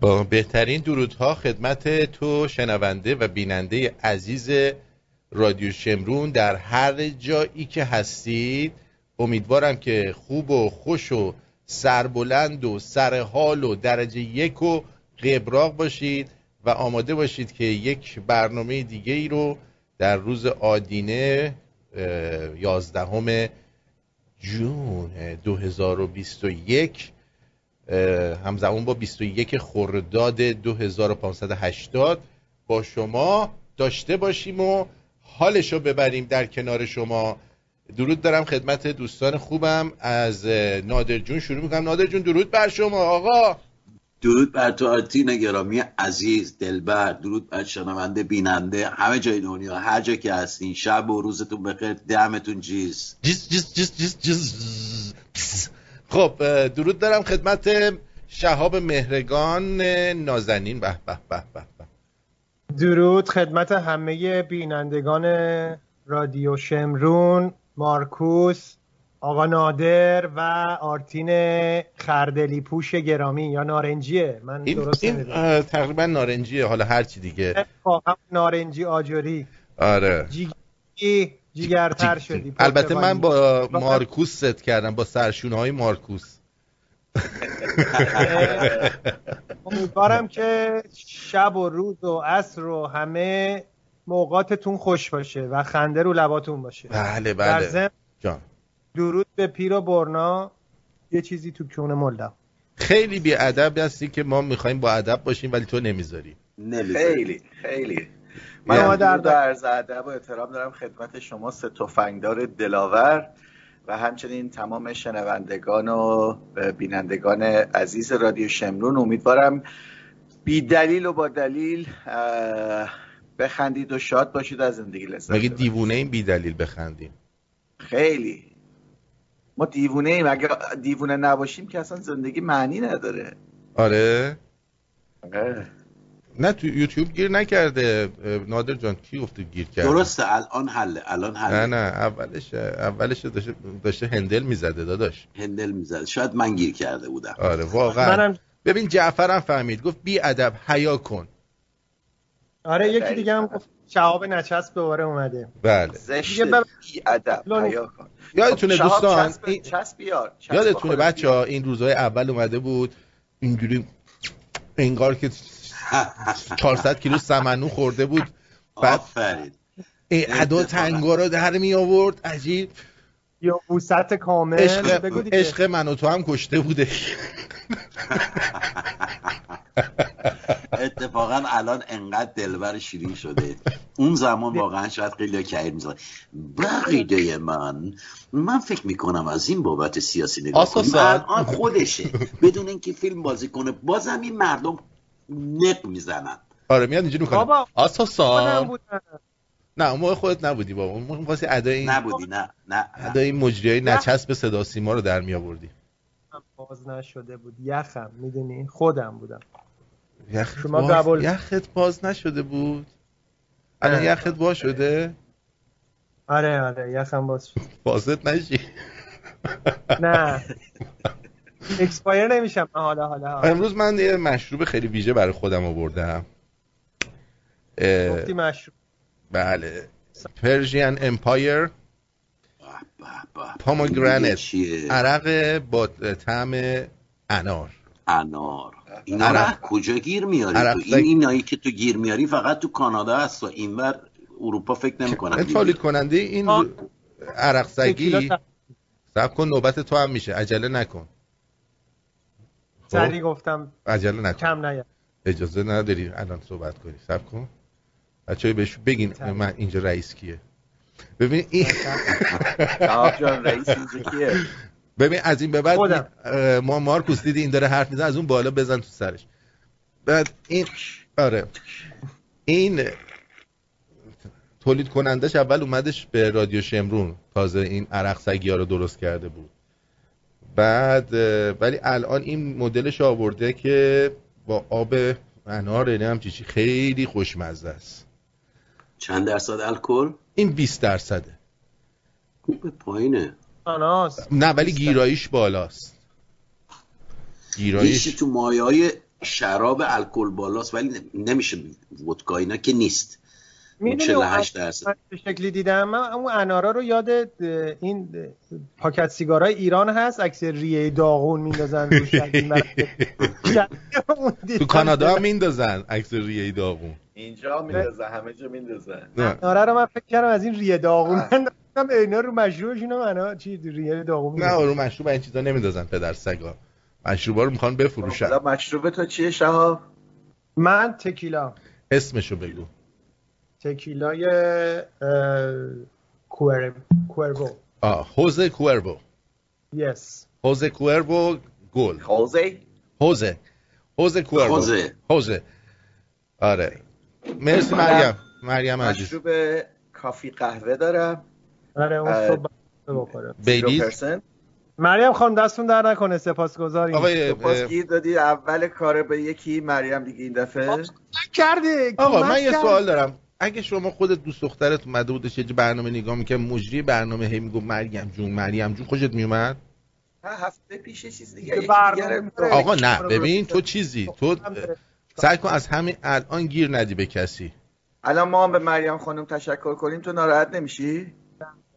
با بهترین درودها خدمت تو شنونده و بیننده عزیز رادیو شمرون در هر جایی که هستید امیدوارم که خوب و خوش و سربلند و سرحال و درجه یک و قبراق باشید و آماده باشید که یک برنامه دیگه ای رو در روز آدینه یازدهم جون 2021 همزمان با 21 خرداد 2580 با شما داشته باشیم و حالش رو ببریم در کنار شما درود دارم خدمت دوستان خوبم از نادر جون شروع میکنم نادر جون درود بر شما آقا درود بر تو آرتین گرامی عزیز دلبر درود بر شنونده بیننده همه جای دنیا هر جا که هستین شب و روزتون بخیر دمتون جیز جیز جیز جیز جیز جیز خب درود دارم خدمت شهاب مهرگان نازنین به به به به درود خدمت همه بینندگان رادیو شمرون مارکوس آقا نادر و آرتین خردلی پوش گرامی یا نارنجیه من این, درست این تقریبا نارنجیه حالا هر چی دیگه هم نارنجی آجوری آره جیگری جیگرتر شدی البته من با مارکوس ست کردم با سرشون های مارکوس امیدوارم که شب و روز و عصر و همه موقعاتتون خوش باشه و خنده رو لباتون باشه بله بله جان درود به پیرو برنا یه چیزی تو کونه ملدم خیلی بی ادب هستی که ما میخوایم با ادب باشیم ولی تو نمیذاری خیلی خیلی من ما در درز ادب و احترام دارم خدمت شما سه تفنگدار دلاور و همچنین تمام شنوندگان و بینندگان عزیز رادیو شمرون امیدوارم بی دلیل و با دلیل بخندید و شاد باشید از زندگی لذت مگه دیوونه این بی دلیل بخندیم خیلی ما دیوونه ایم اگه دیوونه نباشیم که اصلا زندگی معنی نداره خب، آره آره نه تو یوتیوب گیر نکرده نادر جان کی گفته گیر کرده درسته الان حله الان حله نه نه اولش اولش داشته, داشته هندل میزده داداش هندل میزد شاید من گیر کرده بودم آره واقعا منم... ببین جعفرم فهمید گفت بی ادب حیا کن آره یکی دیگه هم گفت شهاب نچسب دوباره اومده بله زشت بب... بی ادب حیا کن یادتونه دوستان چسب... این... چسب یار. چسب یادتونه بچه ها این روزهای اول اومده بود اینجوری انگار که 400 کیلو سمنو خورده بود بعد ادا تنگارا در می آورد عجیب یا بوست کامل عشق, عشق من و تو هم کشته بوده اتفاقا الان انقدر دلبر شیرین شده اون زمان واقعا شاید خیلی کهیر میزد بقیده من من فکر میکنم از این بابت سیاسی نگاه کنیم الان خودشه بدون اینکه فیلم بازی کنه بازم این مردم نق میزنن آره میاد اینجوری میکنن بابا آساسا نه اون موقع خودت نبودی بابا اون موقع واسه ادای این نبودی نه نه ادای این مجریای نچسب صدا سیما رو در می آوردی باز نشده بود یخم میدونی خودم بودم یخ شما باز... قبول یخت باز نشده بود الان یخت باز شده آره آره یخم باز شد بازت نشی نه اکسپایر نمیشم من حالا حالا امروز من یه مشروب خیلی ویژه برای خودم آوردم گفتی مشروب بله پرژین امپایر پاموگرانت عرق با طعم انار انار اینا عرق... کجا گیر میاری عرق... تو؟ این اینایی که تو گیر میاری فقط تو کانادا هست و اینور اروپا فکر نمیکنم یعنی تولید کننده این عرق سگی سب کن نوبت تو هم میشه عجله نکن سری گفتم عجله نکن کم نیا اجازه نداری الان صحبت کنی سب کن بچه بهش بگین طبعا. من اینجا رئیس کیه ببین این رئیس کیه ببین از این به بعد ما مارکوس دیدی این داره حرف میزنه از اون بالا بزن تو سرش بعد این آره این تولید کنندش اول اومدش به رادیو شمرون تازه این عرق سگی ها رو درست کرده بود بعد ولی الان این مدلش آورده که با آب انار نه هم چیچی خیلی خوشمزه است چند درصد الکل این 20 درصده خوب پایینه آناست نه ولی گیراییش بالاست گیراییش تو مایه شراب الکل بالاست ولی نمیشه ودکا اینا که نیست میدونی اون من به شکلی دیدم من اون انارا رو یاد این پاکت سیگارای ایران هست عکس ریه داغون میندازن روش تو کانادا میندازن عکس ریه داغون اینجا میندازن همه جا میندازن انارا رو من فکر کردم از این ریه داغون من اینا رو مشروبشون هم چی ریه داغون نه رو مشروب این چیزا نمیندازن پدر سگا مشروبا رو میخوان بفروشن خب، مشروب تو چیه شهاب من تکیلا اسمشو بگو تکیلای کوئربو آه حوزه کوئربو یس حوزه کوئربو گل حوزه حوزه حوزه کوئربو حوزه حوزه آره مرسی مریم مریم عزیز مشروب کافی قهوه دارم آره اون صبح بخورم بیلیز مریم خانم دستون در نکنه سپاسگزاریم آقای پاسگیر دادی اول کار به یکی مریم دیگه این دفعه کرده آقا من یه سوال دارم اگه شما خود دوست دخترت اومده بودش یه برنامه نگاه میکرد مجری برنامه هی میگو مریم جون مریم جون خوشت میومد هفته پیش چیز دیگه برنامه آقا آره، نه ببین تو چیزی تو سعی کن از همین الان گیر ندی به کسی الان ما هم به مریم خانم تشکر کنیم تو ناراحت نمیشی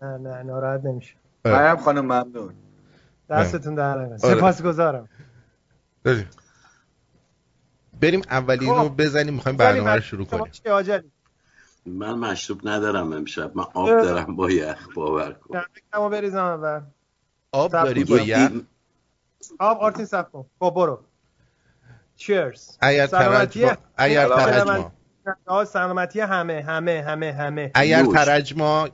نه نه ناراحت نمیشم مریم خانم ممنون دستتون در نکنه آره. سپاسگزارم بریم اولین رو بزنیم میخوایم برنامه رو شروع کنیم من مشروب ندارم امشب من آب دارم با یخ باور کن نمکمو بریزم اول خب. آب داری با یخ آب آرتین سب کن خب برو چیرز اگر ترجما اگر ترجما سلامتی همه همه همه همه اگر ترجما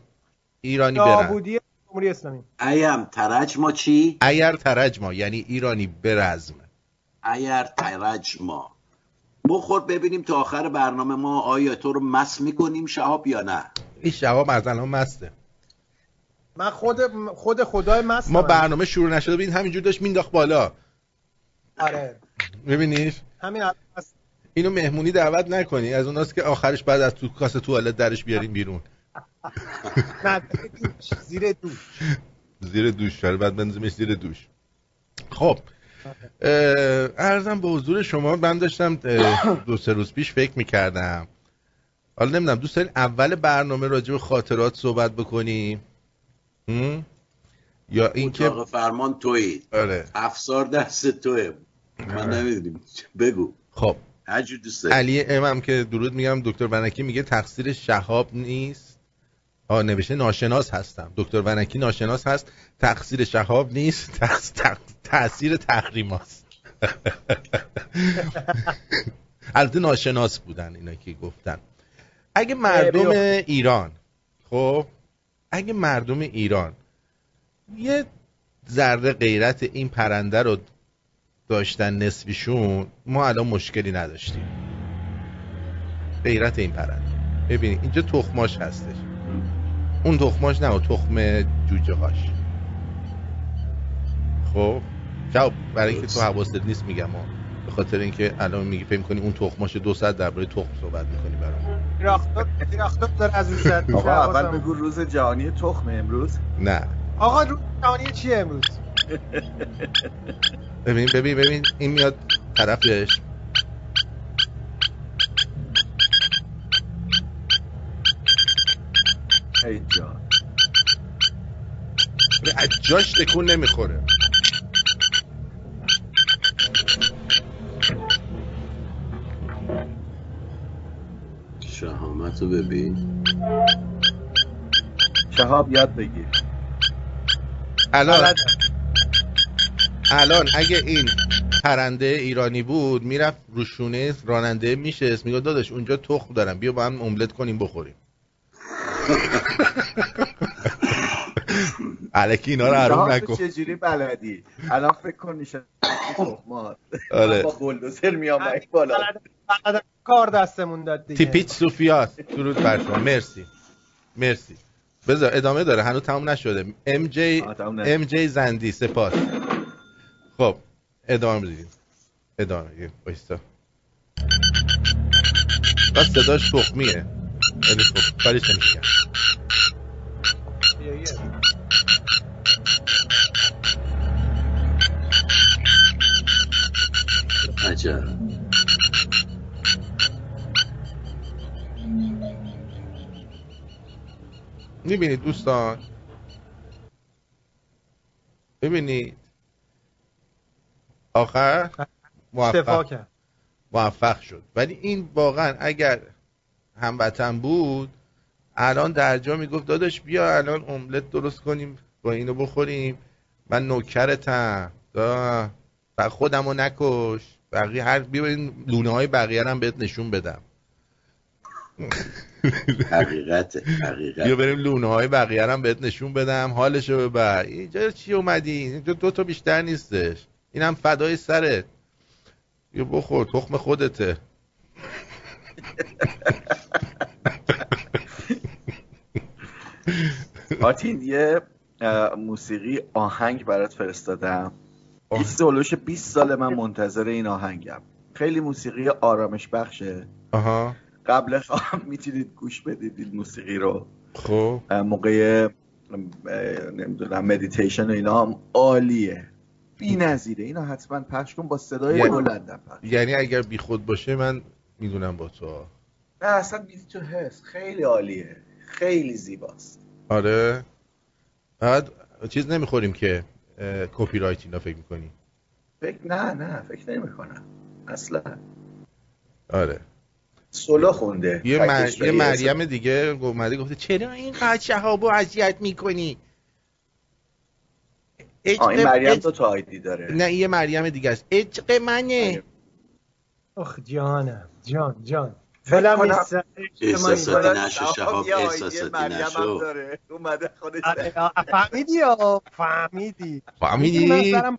ایرانی برن نابودی جمهوری اسلامی ایم ترجما چی؟ اگر ترجما یعنی ایرانی برزم اگر ترجما بخور ببینیم تا آخر برنامه ما آیا تو رو مس میکنیم شهاب یا نه این شهاب از الان مسته من خود خود خدای مست ما برنامه شروع نشده ببین همینجور داشت مینداخت بالا آره میبینی همین هست. اینو مهمونی دعوت نکنی از اوناست که آخرش بعد از تو کاس توالت درش بیاریم بیرون نه زیر دوش زیر دوش آره، بعد بنزیمش زیر دوش خب ارزم به حضور شما من داشتم دو سه روز پیش فکر میکردم حالا نمیدونم دوست دارین اول برنامه راجع به خاطرات صحبت بکنیم یا اینکه فرمان توی آره. افسار دست توی من نمیدونم بگو خب هرجور دوست علی ام هم که درود میگم دکتر ونکی میگه تقصیر شهاب نیست آ نوشته ناشناس هستم دکتر ونکی ناشناس هست تقصیر شهاب نیست تقص... تق... تاثیر تحریم هست البته ناشناس بودن اینا که گفتن اگه مردم ایران خب اگه مردم ایران یه ذره غیرت این پرنده رو داشتن نصفیشون ما الان مشکلی نداشتیم غیرت این پرنده ببینید اینجا تخماش هستش اون تخماش نه و تخم جوجه هاش خب جواب برای اینکه تو حواست نیست میگم ها به خاطر اینکه الان میگی فکر کنی اون تخماش 200 درباره تخم صحبت میکنی برام راختوب داره از اون آقا اول بگو روز جهانی تخم امروز نه آقا روز جهانی چیه امروز ببین ببین ببین این میاد طرفش ای جان از جاش تکون نمیخوره شهامت رو ببین شهاب یاد بگیر الان الان اگه این پرنده ایرانی بود میرفت روشونه راننده میشه میگه داداش اونجا تخم دارم بیا با هم املت کنیم بخوریم علکی اینا رو حروم نکن چجوری بلدی الان فکر کن نشه آره با گلدوزر میام بالا کار دستمون داد دیگه تیپیچ سوفیاس درود بر شما مرسی مرسی بذار ادامه داره هنوز تموم نشده ام جی ام جی زندی سپاس خب ادامه بدید ادامه بدید وایسا بس صداش تخمیه ولی خب کاریش نمیشه عجب میبینید دوستان ببینید آخر موفق کرد موفق شد ولی این واقعا اگر هموطن بود الان در جا میگفت داداش بیا الان املت درست کنیم با اینو بخوریم من نوکرتم دا و خودمو نکش بقیه هر بیارین لونه های بقیه هم بهت نشون بدم حقیقت حقیقت بیا بریم لونه های بقیه هم بهت نشون بدم حالشو ببر اینجا چی اومدی اینجا دو تا بیشتر نیستش اینم فدای سرت بیا بخور تخم خودته آتین یه موسیقی آهنگ برات فرستادم این سولوش 20 سال من منتظر این آهنگم خیلی موسیقی آرامش بخشه آها. قبل خواب میتونید گوش بدید این موسیقی رو خب موقع نمیدونم مدیتیشن و اینا هم عالیه بی نظیره اینا حتما پخش کن با صدای یعنی- بلندم پخش یعنی اگر بی خود باشه من میدونم با تو نه اصلا بیدی تو حس خیلی عالیه خیلی زیباست آره بعد چیز نمیخوریم که اه، کپی رایت اینا فکر میکنی فکر نه نه فکر نمی کنم اصلا آره سولا خونده یه, فکتش مر... برای یه احساس. مریم دیگه اومده گفته چرا این شهابو اذیت میکنی آه، این مریم دو تا آیدی داره نه یه مریم دیگه است عشق منه مریم. آخ جانم جان جان فکر ولم کنم نیست. احساساتی ما این- حالا نشو، شهاب شهاب، یه آیدی احساساتی مریم هم نشو. داره اومده خودش آره، آه، فهمیدی یا فهمیدی فهمیدی؟ من سرم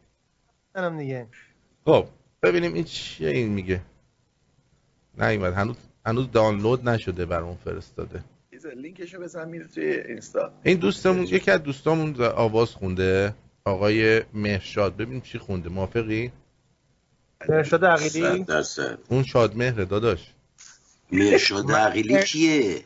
منم دیگه خب ببینیم این چیه این میگه نیومد هنوز هنوز دانلود نشده برام فرستاده چیزه، لینکشو بزن میره توی اینستا این دوستمون یکی از دوستامون آواز خونده آقای مهرشاد ببینیم چی خونده موافقی مرشد عقیلی صد درصد اون شاد مهره داداش مرشاد عقیلی کیه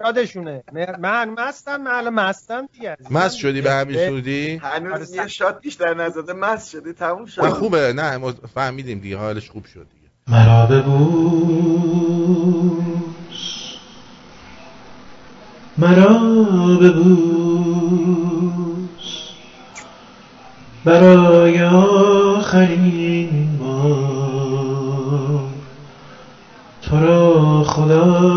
یادشونه مر- من مستم من الان مستم دیگه عزیزم. مست شدی به همین سودی هنوز آره، یه شات بیشتر نزده مست شده تموم خب. شد نه خوبه نه ما فهمیدیم دیگه حالش خوب شد دیگه مرا ببوس مرا ببوس برای آخرین بار تو را خدا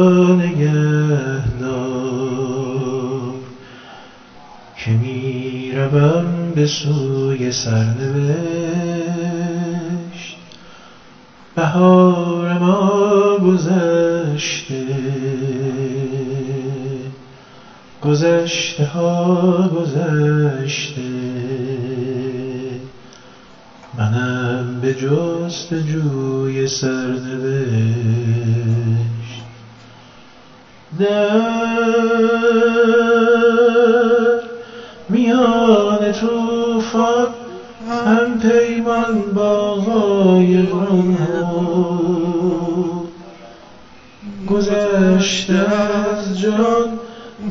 نگهدار که می روم به سوی سرنوشت بهار ما گذشته گذشته ها گذشته منم به جستجوی سرنوشت در میان توفان هم پیمان با غایقان ها گذشته از جان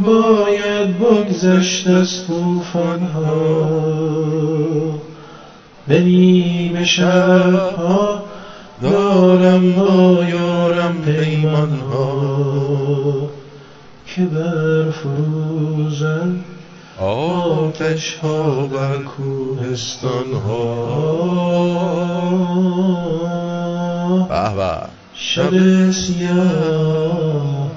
باید بگذشت از توفان ها به نیمه شبها دارم با یارم پیمان ها که بر فروزن آتش ها بر کوهستان ها به به شب سیاه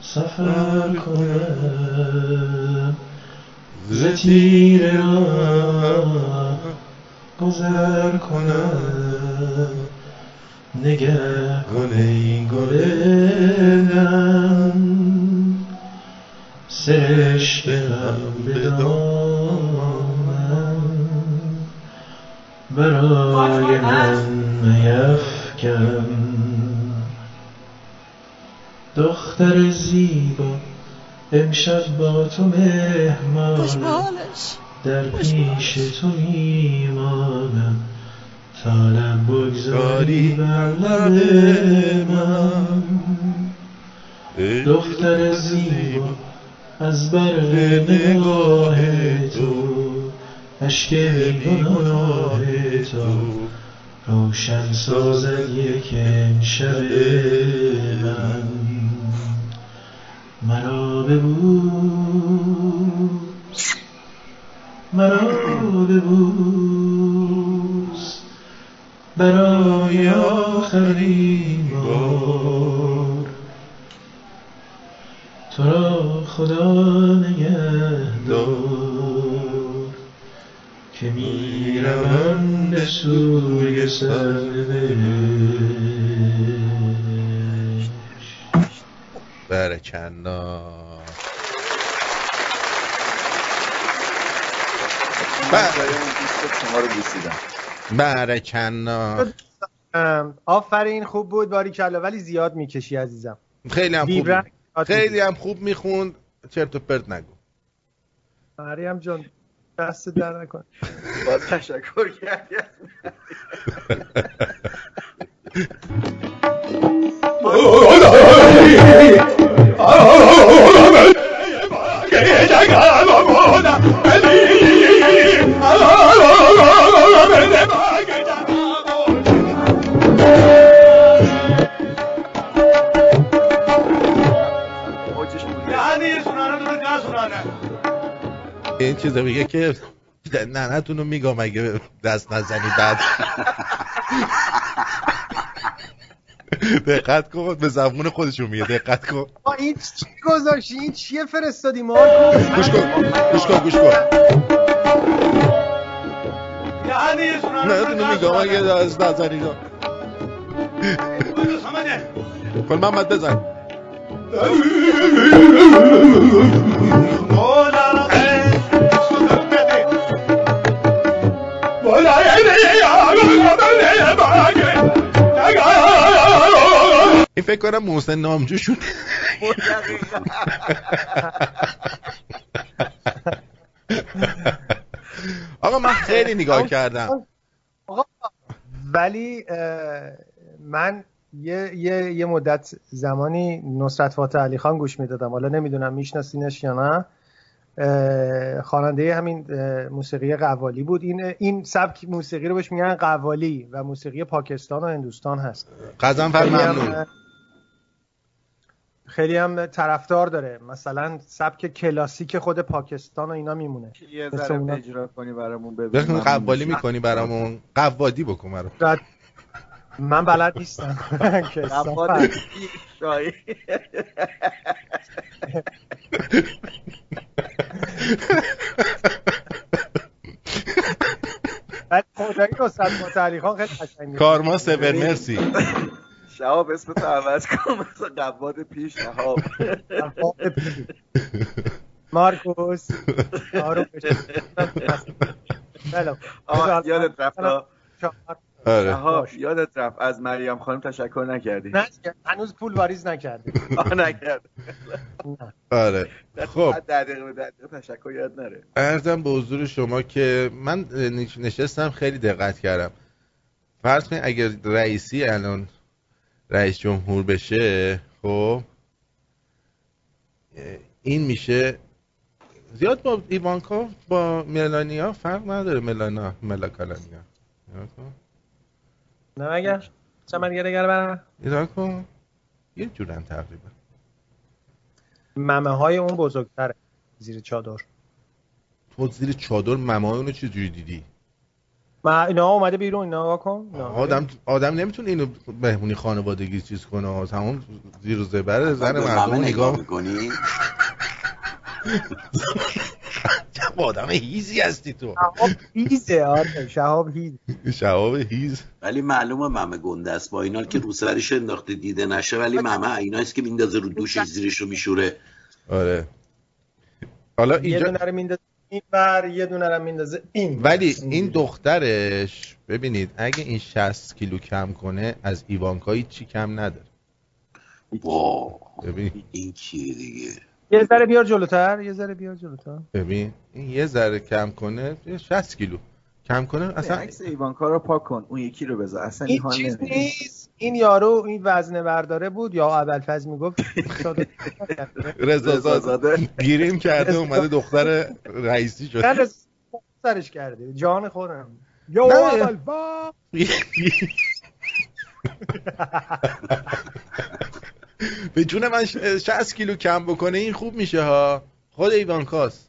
سفر کنم ز تیر راه گذر کنم نگه کن ای گل دلم سرش برم بدانم برای من میفکن دختر زیبا امشب با تو مهمانم در پیش تو میمانم تا لب بگذاری بر لب من دختر زیبا از برق نگاه تو اشک بیگناه تو روشن سازد یک شب من مرا ببوس ببوس برای آخرین بار تو را خدا نگهدار که می روم به سوی سرنوشت برکنا برکنا آفرین خوب بود باری کلا ولی زیاد میکشی عزیزم خیلی هم خوب خیلی هم خوب میخوند چرت و پرت نگو مریم جان دست در نکن با تشکر کردی این چیزا میگه که ننتون رو میگم اگه دست نزنی بعد دقت کن به زبون خودشون میگه دقت کن این چی گذاشتی این چیه فرستادی مارکو گوش کن گوش کن گوش کن ننتون میگم اگه دست نزنی کن محمد بزن این فکر کنم محسن نامجوشون آقا من خیلی نگاه کردم آقا ولی من یه, یه،, یه مدت زمانی نصرت فاتح علی خان گوش میدادم حالا نمیدونم میشناسینش یا نه خواننده همین موسیقی قوالی بود این این سبک موسیقی رو بهش میگن قوالی و موسیقی پاکستان و هندوستان هست قزنفر ممنون خیلی هم طرفدار داره مثلا سبک کلاسیک خود پاکستان و اینا میمونه یه ذره اونا... اجرا کنی برامون ببین قوالی میکنی برامون قوادی بکن برامون من بلد نیستم خدایی نصد متحری خان خیلی قشنگه کارما سبر مرسی شهاب اسم تو عوض کن مثل قواد پیش شهاب خب، مارکوس آروم بله. یادت رفت آره. یادت رفت از مریم خانم تشکر نکردی نه هنوز پول واریز نکردی آه نکرد آره خب دقیقه دقیقه تشکر یاد نره ارزم به حضور شما که من نشستم خیلی دقت کردم فرض کنید اگر رئیسی الان رئیس جمهور بشه خب این میشه زیاد با ایوانکوف با ملانیا فرق نداره ملانا ملاکالانیا نه مگر چه من دیگه دیگه برم ایران کن یه جورن تقریبا ممه های اون بزرگتره زیر چادر تو زیر چادر ممه های اونو چجوری دیدی ما اینا اومده بیرون اینا کن نه. آدم آدم نمیتونه اینو مهمونی خانوادگی چیز کنه تمام زیر و زبر زن مردم نگاه خب، میکنی آدم هیزی هستی تو شهاب هیزه آره شهاب هیز شهاب هیز ولی معلومه ممه گنده است با اینا که رو سرش انداخته دیده نشه ولی ممه اینا است که میندازه رو دوشش زیرش رو میشوره آره حالا اینجا یه دونه رو میندازه این بر یه دونه رو میندازه این بر. ولی این دخترش ببینید اگه این 60 کیلو کم کنه از ایوانکایی چی کم نداره وا این کیه دیگه یه ذره بیار جلوتر یه ذره بیار جلوتر ببین این یه ذره کم کنه 60 کیلو کم کنه اصلا عکس ایوانکا رو پاک کن اون یکی رو بذار اصلا این چیز نیست این یارو این وزنه برداره بود یا ابوالفضل میگفت رضا زاده گیریم کرده اومده دختر رئیسی شد سرش کرده جان خودم یا اول به جون من 60 کیلو کم بکنه این خوب میشه ها خود ایوانکاست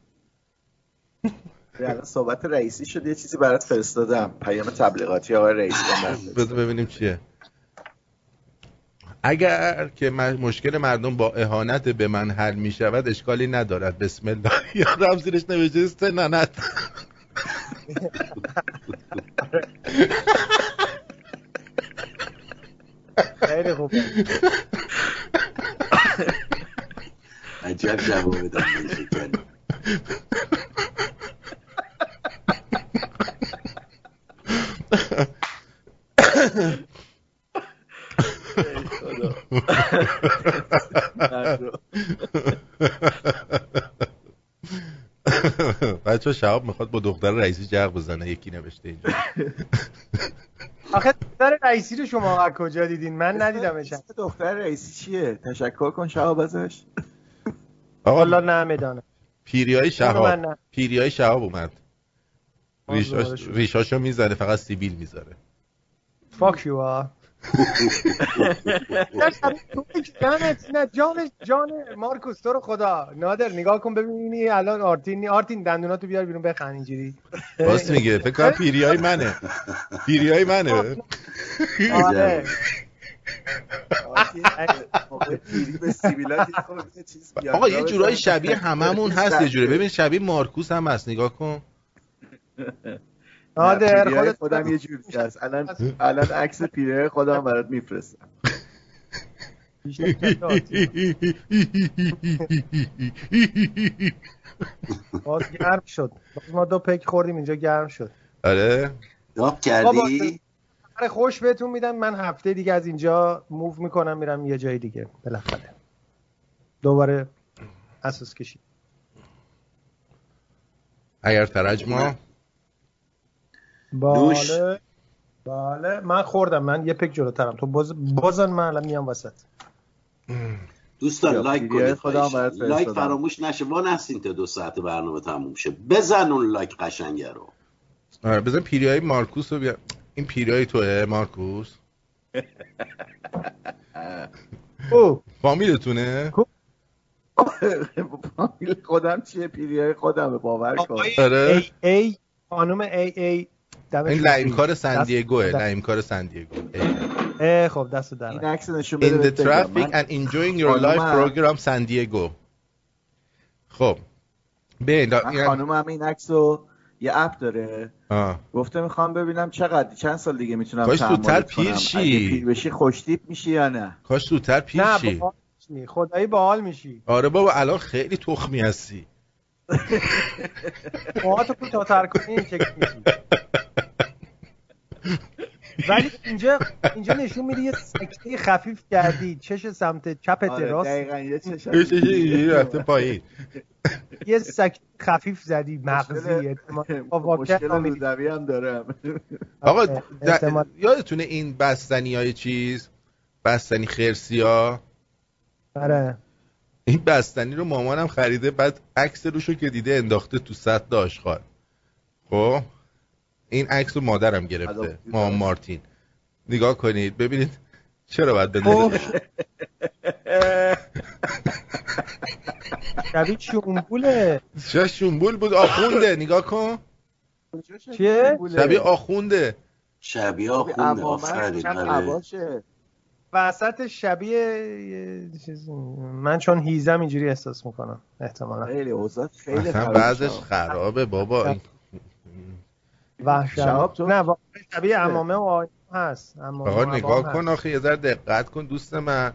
بله. الان صحبت رئیسی شد یه چیزی برات فرستادم پیام تبلیغاتی آقای رئیسی بذار ببینیم چیه اگر که من مشکل مردم با اهانت به من حل می شود اشکالی ندارد بسم الله یادم زیرش نوشته سننت خیلی خوب عجب جواب داد بچه شهاب میخواد با دختر رئیسی جرق بزنه یکی نوشته اینجا آخه دختر رئیسی رو شما از کجا دیدین من ندیدم دختر رئیسی چیه تشکر کن شهاب ازش والا نه میدانم پیریای شهاب پیریای شهاب اومد ریشاش ریشاشو میزنه فقط سیبیل میذاره فاک یو آ نه جان جان مارکوس تو رو خدا نادر نگاه کن ببینی الان آرتین آرتین دندوناتو بیار بیرون بخن اینجوری راست میگه فکر کنم پیریای منه پیریای منه آره خب، آقا یه جورایی شبیه هممون هست یه جوره ببین شبیه مارکوس هم هست نگاه کن نادر خودت خودم یه جور هست الان الان عکس پیره خودم برات میفرستم باز گرم شد باز ما دو پک خوردیم اینجا گرم شد آره داب کردی آره خوش بهتون میدم من هفته دیگه از اینجا موو میکنم میرم یه جای دیگه بالاخره دوباره اساس کشید اگر ترجمه دوش. بله بله من خوردم من یه پک جلوترم تو باز بازن من الان میام وسط دوستان لایک کنید لایک فراموش نشه وان هستین تا دو ساعت برنامه تموم شه بزن اون لایک قشنگه رو آره بزن پیریای مارکوس رو بیا این پیریای توه مارکوس او فامیلتونه فامیل خودم چیه پیریای خودم باور کن آره ای خانم ای ای این لایمکار سندیگوه لایمکار سندیگو خب دست در این عکس نشون In the traffic and enjoying your life program San Diego خب یعنی- ببین این خانومم این عکس رو یه اپ داره گفته میخوام ببینم چقدر چند سال دیگه میتونم کاش زودتر پیر شی پیر بشی خوشتیپ میشی یا نه کاش زودتر پیر شی خدایی باحال میشی آره بابا الان خیلی تخمی هستی موهاتو کوتاه‌تر کنی این شکل میشی ولی اینجا اینجا نشون میده یه سکته خفیف کردی چش سمت چپ راست آره، دقیقاً یه چش رفته پایین یه سکته خفیف زدی مغزی مشکل رودوی هم دارم آقا آره، یادتونه این بستنی های چیز بستنی خرسی ها آره این بستنی رو مامانم خریده بعد عکس روشو که دیده انداخته تو سطل آشغال خب این عکس رو مادرم گرفته مام مارتین نگاه کنید ببینید چرا باید بندازه شبیه شنبوله چه شنبول بود آخونده نگاه کن چیه؟ شبیه آخونده شبیه آخونده آفرین وسط شبیه من چون هیزم اینجوری احساس میکنم احتمالا خیلی اوضاع خیلی بعضش خرابه بابا وحشت نه واقعا شبیه امامه و هست امامه آقا نگاه کن آخه یه ذره دقت کن دوست من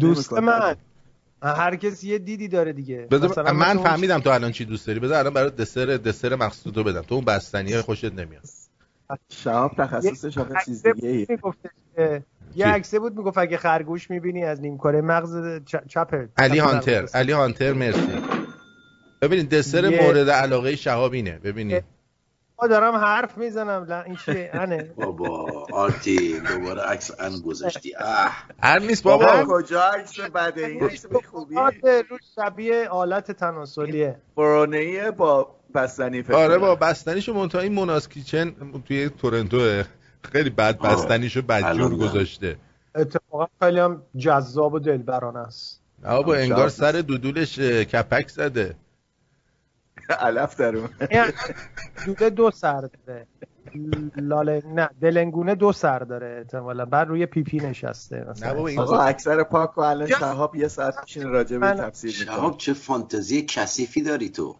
دوست من هر کسی یه دیدی داره دیگه مثلا من فهمیدم تو الان چی دوست داری بذار الان برای دسر دسر مقصود رو بدم تو اون بستنی خوشت نمیاد شهاب تخصصش آخه چیز دیگه یه عکسه بود میگفت اگه خرگوش میبینی از نیمکره مغز چپه علی هانتر علی هانتر مرسی ببینید دسر مورد علاقه شهاب اینه ببینید ما دارم حرف میزنم این چیه یعنی؟ انه بابا آرتی دوباره عکس ان گذاشتی اه هر نیست بابا کجا عکس بده این عکس خوبیه رو شبیه آلت تناسلیه برونه با بستنی فکر آره با بستنیشو منتها این موناس کیچن توی تورنتو خیلی بد بستنیشو بدجور گذاشته اتفاقا خیلی هم جذاب و دلبرانه است آبا انگار سر دودولش کپک زده علف در اون یعنی دوده دو سر داره لاله نه دلنگونه دو سر داره احتمالا بعد روی پیپی نشسته نه بابا این اکثر پاک و الان شهاب یه ساعت میشین راجع به تفسیر میکنه شهاب چه فانتزی کثیفی داری تو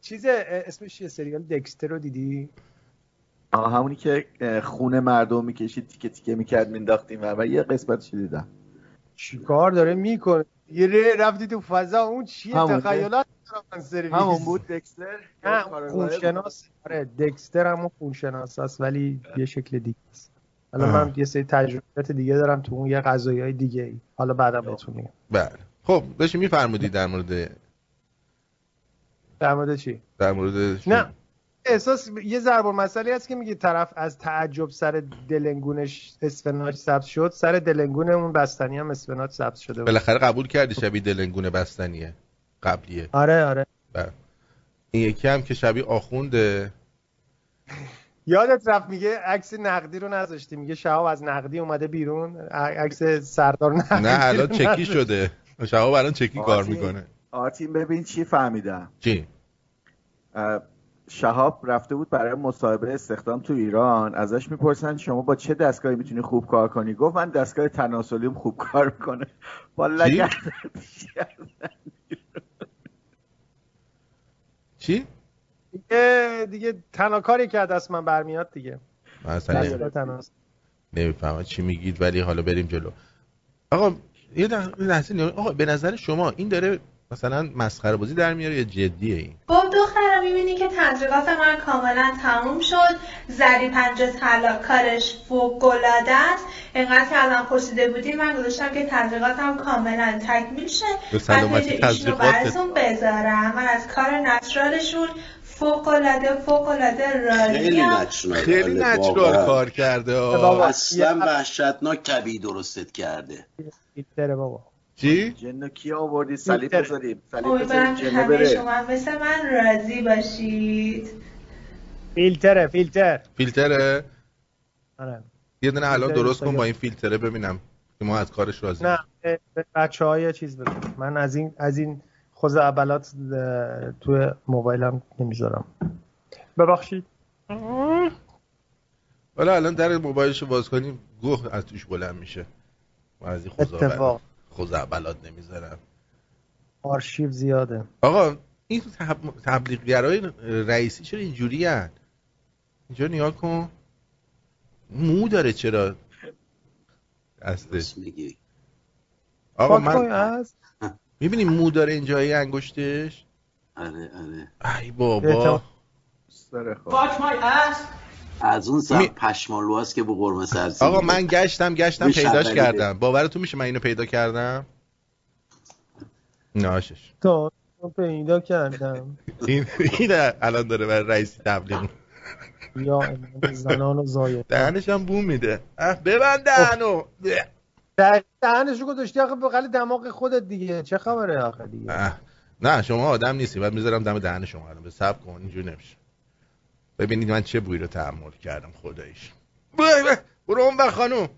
چیز اسمش چیه سریال دکستر رو دیدی آه همونی که خون مردم میکشید تیکه تیکه میکرد مینداختیم و یه قسمتش دیدم چیکار داره میکنه یه رفتی تو فضا اون چیه تخیلات همون بود دکستر خونشناس آره دکستر همون خونشناس است ولی یه شکل دیگه است حالا من یه سری تجربیات دیگه دارم تو اون یه غذایی های دیگه ای حالا بعدا بهتون میگم بله خب داشتی میفرمودی در مورد در مورد چی در مورد شما. نه احساس یه ضرب مسئله هست که میگه طرف از تعجب سر دلنگونش اسفناج سبز شد سر دلنگون اون بستنی هم اسفناج سبز شده بود بالاخره قبول کردی شبیه دلنگون بستنیه قبلیه آره آره بله. این یکی هم که شبیه آخونده یادت رفت میگه عکس نقدی رو نذاشتی میگه شهاب از نقدی اومده بیرون عکس سردار نقدی نه الان چکی شده شهاب الان چکی کار آرتین- میکنه آرتین ببین چی فهمیدم چی اه، شهاب رفته بود برای مصاحبه استخدام تو ایران ازش میپرسن شما با چه دستگاهی میتونی خوب کار کنی گفت من دستگاه تناسلیم خوب کار میکنه با چی؟ لگت چی دیگه دیگه تنها کاری که از دست من برمیاد دیگه من اصلا دستگاه تناست. نمیفهمم چی میگید ولی حالا بریم جلو آقا یه دق- یه لحظه نیا- آقا به نظر شما این داره مثلا مسخره بازی در میاره یا جدیه این خب دخترم میبینی که تجربات من کاملا تموم شد زری پنجه طلا کارش فوق‌العاده است اینقدر که الان پرسیده بودی من گذاشتم که تزریقاتم کاملا تکمیل شه به سلامتی من پیج ایشون رو تزریقاتت. براتون بذارم من از کار نچرالشون فوق‌العاده فوق‌العاده خیلی راضیم نچنال خیلی نچرال کار کرده آقا. اصلا وحشتناک کبی درستت کرده فیلتره بابا چی جن کی آوردی صلیب می‌تره. بذاریم صلیب بذاریم امیدوارم که جنه همه بره شما هم مثل من راضی باشید فیلتره فیلتر فیلتره آره یه دونه الان فیلتر درست کن اینستاگرام. با این فیلتره ببینم که ما از کارش راضی نه بچه های چیز بده من از این از این خوز ابلات اه، توی موبایلم نمیذارم ببخشید حالا الان در موبایلش رو باز کنیم گوه از توش بلند میشه من از این اتفاق. خوزعبلات نمیذارم آرشیو زیاده آقا این تب... تبلیغگرای رئیسی چرا اینجوری هن؟ اینجا نیا کن مو داره چرا دستش راست میگی آقا پاک پاک من از میبینی مو داره اینجای انگشتش آره آره ای بابا سر خب. از اون سر می- پشمالوهاست که با قرمه سبزی آقا میده. من گشتم گشتم میشه پیداش اولی کردم باورتون میشه من اینو پیدا کردم ناشش تو تو پیدا کردم این این الان داره برای رئیسی تبلیغ می‌کنه. یا امام زنان و زایه دهنش هم بوم میده اه، ببند دهنو دق- دهنشو گذاشتی آخه بغل دماغ خودت دیگه چه خبره آخه دیگه اه، نه شما آدم نیستی بعد میذارم دم دهن شما الان به سب کن اینجور نمیشه ببینید من چه بویی رو تحمل کردم خداییش بای بای، برو اون بر خانوم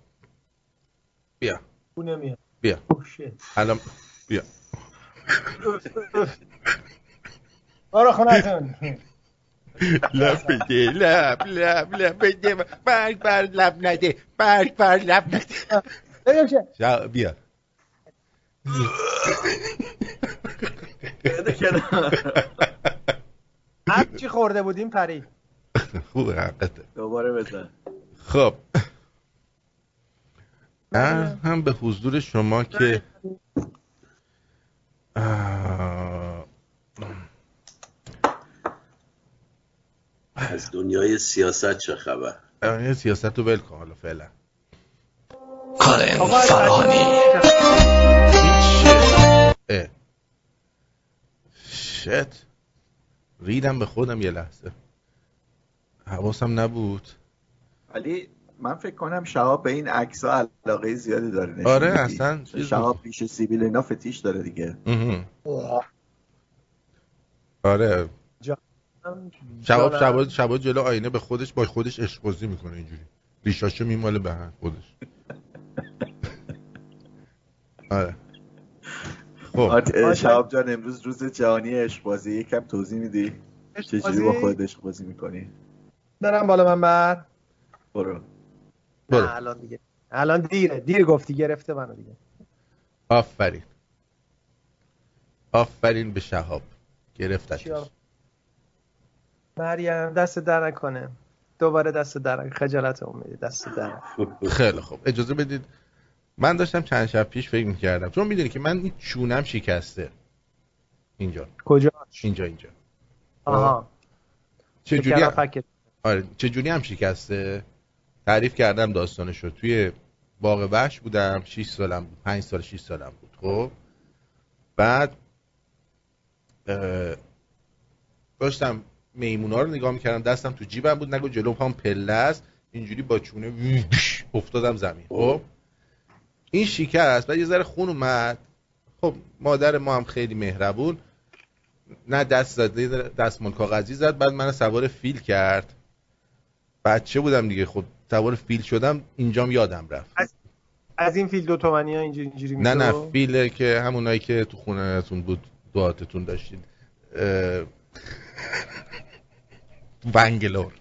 بیا او نمیاد بیا. اوه، شت. الان بیا برو خونتون لب بده لب لب لب بده برگ بر لب نده برگ بر لب نده بیا که. شا- بیا هر چی خورده بودیم پری خوبه حقته دوباره بزن خب عرض هم به حضور شما که آه، از دنیای سیاست چه خبر یه سیاست رو ول کن حالا فعلا کارن فرهانی اه. شت ریدم به خودم یه لحظه حواسم نبود ولی من فکر کنم شهاب به این عکس ها علاقه زیادی داره نشون آره، میدی. اصلا چون چیز خب. شهاب پیش سیبیل اینا فتیش داره دیگه اوه. آره شباب جانم. شباب شباب جلو آینه به خودش با خودش اشقازی میکنه اینجوری ریشاشو میماله به هم خودش آره خب آت- شهاب جان امروز روز جهانی عشقبازی یکم توضیح میدی چجوری با خودت عشقبازی میکنی برم بالا من بر برو برو. نه، الان دیگه الان دیره دیر گفتی گرفته منو دیگه آفرین آفرین به شهاب گرفتتش چیا؟ مریم دست در نکنه دوباره دست در نکنه. خجالت میده دست در نکنه. خیلی خوب اجازه بدید من داشتم چند شب پیش فکر میکردم چون میدونی که من این چونم شکسته اینجا کجا اینجا اینجا آها چجوری فکرم هم... فکر. آره چجوری هم شکسته تعریف کردم داستانش رو توی باغ وحش بودم 6 سالم بود 5 سال 6 سالم بود خب بعد اه، داشتم میمونا رو نگاه میکردم دستم تو جیبم بود نگو جلو پام پله است اینجوری با چونه ویش افتادم زمین خب این شکست بعد یه ذره خون اومد خب مادر ما هم خیلی مهربون نه دست زد یه ذره دستمال کاغذی زد بعد من سوار فیل کرد بچه بودم دیگه خب سوار فیل شدم اینجام یادم رفت از این فیل دو تومنی ها اینجوری اینجوری می‌شه نه نه و- فیله که همونایی که تو خونهتون بود دعاتتون داشتید اه، بنگلور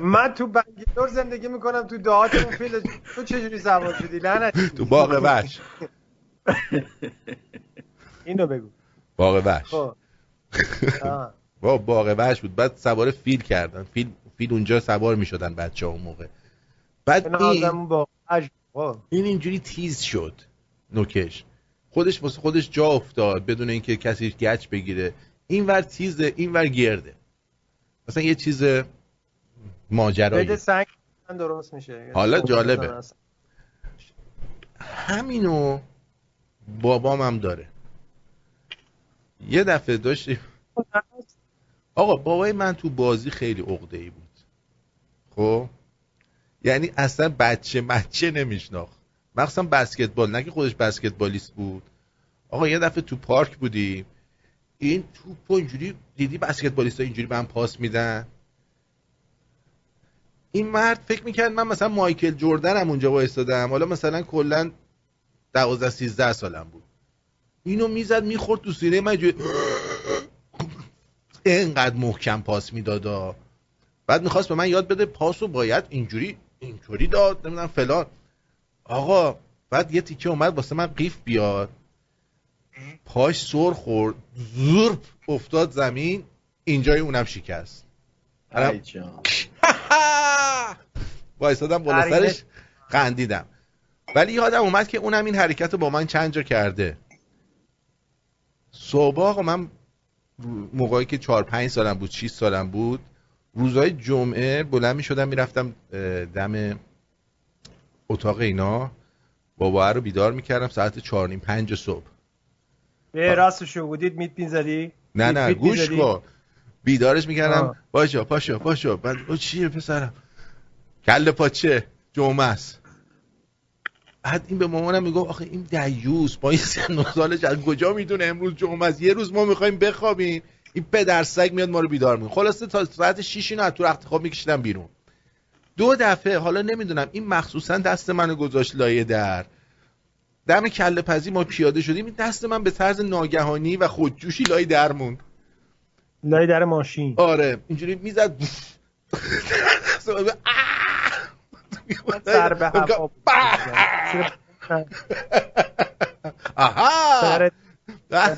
من تو بنگلور زندگی میکنم تو دهات اون فیل تو چجوری سوار شدی لعنت تو باغ وحش اینو بگو باغ وحش خب آه. با باغ وحش بود بعد سوار فیل کردن فیل فیل اونجا سوار میشدن بچه ها اون موقع بعد به این نازم اون با عجب. خب. این اینجوری تیز شد نوکش خودش واسه خودش جا افتاد بدون اینکه کسی گچ بگیره این ور تیزه این ور گرده مثلا یه چیز ماجرایی بده سنگ من درست میشه یعنی حالا جالبه. همینو بابام هم داره یه دفعه داشتیم آقا بابای من تو بازی خیلی عقده ای بود خب یعنی اصلا بچه مچه نمیشناخت مخصوصا بسکتبال نه که خودش بسکتبالیست بود آقا یه دفعه تو پارک بودیم این توپ رو اینجوری دیدی بسکتبالیست اینجوری به هم پاس میدن این مرد فکر میکرد من مثلا مایکل جردنم اونجا وایستادم حالا مثلا کلا 12 13 سالم بود اینو میزد میخورد تو سینه من اینجوری اینقدر محکم پاس میدادا بعد میخواست به من یاد بده پاسو باید اینجوری اینطوری داد نمیدونم فلان آقا بعد یه تیکه اومد واسه من قیف بیاد پاش سر خورد زورپ افتاد زمین اینجای اونم شکست منم- ای جان. وایستادم بالا حرکت. سرش خندیدم ولی یادم اومد که اونم این حرکت رو با من چند جا کرده صبح آقا من موقعی که چهار پنج سالم بود 6 سالم بود روزهای جمعه بلند می شدم میرفتم دم اتاق اینا بابا رو بیدار میکردم ساعت چهار نیم پنج صبح به راستشو بودید میت پین زدی نه نه میت پین گوش زدی؟ کن بیدارش میکردم آه. پاشو پاشو پاشو بعد او چیه پسرم کل پاچه جمعه است بعد این به مامانم میگفت آخه این دیوس با این سن و سالش از کجا میدونه امروز جمعه است یه روز ما میخوایم بخوابیم این پدر سگ میاد ما رو بیدار میکنه خلاصه تا ساعت 6 اینو از تو رخت خواب میکشیدم بیرون دو دفعه حالا نمیدونم این مخصوصا دست منو گذاشت لایه در دم کله پزی ما پیاده شدیم این دست من به طرز ناگهانی و خودجوشی لای در موند لای در ماشین آره اینجوری میزد سر به هوا بود. آها سر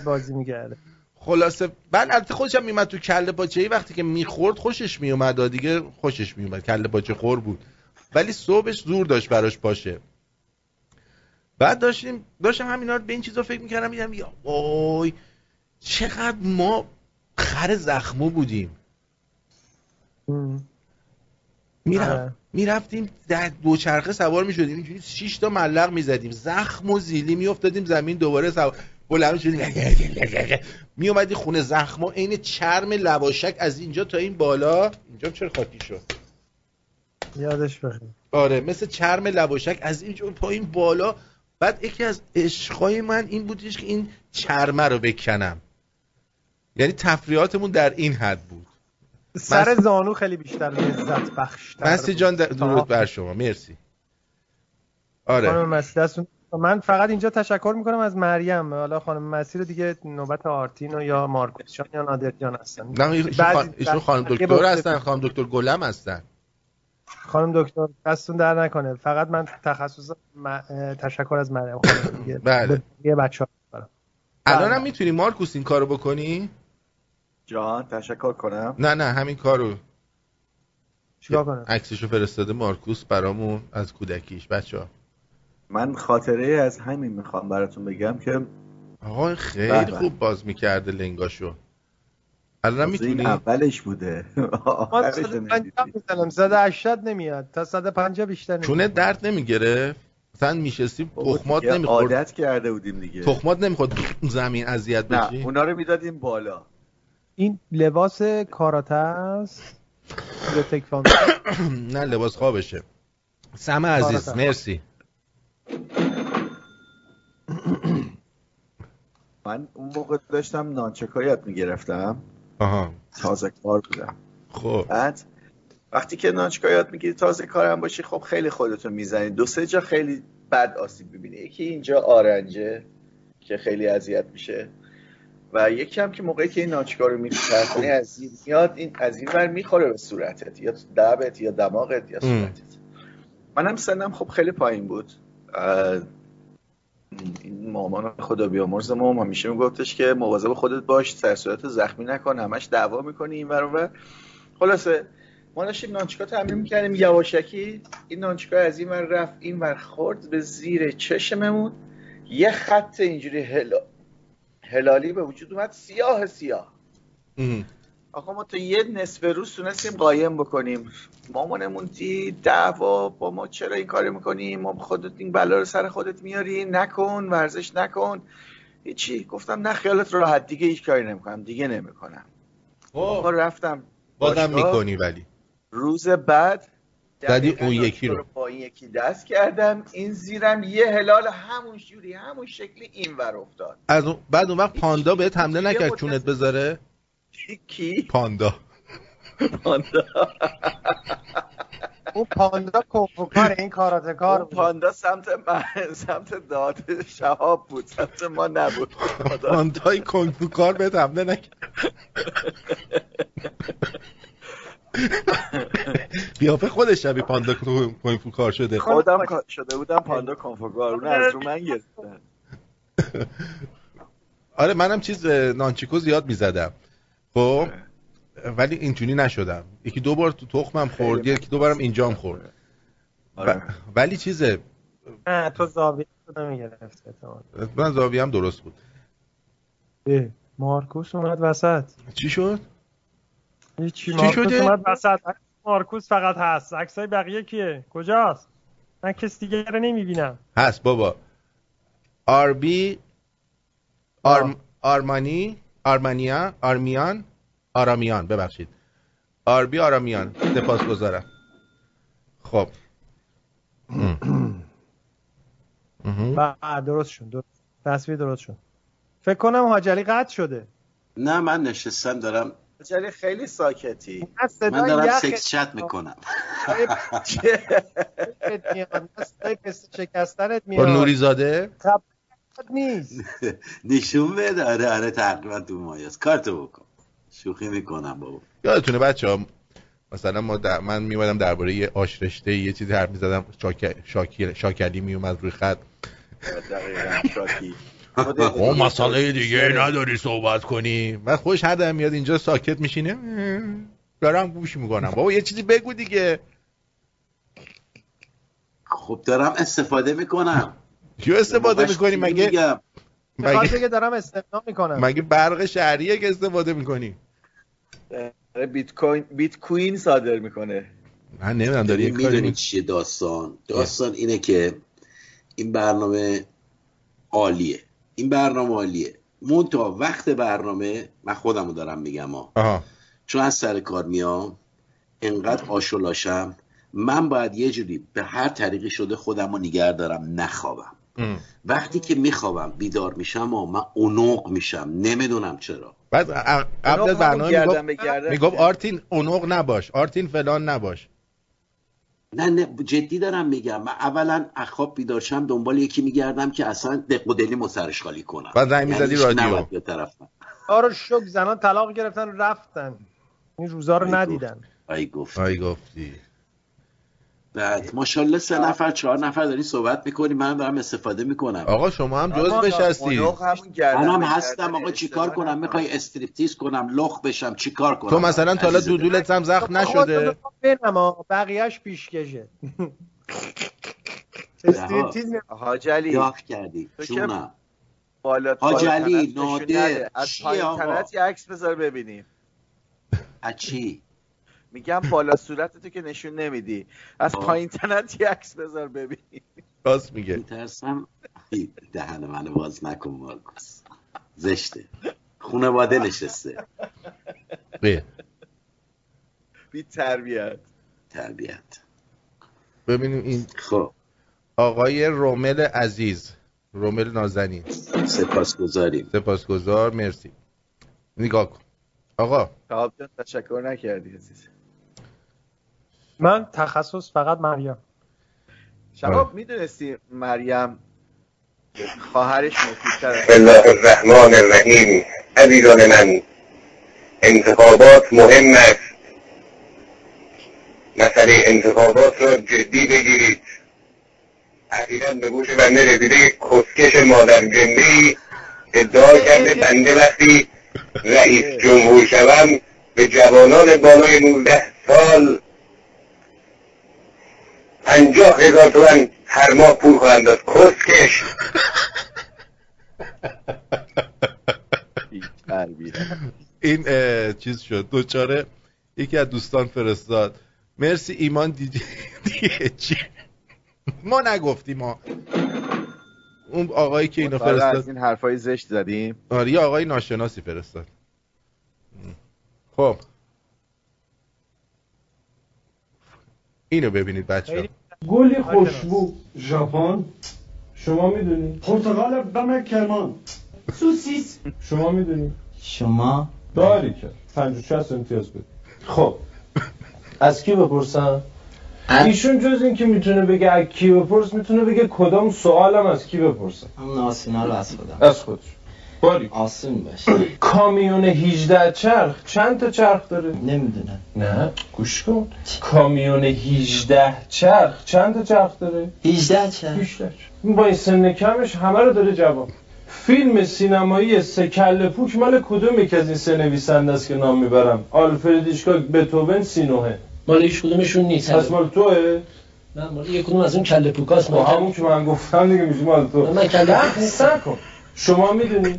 بازی میکرده خلاصه بعد البته خودشم میمد تو کله پاچه ای وقتی که میخورد خوشش میومد آه، دیگه خوشش میومد کله پاچه خور بود ولی صبحش زور داشت براش باشه بعد داشتیم داشتم همینا رو به این چیزا فکر میکردم میدم یا وای چقدر ما خر زخمو بودیم ام. آره. میرم میرفتیم در دوچرخه سوار میشدیم اینجوری شش تا ملق میزدیم زخم و زیلی میافتادیم زمین دوباره سوار بلند میشدیم میومدی خونه زخم و عین چرم لواشک از اینجا تا این بالا اینجا چرا خاکی شد یادش بخیر آره مثل چرم لواشک از اینجا تا این بالا بعد یکی از عشقای من این بودش که این چرمه رو بکنم یعنی تفریحاتمون در این حد بود سر زانو خیلی بیشتر لذت بخش مسی جان در- درود بر شما مرسی آره خانم مسی دستون من فقط اینجا تشکر میکنم از مریم حالا خانم مسیر دیگه نوبت آرتین و یا مارکوس جان یا نادر جان هستن نه ایشون, خان... ایشون خانم دکتر هستن خانم دکتر گلم هستن خانم دکتر دستون در نکنه فقط من تخصص م... تشکر از مریم خانم دیگه بله یه بچه ها بله. الان هم میتونی مارکوس این کارو بکنی جان تشکر کنم نه نه همین کارو چیکار کنم عکسشو فرستاده مارکوس برامون از کودکیش بچه ها. من خاطره از همین میخوام براتون بگم که آقا خیلی بره. بله. خوب باز میکرده لنگاشو الان میتونی اولش بوده آخرش نمیدونم 180 نمیاد تا 150 بیشتر نمیاد چونه درد نمیگرفت مثلا میشستی تخمات نمیخورد عادت کرده بودیم دیگه تخمات نمیخورد زمین اذیت بشی نه اونا رو میدادیم بالا این لباس کاراته است نه لباس خوابشه سم عزیز آره. مرسی من اون موقع داشتم نانچکایت میگرفتم آها تازه کار بودم خب بعد وقتی که نانچکایت میگیری تازه کارم باشی خب خیلی خودتون میزنی دو سه جا خیلی بد آسیب میبینی یکی اینجا آرنجه که خیلی اذیت میشه و یکی هم که موقعی که این نانچکا رو میچرخونی از این میاد این از این ور میخوره به صورتت یا دبت یا دماغت یا صورتت منم سنم خب خیلی پایین بود این مامان خدا بیامرز ما هم همیشه میگفتش که مواظب خودت باش سر صورت زخمی نکن همش دعوا میکنی این ور اونور خلاصه ما داشتیم نانچیکا تمرین میکردیم یواشکی این نانچیکا از این ور رفت این ور خورد به زیر چشممون یه خط اینجوری هل... هلالی به وجود اومد سیاه سیاه ام. آقا ما تا یه نصف روز تونستیم قایم بکنیم مامانمون دید دعوا با ما چرا این کار میکنیم ما خودت این بلا رو سر خودت میاری نکن ورزش نکن هیچی گفتم نه خیالت راحت دیگه هیچ کاری نمیکنم دیگه نمیکنم آقا رفتم خب. بازم میکنی ولی روز بعد زدی اون یکی رو با این یکی دست کردم این زیرم یه هلال همون جوری همون شکلی اینور افتاد از اون... بعد اون وقت پاندا بهت حمله نکرد چونت بذاره کی؟ پاندا پاندا اون پاندا کوفوکار این کاراته کار بود پاندا سمت من سمت داد شهاب بود سمت ما نبود پاندای کنگوکار بهت حمله نکرد قیافه خودش شبیه پاندا کنفوکار شده خودم شده بودم پاندا کنفوکار اون از رو من گرفتن آره منم چیز نانچیکو زیاد میزدم خب ولی اینجوری نشدم یکی دو بار تو تخمم خورد یکی دو بارم اینجام خورد آره. ولی چیزه نه تو زاویه تو نمیگرفت من زاویه هم درست بود مارکوس اومد وسط چی شد؟ هیچی مارکوس اومد وسط مارکوس فقط هست عکسای بقیه کیه؟ کجاست؟ من کس دیگه رو نمیبینم هست بابا آربی آرم... آرمانی آرمانیا آرمیان آرامیان ببخشید آربی آرامیان سپاس گذارم خب درست شد درست. تصویر درست شد فکر کنم حاجلی قطع شده نه من نشستم دارم حاجلی خیلی ساکتی من دارم سکس چت میکنم شکستنت میاد نوری زاده خب، نیست نشون بده آره آره تقریبا تو مایاست کارتو بکن شوخی میکنم بابا یادتونه بچه ها مثلا ما در... من میومدم درباره یه آشرشته یه چیزی حرف میزدم شاک... شاکر... شاکلی میومد روی خط اون خب، مسئله دیگه نداری صحبت کنی من خوش هر دم میاد اینجا ساکت میشینه دارم گوش میکنم بابا یه چیزی بگو دیگه خب دارم استفاده میکنم کیو استفاده میکنی مگه مگه که دارم استفاده میکنم مگه برق شهریه که استفاده میکنی بیت کوین بیت کوین صادر میکنه من نمیدونم داری یه کاری یعنی میدونی چیه داستان داستان اینه که این برنامه عالیه این برنامه عالیه مونتا وقت برنامه من خودمو دارم میگم ها چون از سر کار میام انقدر آشولاشم من باید یه جوری به هر طریقی شده خودم رو نگر دارم نخوابم وقتی که میخوابم بیدار میشم و من اونق میشم نمیدونم چرا بعد قبل از برنامه میگفت آرتین اونق نباش آرتین فلان نباش نه نه جدی دارم میگم من اولا اخواب بیدار شم دنبال یکی میگردم که اصلا دق و دلی مسترش خالی کنم یعنی بعد رنگ میزدی رادیو به طرف من. آره شک زنان طلاق گرفتن رفتن این روزا رو آی ندیدن آی گفت آی گفتی بعد ماشاءالله سه نفر چهار نفر دارین صحبت میکنی من دارم استفاده میکنم آقا شما هم جز آقا، بشستی قنق همون گردن منم گردن هستم آقا چیکار اشتباه کنم نکن. میخوای استریپتیز کنم لخ بشم چیکار کنم تو مثلا تا حالا عزیز دل. دودولت هم زخم نشده بینم بقیهش پیشکشه استریپتیز نه. حاج علی یاف کردی تو که جونم بالا حاج بالا علی، تنت نشون نادر، نده. از چیه پایین آقا؟ تنت یه عکس بذار ببینیم از چی میگم بالا صورت تو که نشون نمیدی از آه. پایین تنت یه عکس بذار ببینیم راست میگه میترسم دهن منو باز نکن مارکوس زشته خونواده نشسته اه. بی تربیت تربیت ببینیم این خب آقای رومل عزیز رومل نازنین سپاس گذاریم سپاسگزار مرسی نگاه کن آقا شهاب خب، جان تشکر نکردی عزیز من تخصص فقط مریم آره. شباب میدونستی مریم خواهرش مفیدتر بسم از الله الرحمن الرحیم عزیزان من انتخابات مهم است مسئله انتخابات را جدی بگیرید اخیرا به گوش بنده رسیده که کسکش مادر جنده ای ادعا کرده بنده وقتی رئیس جمهور شوم به جوانان بالای 19 سال پنجاه هزار تومن هر ماه پول خواهم داد کسکش بی تربیت این اه، چیز شد دوچاره یکی از دوستان فرستاد مرسی ایمان دیجی دیگه چی ما نگفتیم ما اون آقایی که اینو مطالعه از فرستاد این حرفای زشت زدیم آره یه آقای ناشناسی فرستاد خب اینو ببینید بچه خیلی گلی خوشبو ژاپن شما میدونی پرتقال بم کرمان سوسیس شما میدونی شما داری که 50 60 امتیاز بود خب از کی بپرسم ایشون جز این که میتونه بگه از کی بپرس میتونه بگه کدام سوالم از کی بپرسم همون آسینا رو از خودم از خودش باری آسون باشه کامیون 18 چرخ چند تا چرخ داره نمیدونم نه گوش کن کامیون 18 چرخ چند تا چرخ داره 18 چه بیشتر با این سن کمش همه رو داره جواب فیلم سینمایی سه کله پوک مال کدوم یک از این سه نویسنده است که نام میبرم آلفرد هیچکاک بتوون سینوهه مال هیچ کدومشون نیست پس مال توه نه مال یک کدوم از اون کله پوکاست با من همون که من گفتم دیگه میشه مال تو من کله پوک بحث نکن شما میدونی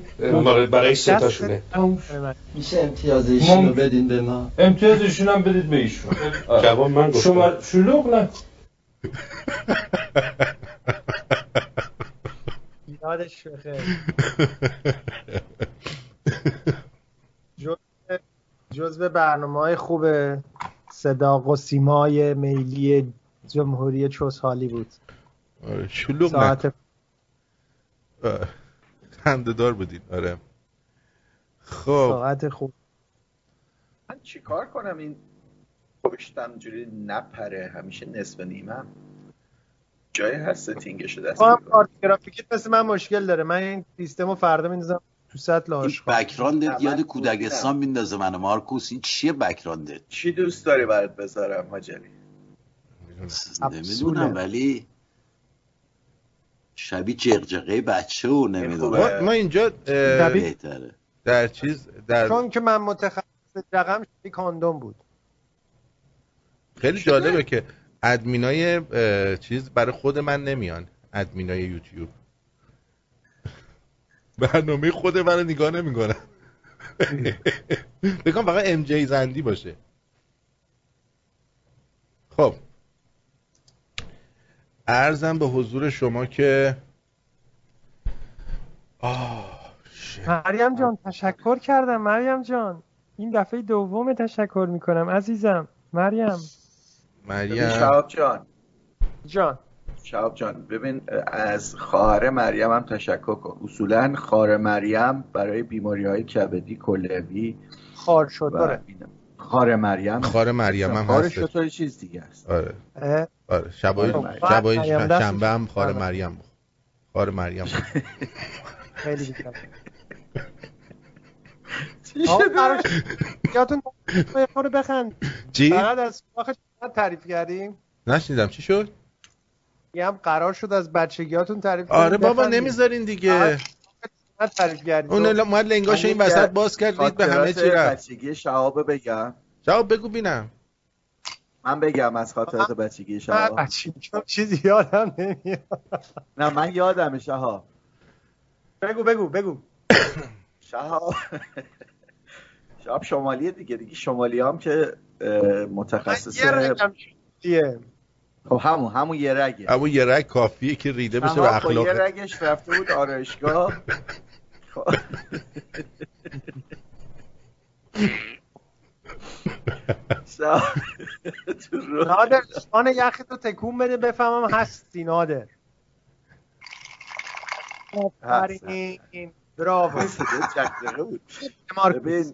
برای سه دست تاشونه من. میشه امتیاز ایشون رو ممکن. بدین به ما امتیازشون هم بدید به ایشون آره. جواب من گفت شما شلوغ نه یادش بخیر جزء برنامه های خوب صداق و سیمای میلی جمهوری چوسحالی بود آره شلوغ نکن ساعت آه. خنده‌دار بودین آره خب ساعت خوب من چیکار کنم این پشتم جوری نپره همیشه نصف نیمه جای هر ستینگشو دست تو هم می‌کنم. کارت گرافیکیت مثل من مشکل داره من این سیستم رو فردا میندازم تو سطل این آشغال بکراندت من یاد گفتم. کودکستان میندازه من مارکوس این چیه بکراندت چی دوست داری برات بذارم حاج علی افسونه. نمیدونم ولی شبیه جغجغه بچه و خوبه. نمیدونم ما, ما اینجا اه، طبیعی. بهتره در چیز در چون که من متخصص رقم شدی کاندوم بود خیلی جالبه که ادمینای اه، چیز برای خود من نمیان ادمینای یوتیوب برنامه خود من رو نگاه نمیکنن بگم فقط ام جی زندی باشه خب ارزم به حضور شما که آه شت. مریم جان تشکر کردم مریم جان این دفعه دوم تشکر میکنم عزیزم مریم ببین مریم شهاب جان جان شهاب جان ببین از خواهر مریم هم تشکر کن اصولا خواهر مریم برای بیماری های کبدی کلوی خار شد و داره اینا- خار مریم خار مریم هم خارش هست دو تا چیز دیگه است آره اه، آره شبای خب، بعد شبای مریم دستش- شنبه هم خار مریم بود. خار مریم بود. خیلی بیشتر آقا، آه، قرار شد. یادتون باشه، ما رو بخند چی فقط از سوراخ چقدر تعریف کردیم نشنیدم چی شد هم قرار شد از بچگیاتون تعریف کنیم آره بابا بخندیم. نمیذارین دیگه فقط چقدر تعریف کردیم اون ل- اومد لنگاشو این وسط باز کرد رید به همه چی رفت بچگی شهابه بگم جواب بگو بینم من بگم از خاطرات بچگی من شهاب بچگیام چیزی یادم نمیاد نه من یادم شهاب بگو بگو بگو شهاب شهاب شمالیه دیگه دیگه شمالی هم که اه، من متخصص یه رقم شدیه خب همون همون یه رگه اما یه رگ کافیه که ریده بشه به شهاب با اخلاق یه رگش رفته بود آرایشگاه خب. شهاب تو رو- نادر شان یخت رو تکون بده بفهمم هستی نادر آفرین براو صدای چقدقه بود مارکوس ببین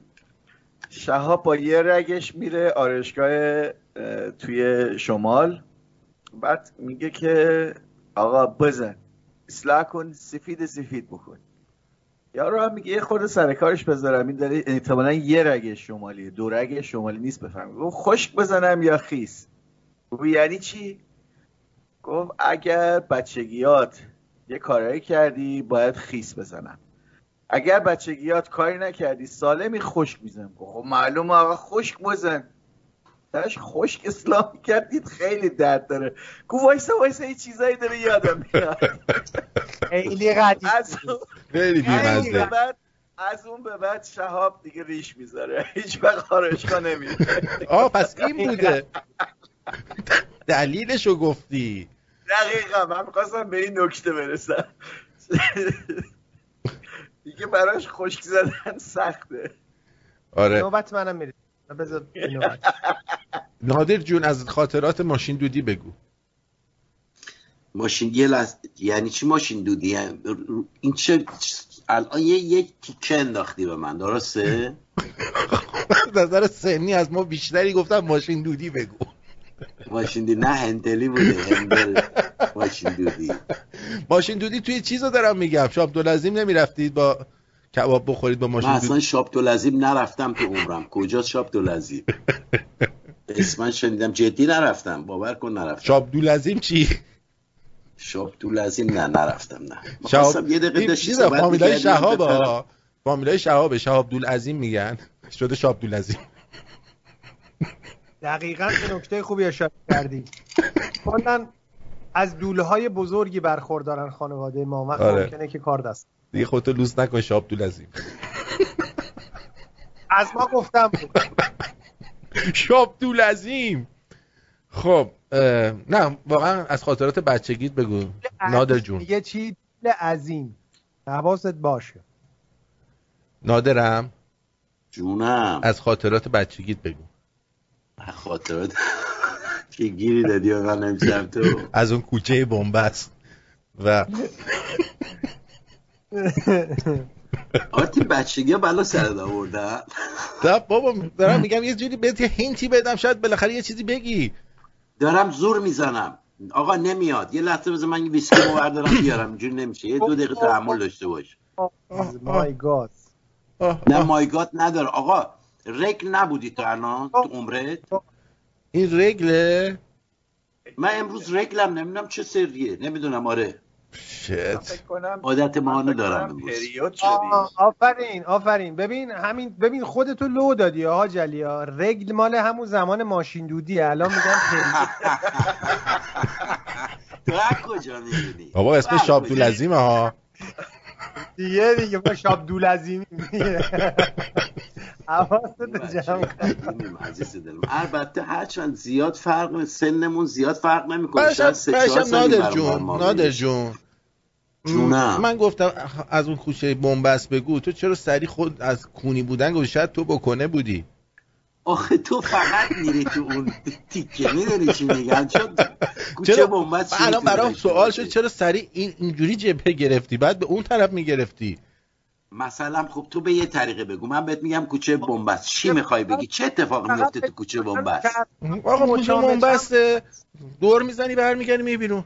شهاب با یه رگش میره آرایشگاه اه، توی شمال بعد میگه که آقا بزن اصلاح کن سفید سفید بکن یارو هم میگه یه خورده سر کارش بذارم این داره احتمالا یه رگ شمالیه دو رگ شمالی نیست بفهم گفت خشک بزنم یا خیس گفت یعنی چی گفت اگر بچگیات یه کارایی کردی باید خیس بزنم اگر بچگیات کاری نکردی سالمی خشک میزنم خب معلومه آقا خشک بزن داشت خشک اسلام کردید خیلی درد داره گو وایسا وایسا یه چیزایی داره یادم میاد خیلی قدیم از اون- خیلی از اون به بیمزده بعد از اون به بعد شهاب دیگه ریش میذاره هیچ وقت آرشگاه نمیره آه پس این بوده دلیلشو گفتی دقیقا من میخواستم به این نکته برسم دیگه براش خشک زدن سخته آره نوبت منم میره بذار به نوبت. نادر جون از خاطرات ماشین دودی بگو ماشین یه لحظه یعنی چی ماشین دودی یعنی- این چه الان یه یک تیکه انداختی به من درسته از نظر سنی از ما بیشتری گفتم ماشین دودی بگو ماشین دودی نه هندلی بوده هندل ماشین دودی ماشین دودی توی چیز رو دارم میگم شاب دولزیم نمیرفتید با کباب بخورید با من ماشین اصلا دودی شاب دولزیم نرفتم تو عمرم کجا شاب دولزیم اسمن شنیدم جدی نرفتم باور کن نرفتم شاب دولزیم چی؟ شاب دولزیم نه نرفتم نه شاب میخواستم یه دقیقه داشتی صحبت فامیلای می‌کردی، من شهاب به طرف- ها فامیلای شهاب شهاب دولعظیم میگن شده شاب دولعظیم دقیقا به نکته خوبی اشاره کردی کلا از دوله های بزرگی برخوردارن خانواده ما وقت آره. ممکنه که کار دست دیگه خودتو لوس نکن شاب دولعظیم از ما گفتم بود. شاب دولعظیم خب اه، نه واقعا از خاطرات بچگیت بگو نادر جون دیگه چی دوله عظیم حواست باشه نادرم جونم از خاطرات بچگیت بگو خاطرات که گیری دادی به من امشب تو از اون کوچه بنبست و آرتی بچگی ها بلا سرد آوردن نه بابا دارم میگم یه جوری بهت یه هینتی بدم شاید بالاخره یه چیزی بگی دارم زور میزنم آقا نمیاد یه لحظه بذار من یه ویسکی رو بردارم بیارم اینجوری نمیشه یه دو دقیقه تحمل داشته باش از مای گاد آه، نه آه. مایگات نداره آقا رگ نبودی تا الان تو عمرت این رگله من امروز رگلم نمیدونم چه سریه نمیدونم آره شت فکر کنم عادت ماهانه فکر کنم دارم امروز پریود آه، شدی آفرین آفرین ببین همین ببین خودتو لو دادی ها جلیا رگل مال همون زمان ماشین دودی الان میگم خیلی. تو از کجا میدونی بابا اسم شاب دولزیمه ها دیگه دیگه ما شاب دول عظیمی حواست جمع کن. البته هرچند زیاد فرق سنمون زیاد فرق نمیکنه شاید بعدشم سه چهار بعدشم سالی نادر برام جون ما نادر میره. جون جونم. م، من گفتم از اون کوچه بنبست بگو تو چرا سری خود از کونی بودن گفت شاید تو بکنه بودی آخه تو فقط میری تو اون تیکه میدونی چی میگن چون کوچه چرا بنبست من شروع الان برام شده. سوال شد چرا سری این اینجوری جبهه گرفتی بعد به اون طرف میگرفتی مثلا خب تو به یه طریقه بگو من بهت میگم کوچه بنبست چی میخوای بگی چه اتفاقی میفته تو کوچه بنبست آقا کجا بسته دور میزنی برمیگردی می بیرون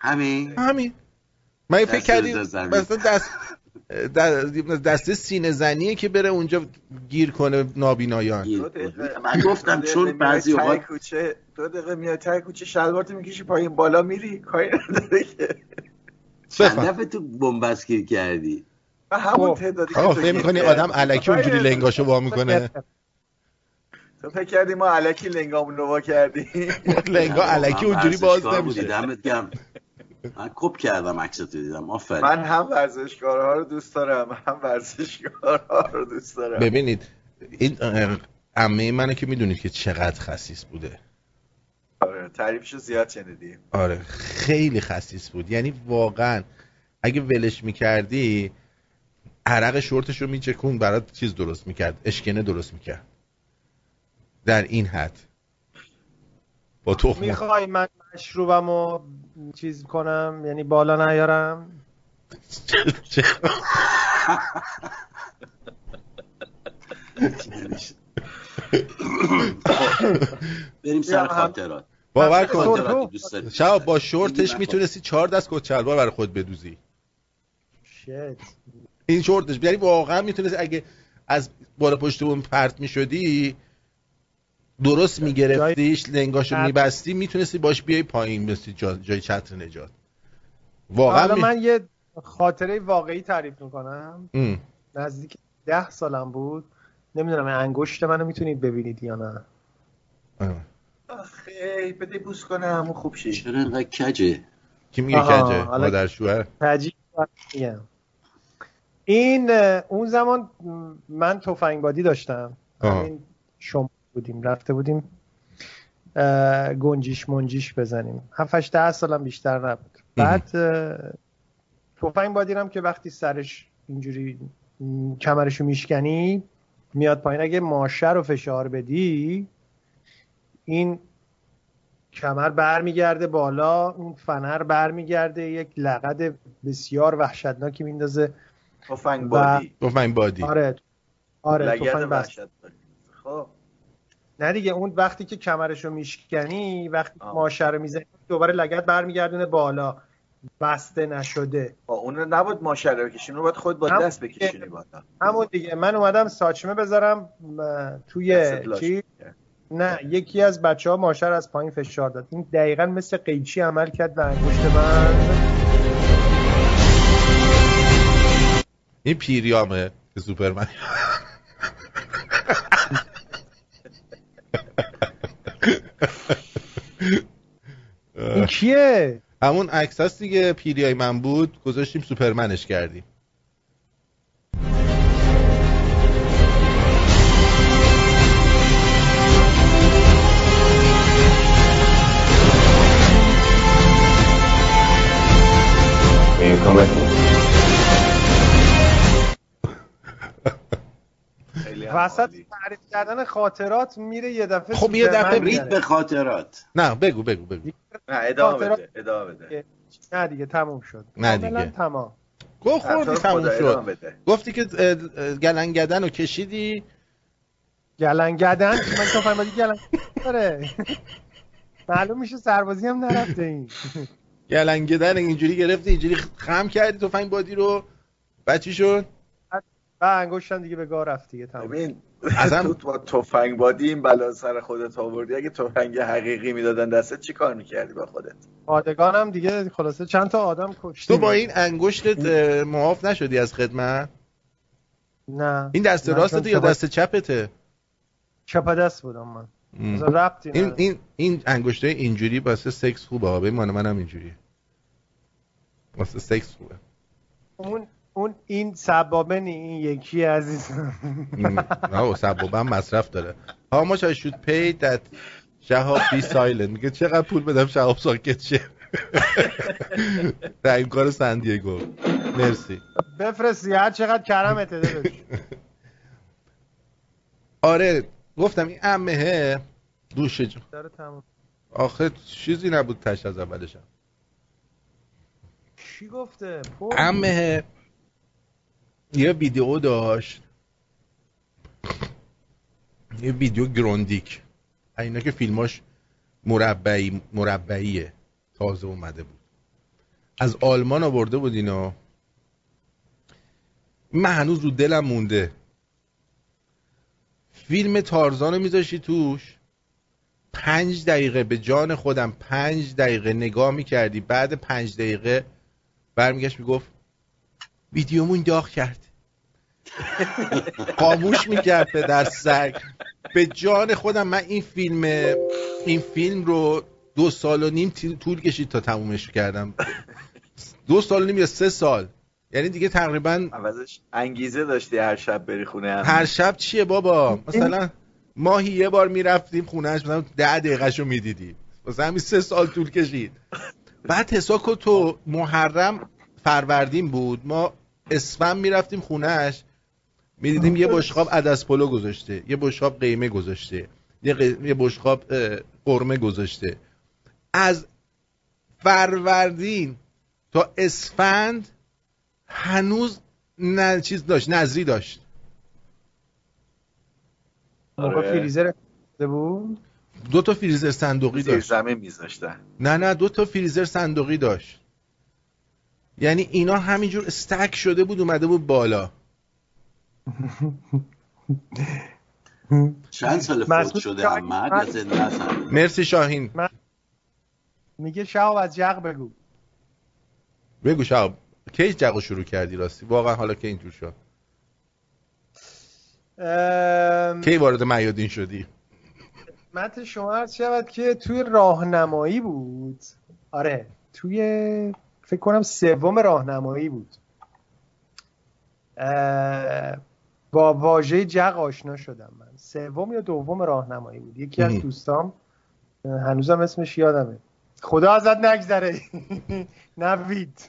همین همین من فکر دست کردی روز زمین. مثلا دست دست- دسته سینه زنیه که بره اونجا گیر کنه نابینایان گیر دو کن. دقیقه- من گفتم دو دقیقه چون میای بعضی ته اوقات کوچه دو دقیقه میای ته کوچه شلوارتو میکشی پایین بالا میری کاری نداره که چند بفهم. دفعه تو بنبست گیر کردی و همون خب. تعدادی که آقا تو فکر گیر میکنی کردی. آدم علکی اونجوری آره، لنگاشو وا میکنه تو فکر کردی ما علکی لنگامون رو وا کردی لنگا نه، علکی واقعا اونجوری باز ورزشکار بودی، نمیشه دمت گرم من کپ کردم عکس تو دیدم آفرین من هم ورزشکارها رو دوست دارم هم ورزشکارها رو دوست دارم ببینید این اه، عمه منه که میدونید که چقدر خسیس بوده آره، تعریفشو زیاد شنیدیم آره خیلی خسیس بود یعنی واقعا اگه ولش میکردی عرق شورتش رو میچکون برات چیز درست میکرد اشکنه درست میکرد در این حد با تخم میخوای من مشروبمو چیز کنم یعنی بالا نیارم چه- بریم بیا سر هم. خاطرات باور کن خاطر. خاطراتی دوست داری شب با شورتش میتونستی چهار دست کچلوار برای خود بدوزی شت این شورتش یعنی واقعا میتونستی اگه از بالا پشت بوم پرت میشدی درست میگرفتیش لنگاشو چتر. میبستی میتونستی باش بیای پایین مثل جا- جای چتر نجات حالا واقعا می... من یه خاطره واقعی تعریف میکنم ام. نزدیک ده سالم بود نمیدونم انگشت منو میتونید ببینید یا نه ام. آخه بده بوس کنه همون خوب شی چرا اینقدر کجه کی میگه آها، کجه حالا- مادر شوهر تجیب میگم این اه، اون زمان م، من تفنگبادی داشتم آها. همین شما بودیم رفته بودیم اه، گنجیش منجیش بزنیم 7 ده سالم بیشتر نبود بعد تفنگ بادیرم که وقتی سرش اینجوری م، کمرشو میشکنی میاد پایین اگه ماشه رو فشار بدی این کمر برمیگرده بالا اون فنر برمیگرده یک لقد بسیار وحشتناکی میندازه تفنگ بادی گفت من بادی آره آره لگد تفنگ بس وحشت خب نه دیگه اون وقتی که کمرش رو میشکنی وقتی آه. ماشه رو میزنی دوباره لگد برمیگردونه بالا بسته نشده با اون رو نبود ماشه رو بکشیم رو باید خود با هم- دست بکشونی بالا همون دیگه من اومدم ساچمه بذارم م، توی دستت لاشه چی می‌کرد. نه یکی از بچه ها ماشه رو از پایین فشار داد این دقیقا مثل قیچی عمل کرد به انگشت من این پیریامه که سوپرمن این کیه همون عکس هست دیگه پیریای من بود گذاشتیم سوپرمنش کردیم Will you come with me? خیلی هم وسط عالی. تعریف کردن خاطرات میره یه دفعه خب، یه سوپرمن دفعه میره. رید به خاطرات نه بگو بگو بگو نه ادامه خاطرات- بده ادامه بده نه دیگه تموم شد نه دیگه. کاملا تمام گو نه، تو خوردی رو تموم خدا شد ادامه بده گفتی که اه، اه، گلنگدن رو کشیدی گلنگدن من تو فرمودی گلن آره معلوم میشه سربازی هم نرفته این گلنگدن اینجوری گرفتی اینجوری خم کردی تفنگ بادی رو بعد چی شد و انگشتم دیگه به گاه رفت دیگه تمام ببین ازم- تو با تفنگ بادی این بلا سر خودت آوردی اگه تفنگ حقیقی میدادن دستت چی کار میکردی با خودت پادگانم دیگه خلاصه چند تا آدم کشته تو با این انگشتت اه، معاف نشدی از خدمت نه این دست من راستت چون یا چپ- دست چپته چپ دست بودم من ام. اصلا ربطی این نداره. این این انگشته اینجوری واسه سکس خوبه آبه من منم اینجوریه واسه سکس خوبه اون اون این سبابنی این یکی عزیزم نه سبابه هم مصرف داره How much I should pay that شهاب be silent میگه چقدر پول بدم شهاب ساکت شه رحیم کار سندیگو مرسی بفرستی هر چقدر کرمت دلش آره گفتم این امه دوش ج- داره تمام آخه چیزی نبود تش از اولشم چی گفته پر امه یه ویدیو داشت یه ویدیو گروندیک اینا که فیلماش مربعی مربعیه تازه اومده بود از آلمان آورده بود اینا من هنوز رو دلم مونده فیلم تارزان رو میذاشی توش پنج دقیقه به جان خودم پنج دقیقه نگاه میکردی بعد پنج دقیقه برمیگشت میگفت ویدیومون داغ کرد قاموش میکرد به در سگ به جان خودم من این فیلم این فیلم رو دو سال و نیم تی- طول کشید تا تمومش کردم دو سال و نیم یا سه سال یعنی دیگه تقریبا عوضش انگیزه داشتی هر شب بری خونه هم هر شب چیه بابا مثلا ماهی یه بار میرفتیم خونهش مثلا ده دقیقهشو میدیدی مثلا همین سه سال طول کشید بعد حساب کن تو محرم فروردین بود ما اسفند میرفتیم خونهش میدیدیم یه بشقاب عدس پلو گذاشته یه بشقاب قیمه گذاشته یه, قی- یه بشقاب اه، قرمه گذاشته از فروردین تا اسفند هنوز نه چیز داشت نظری داشت موقع فریزر افتاده بود دو تا فریزر صندوقی زیر داشت زمین میذاشتن نه نه دو تا فریزر صندوقی داشت یعنی اینا همینجور استک شده بود اومده بود بالا چند سال فوت مسعود شده شاهین- هم مرد یا زنده است هم؟ مرسی شاهین میگه شهاب از جق بگو بگو شب کی جقو شروع کردی راستی واقعا حالا که اینجور شد ام، کی وارد میادین شدی خدمت شما عرض شود که توی راهنمایی بود آره توی فکر کنم سوم راهنمایی بود اه، با واژه جق آشنا شدم من سوم یا دوم راهنمایی بود یکی از مهم. دوستام اه، هنوزم اسمش یادمه خدا ازت نگذره نوید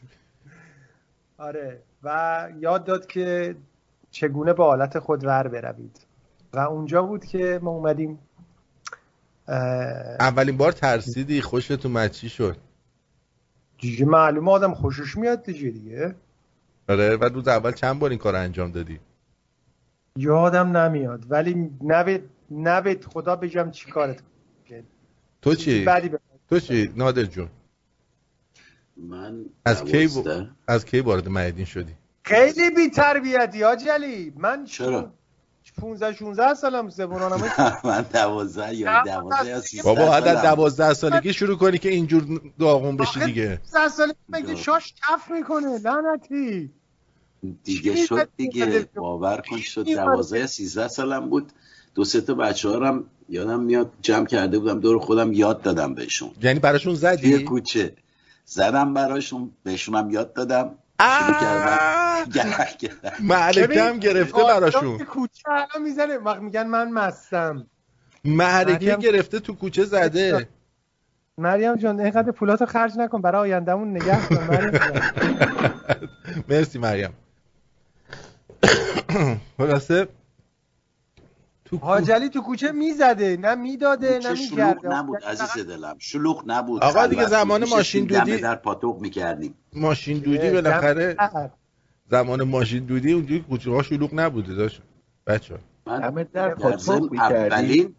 آره و یاد داد که چگونه به حالت خود ور بروید و اونجا بود که ما اومدیم اه، اولین بار ترسیدی خوشت اومد چی شد دیگه معلومه آدم خوشش میاد دیگه دیگه آره و روز اول چند بار این کار رو انجام دادی یادم نمیاد ولی نوید نوید خدا بگم چی کارت کنم. تو چی بعدی به تو چی نادر جون من از کی بود؟ دوازده از کی وارد میادین شدی خیلی بی تربیتی حاج علی من چرا؟ 15 16 سالم زبونانم من دوازده یا دوازده یا سیزده بابا حد از سالم. دوازده سالگی شروع کنی که اینجور داغون بشی دیگه 16 سال مگه شاش کف میکنه لعنتی دیگه چی شد می‌زدی؟ دیگه باور کن شد چی می‌زدی؟ دوازده یا سیزده سالم بود دو سه تا بچه هم یادم میاد جمع کرده بودم دور خودم یاد دادم بهشون یعنی براشون توی زدی کوچه زدم براشون بهشونم یاد دادم شروع کردم گره گره. معرکم گرفته براشون آدم کوچه الان میزنه وقت میگن من مستم محرکه مریم- گرفته تو کوچه زده مریم جان اینقدر پولاتو خرج نکن برای آیندهمون نگه کن مریم جان. مرسی مریم خلاصه تو حاج کوچه علی تو کوچه میزده نه میداده نه کوچه شلوغ میکرده نبود عزیز دلم شلوغ نبود آقا دیگه خلوت بود. زمان می‌شستیم ماشین دم دودی- در پاتوق میکردیم ماشین دودی بالاخره زمان ماشین دودی اونجوری کوچه ها شلوغ نبوده داشت بچه من دم در در ضمن پاتوق خب، میکردی خب، اولین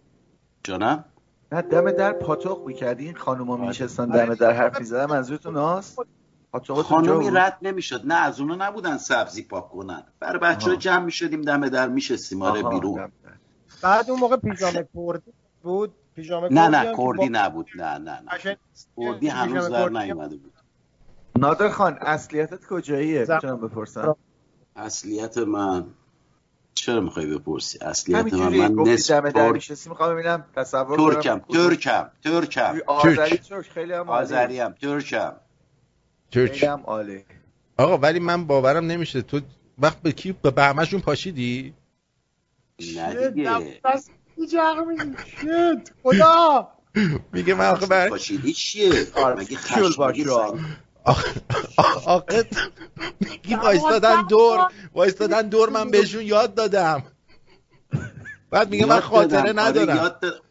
جانم نه دم در پاتوق میکردی این خانوما آره. میشستن آره. دم در حرف میزدن منظورتون هاست پاتوقتون اونجا خانمی بود رد نمیشد نه از اونا نبودن سبزی پاک کنن بر بچه ها آها. جمع میشدیم دم در میشستیم آره آها، بیرون دم در. بعد اون موقع پیژامه کردی بود پیژامه نه کردی نه هم که کردی با- نبود نه نه نه قشنگ کردی هنوز پیژامه در کردی هم نیومده بود نادر خان اصلیتت کجاییه زم- میتونم بپرسم اصلیت من چرا میخوای بپرسی اصلیت من همینجوری من گفتی نصف دم در ترک میشستی میخوام ببینم تصور کنم ترکم کدوم- ترکم ترکم آذری ترک. ترک خیلی هم عالی آذریم ترکم خیلی چرچ هم عالی آقا ولی من باورم نمیشه تو وقت به کی به بهمشون پاشیدی نه دیگه دست جغ میگی شد خدا میگه من آخه بر... پاشیدی چیه آره مگه شل خشمگی باش سنگ آخه آخه- آخه میگی وایستادن دور وایستادن دور من بهشون یاد دادم بعد میگه من یاد خاطره دادم. آره، ندارم یاد داد-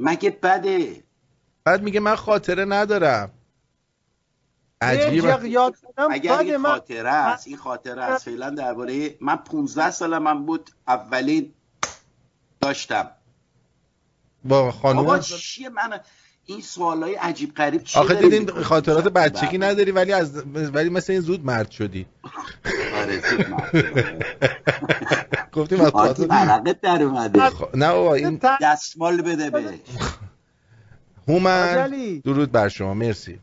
مگه بده بعد میگه من خاطره ندارم عجیبه یک یاد کنم اگر بعد این من خاطره است این خاطره است فعلا درباره من 15 سالم من بود اولین داشتم با آقا خانم چیه من این سوالای عجیب غریب چیه آخه داریم دیدین می‌کنیم؟ خاطرات بچگی بله. نداری ولی از ولی مثل این زود مرد شدی آره زود معلومه. گفتیم از آتی خاطر- برقت در اومده خ- خب، نه بابا این ت- دستمال بده بهش هومن عجلی. درود بر شما مرسی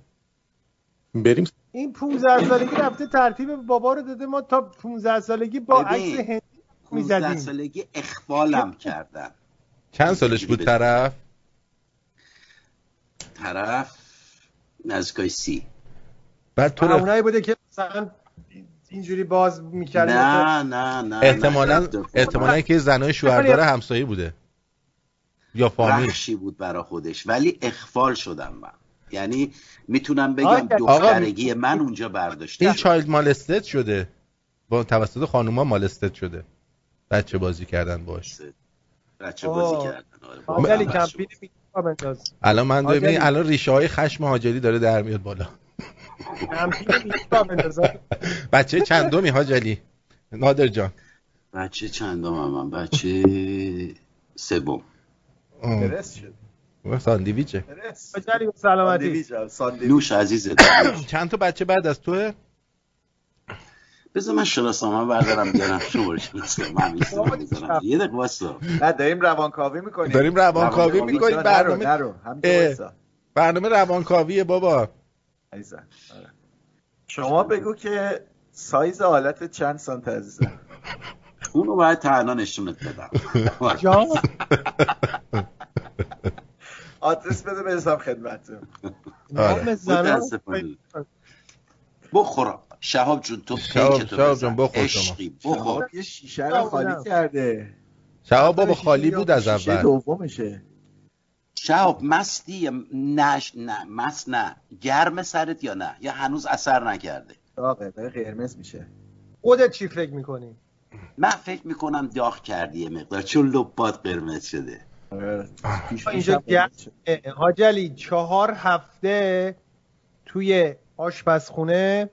بریم این 15 سالگی رفته ترتیب بابا رو داده ما تا 15 سالگی با ببین. عکس هندی 15 میزدیم سالگی اخفالم کردن چند سالش بود طرف طرف نزدیکای سی بعد تو رفت- اونایی بوده که مثلا اینجوری باز میکرد نه نه نه احتمالا نه. احتمالا که زنای شوهردار همسایه بوده یا فامیل بخشی بود برا خودش ولی اخفال شدم من یعنی میتونم بگم آقا- دخترگی من اونجا برداشته این شد چایلد مالستد شده با توسط خانوما مالستد شده بچه بازی کردن باش بچه بازی آه. کردن آره، واقعاً آجلی بچه کمپینی بود. میگیم بنداز الان من آجلی. ببین الان ریشه های خشم هاجلی داره در میاد بالا کمپینی میگیم بنداز بچه چندمی هاجلی نادر جان بچه چندم هم من بچه سوم آه، درست شد ساندویچه درست آجلی سلامتی ساندویچ هم، ساندویچ. نوش عزیزت چند تا بچه بعد از توه بذار من شناسنامه بردارم بیارم شماره شناسنامه من لیستمو میذارم یه دقیقه واسا نه داریم روانکاوی میکنیم داریم روانکاوی روانکاوی میکنیم چرا؟ برنامه نرو نرو همینجا اه. وایسا. برنامه روانکاویه بابا عزیزم آره. شما بگو که سایز آلت چند سانت عزیزم اونو باید تنها نشونت بدم جان آدرس بده برسم خدمتتون آره. نام زنان متاسفانه. بخور شهاب جون تو شهاب- پیکتو شهاب بزن. جون بخور شما. عشقی بخور خب یه شیشه رو خالی کرده شهاب بابا خالی بود از شیشه اول دومشه شهاب مستی نش نه مست نه گرم سرت یا نه یا هنوز اثر نکرده داغه داره قرمز میشه خودت چی فکر میکنی من فکر میکنم داغ کردی یه مقدار چون لبات قرمز شده آره. پیش اینجا پیشم قرمز گرم. شد. حاجلی چهار هفته توی آشپزخونه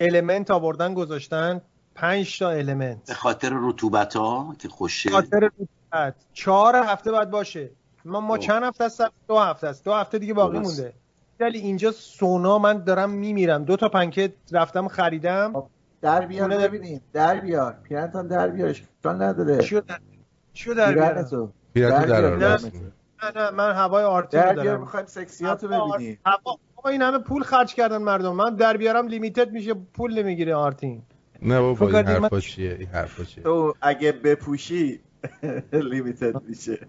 المنت آوردن گذاشتن پنج تا به المنت خاطر رطوبت ها که خوشه خاطر رطوبت چهار هفته باید باشه ما ما خب. چند هفته است دو هفته است دو هفته دیگه باقی درست. مونده ولی اینجا سونا من دارم میمیرم دو تا پنکه رفتم خریدم خب، در بیار خونه- ببینیم در بیار پیرنتان در بیار اشکال نداره چیو در چیو در بیارم؟ پیرنتو پیرتو در در آره، بیار. راست میگه. نه نه من هوای آرتی رو در بیار دارم میخوایم سکسیاتو ببینیم هوا آقا این همه پول خرج کردن مردم من در بیارم لیمیتد میشه پول نمیگیره آرتین نه بابا فکر این کردی من- حرفا چیه این حرفا چیه تو اگه بپوشی لیمیتد میشه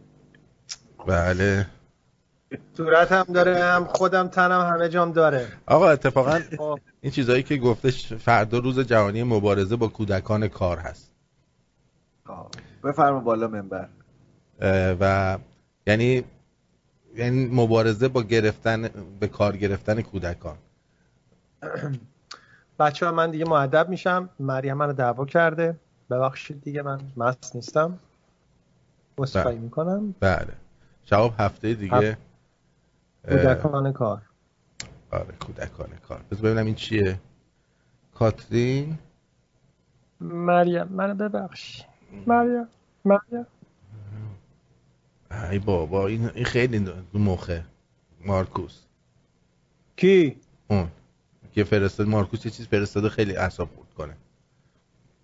بله صورت هم داره هم خودم تنم همه جام داره آقا اتفاقا آه. این چیزایی که گفتش فردا روز جهانی مبارزه با کودکان کار هست آه. خب. بفرما بالا منبر اه، و یعنی یعنی مبارزه با گرفتن به کار گرفتن کودکان بچه ها من دیگه معدب میشم مریم من رو دعوا کرده ببخشید دیگه من مست نیستم بله. وصفایی میکنم بله شباب هفته دیگه هفت- اه، کودکان کار آره کودکان کار بذار ببینم این چیه کاترین مریم منو ببخش مریم مریم ای بابا این, این خیلی دو مخه مارکوس کی؟ اون که فرستاد مارکوس یه چیز فرستاده خیلی اعصاب خورد کنه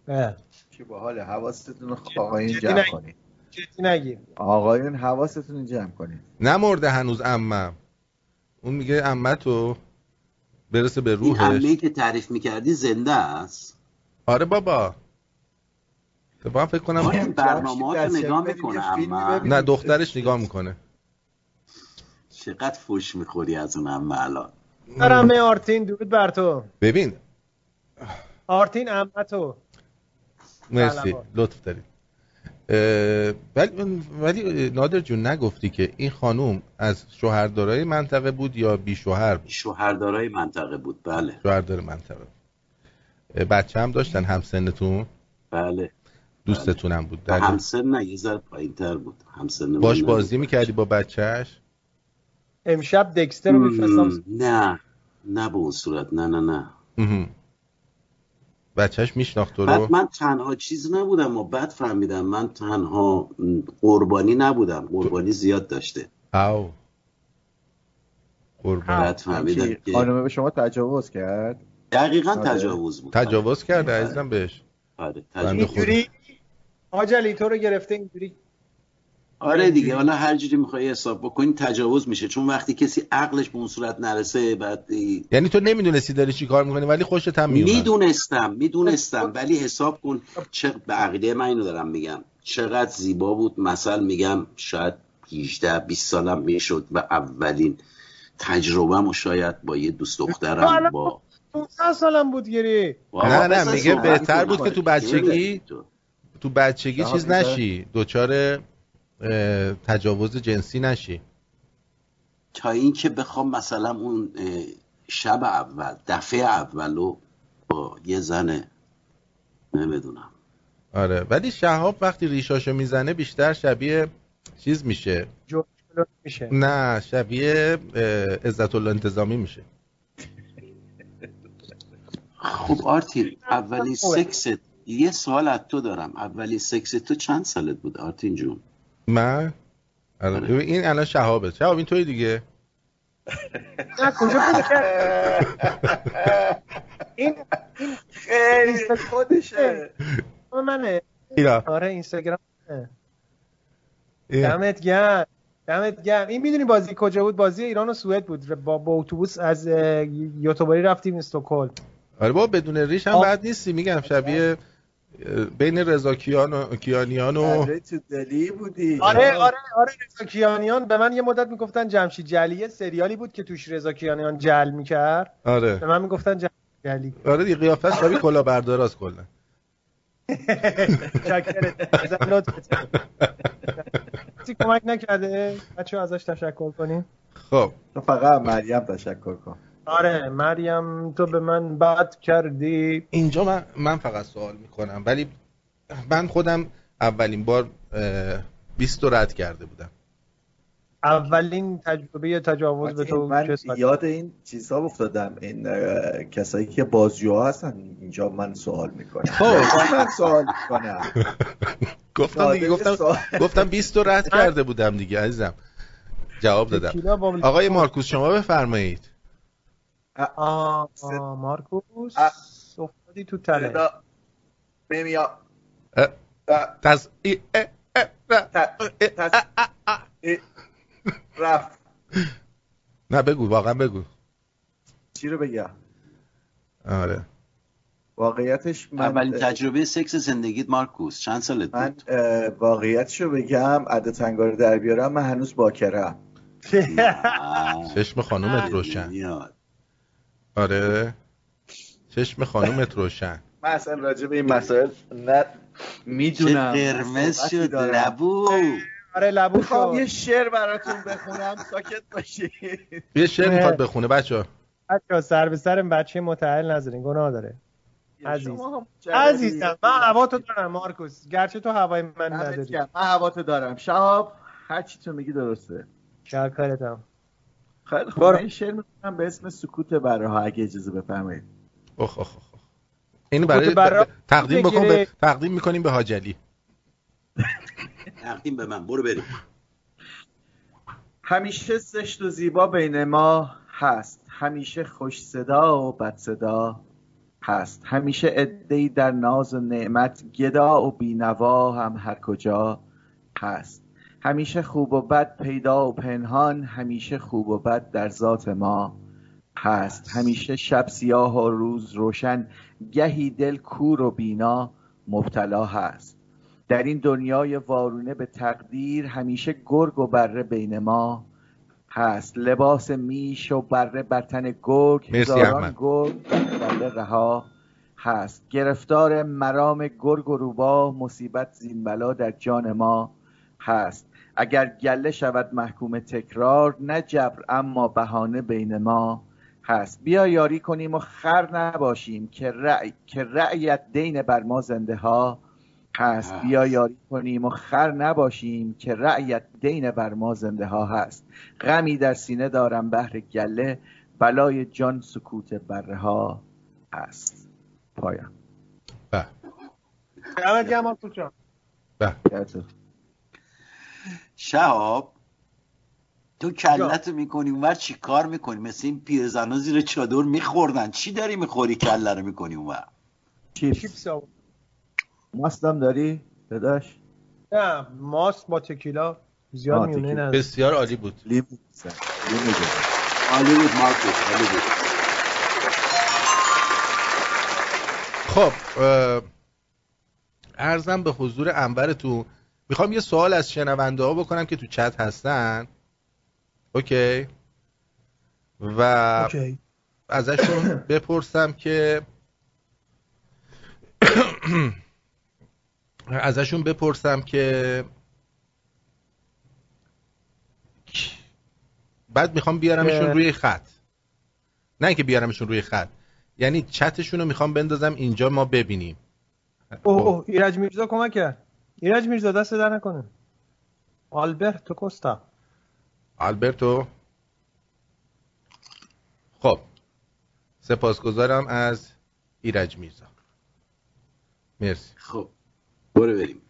اه، چی باحاله حواستون رو آقایون جدی جمع نگی. کنید جدی نگیر آقایون حواستون رو جمع کنید نمرده هنوز عمم اون میگه عمه تو برسه به این روحش عمه که تعریف میکردی زنده است آره بابا اتفاقا فکر آقا، کنم این برنامه ها دست رو نگاه کم میکنه بدید، یه فیلمی عمه ببینید. نه دخترش نگاه میکنه چقدر فوش میخوری از اون عمه الان برم آرتین درود بر تو ببین آرتین عمه تو مرسی سلام. لطف دارید اه، ولی ولی نادر جون نگفتی که این خانوم از شوهردارای منطقه بود یا بی شوهر بود شوهردارای منطقه بود بله شوهردار منطقه بود. اه، بچه هم داشتن همسنتون بله دوستتونم بود در این- همسن نه یه ذره پایینتر بود همسن من باش نبود. بازی میکردی با بچهش امشب دکستر رو میفرستم مم، نه نه به اون صورت نه نه نه بچهش میشناخت تو بعد رو من تنها چیز نبودم و بعد فهمیدم من تنها قربانی نبودم قربانی زیاد داشته او بعد فهمیدم آره، چی؟ که خانم به شما تجاوز کرد دقیقا آره. تجاوز بود بله. تجاوز کرده عزیزم بهش آره بنده تجاوز خدا. اینجوری آجلی تو رو گرفته اینجوری آره دیگه حالا هر جوری میخوای حساب بکنی تجاوز میشه چون وقتی کسی عقلش به اون صورت نرسه بعد ای- یعنی تو نمیدونستی داری چی کار میکنی ولی خوشت هم میومد میدونستم میدونستم ولی حساب کن چه به عقیده من اینو دارم میگم چقدر زیبا بود مثلا میگم شاید 18 20 سالم میشد و اولین تجربهمو شاید با یه دوست دخترم با 15 سالم بود گیری با- نه، نه، بذار میگه صحبت کنم. بهتر بود که تو بچگی- تو. تو بچگی آها، چیز اینجا. نشی دچار اه، تجاوز جنسی نشی تا اینکه بخوام مثلا اون اه، شب اول دفعه اولو با یه زن نمیدونم آره ولی شهاب وقتی ریشاشو میزنه بیشتر شبیه چیز میشه جورج کلونی میشه نه شبیه اه، عزت الله انتظامی میشه خب آرتین اولین خوبه. سکست یه سوال از تو دارم اولین سکست تو چند سالت بود آرتین جون من آره، آره. ببین، این الان شهابه شهاب این توی دیگه نه کجا پیدا کرد این خیلی خودشه منه اینا آره اینستاگرام منه. اینا. دمت گرم دمت گرم این میدونی بازی کجا بود بازی ایران و سوئد بود با, با اتوبوس از اه، یوتوباری رفتیم استکهلم آره با بدون ریش هم آه. بد نیستی میگم شبیه اه، بین رضا کیان و کیانیان و بله. قدره آره. تو دلی بودی آره آره آره رضا کیانیان به من یه مدت میگفتن جمشید جلی یه سریالی بود که توش رضا کیانیان جل میکرد آره به من میگفتن جمشید جلی آره دیگه قیافش شبیه کلاهبرداراست کلا شکرت ازم لطفت. کسی کمک نکرده بچه ازش تشکر کنیم خب تو فقط از مریم تشکر کن آره مریم تو به من بد کردی اینجا من, من فقط سوال میکنم ولی من خودم اولین بار اه، 20 رو رد کرده بودم اولین تجربه تجاوز به حاجی، تو من چه صورت؟ یاد این چیزها افتادم این اه، کسایی که بازجوها هستن اینجا من سوال میکنم خب. من سوال میکنم گفتم دیگه داده گفتم سوال. گفتم 20 رو رد کرده بودم دیگه عزیزم جواب دادم تکیلا با- آقای مارکوس شما بفرمایید آه، آه، مارکوس اه. افتادی تو تله صدا نمیاد اه. اه، تز... ای- اه، اه، ره. ت- تس- ای- رفت نه بگو واقعا بگو چی رو بگم آره واقعیتش من اولین تجربه سکس زندگیت مارکوس چند سالت من بود اه، واقعیتش رو بگم عده تنگار رو در بیارم من هنوز باکرم نه. چشم خانومت روشن میاد. آره چشم خانومت روشن من اصلا راجع به این مسائل نه چه میدونم قرمز شد لبو آره لبو میخوام یه شد شعر براتون بخونم ساکت باشید یه شعر میخواد بخونه بچه بچه‌ها، سر به سر بچه متعهل نذارین گناه داره عزیز. شما هم جلدی. عزیزم من هوا تو دارم مارکوس گرچه تو هوای من دمت نداری گرم. من هوا تو دارم شهاب هر چی تو میگی درسته شکرتم خیلی خوب برو. من یه شعر میخونم به اسم سکوت براها اگه اجازه بفرمایید اخ اخ اخ اخ. اینو برای برا- ب- تقدیم بکن به بگیره. تقدیم میکنیم به حاجلی تقدیم به من برو بریم همیشه زشت و زیبا بین ما هست همیشه خوش صدا و بد صدا هست همیشه عدهای در ناز و نعمت گدا و بینوا هم هر کجا هست همیشه خوب و بد پیدا و پنهان همیشه خوب و بد در ذات ما هست همیشه شب سیاه و روز روشن گهی دل کور و بینا مبتلا هست در این دنیای وارونه به تقدیر همیشه گرگ و بره بین ما هست لباس میش و بره بر تن گرگ مرسی، هزاران احمد. گرگ بر بره رها هست گرفتار مرام گرگ و روباه مصیبت زینبلا در جان ما هست اگر گله شود محکوم تکرار نه جبر اما بهانه بین ما هست بیا یاری کنیم و خر نباشیم که رأی که رأیت دین بر ما زنده ها هست هست. بیا یاری کنیم و خر نباشیم که رأیت دین بر ما زنده ها هست غمی در سینه دارم بهر گله بلای جان سکوت بره ها است پایان دمت گرم آرتور جان شهاب تو کلتو میکنی اونور چی کار میکنی مثل این پیرزنا زیر چادر میخوردن چی داری میخوری کله رو میکنی اونور چیپس چیپس آورد. ماستم داری داداش نه ماست با تکیلا آه، زیاد میونه تکیلا. نداره بسیار عالی بود لیمو بزن. لیمو بزن. عالی بود مارکوس عالی بود خب اه، ارزم به حضور انورتون میخوام یه سوال از شنونده ها بکنم که تو چت هستن اوکی و اوکی ازشون بپرسم که ازشون بپرسم که بعد میخوام بیارمشون اه. روی خط نه اینکه بیارمشون روی خط یعنی چتشون رو میخوام بندازم اینجا ما ببینیم خب. اوه اوه ایرج میرزا کمک کرد ایرج میرزا دست در نکنه آلبرتو کوستا آلبرتو خب سپاسگزارم از ایرج میرزا مرسی خب برو بریم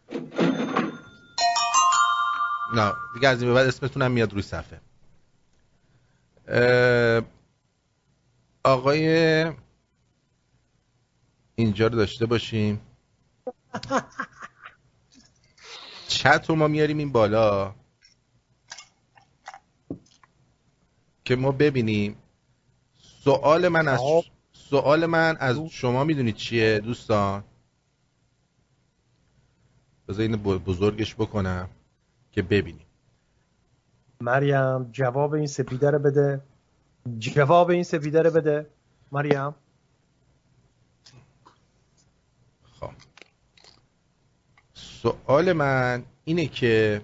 نه دیگه از این به بعد اسمتونم میاد روی صفحه اه، آقای اینجا رو داشته باشیم چت رو ما میاریم این بالا که ما ببینیم سوال من از سوال من از شما میدونید چیه دوستان بذار این بزرگش بکنم که ببینیم مریم جواب این سپیده رو بده جواب این سپیده رو بده مریم خب سوال من اینه که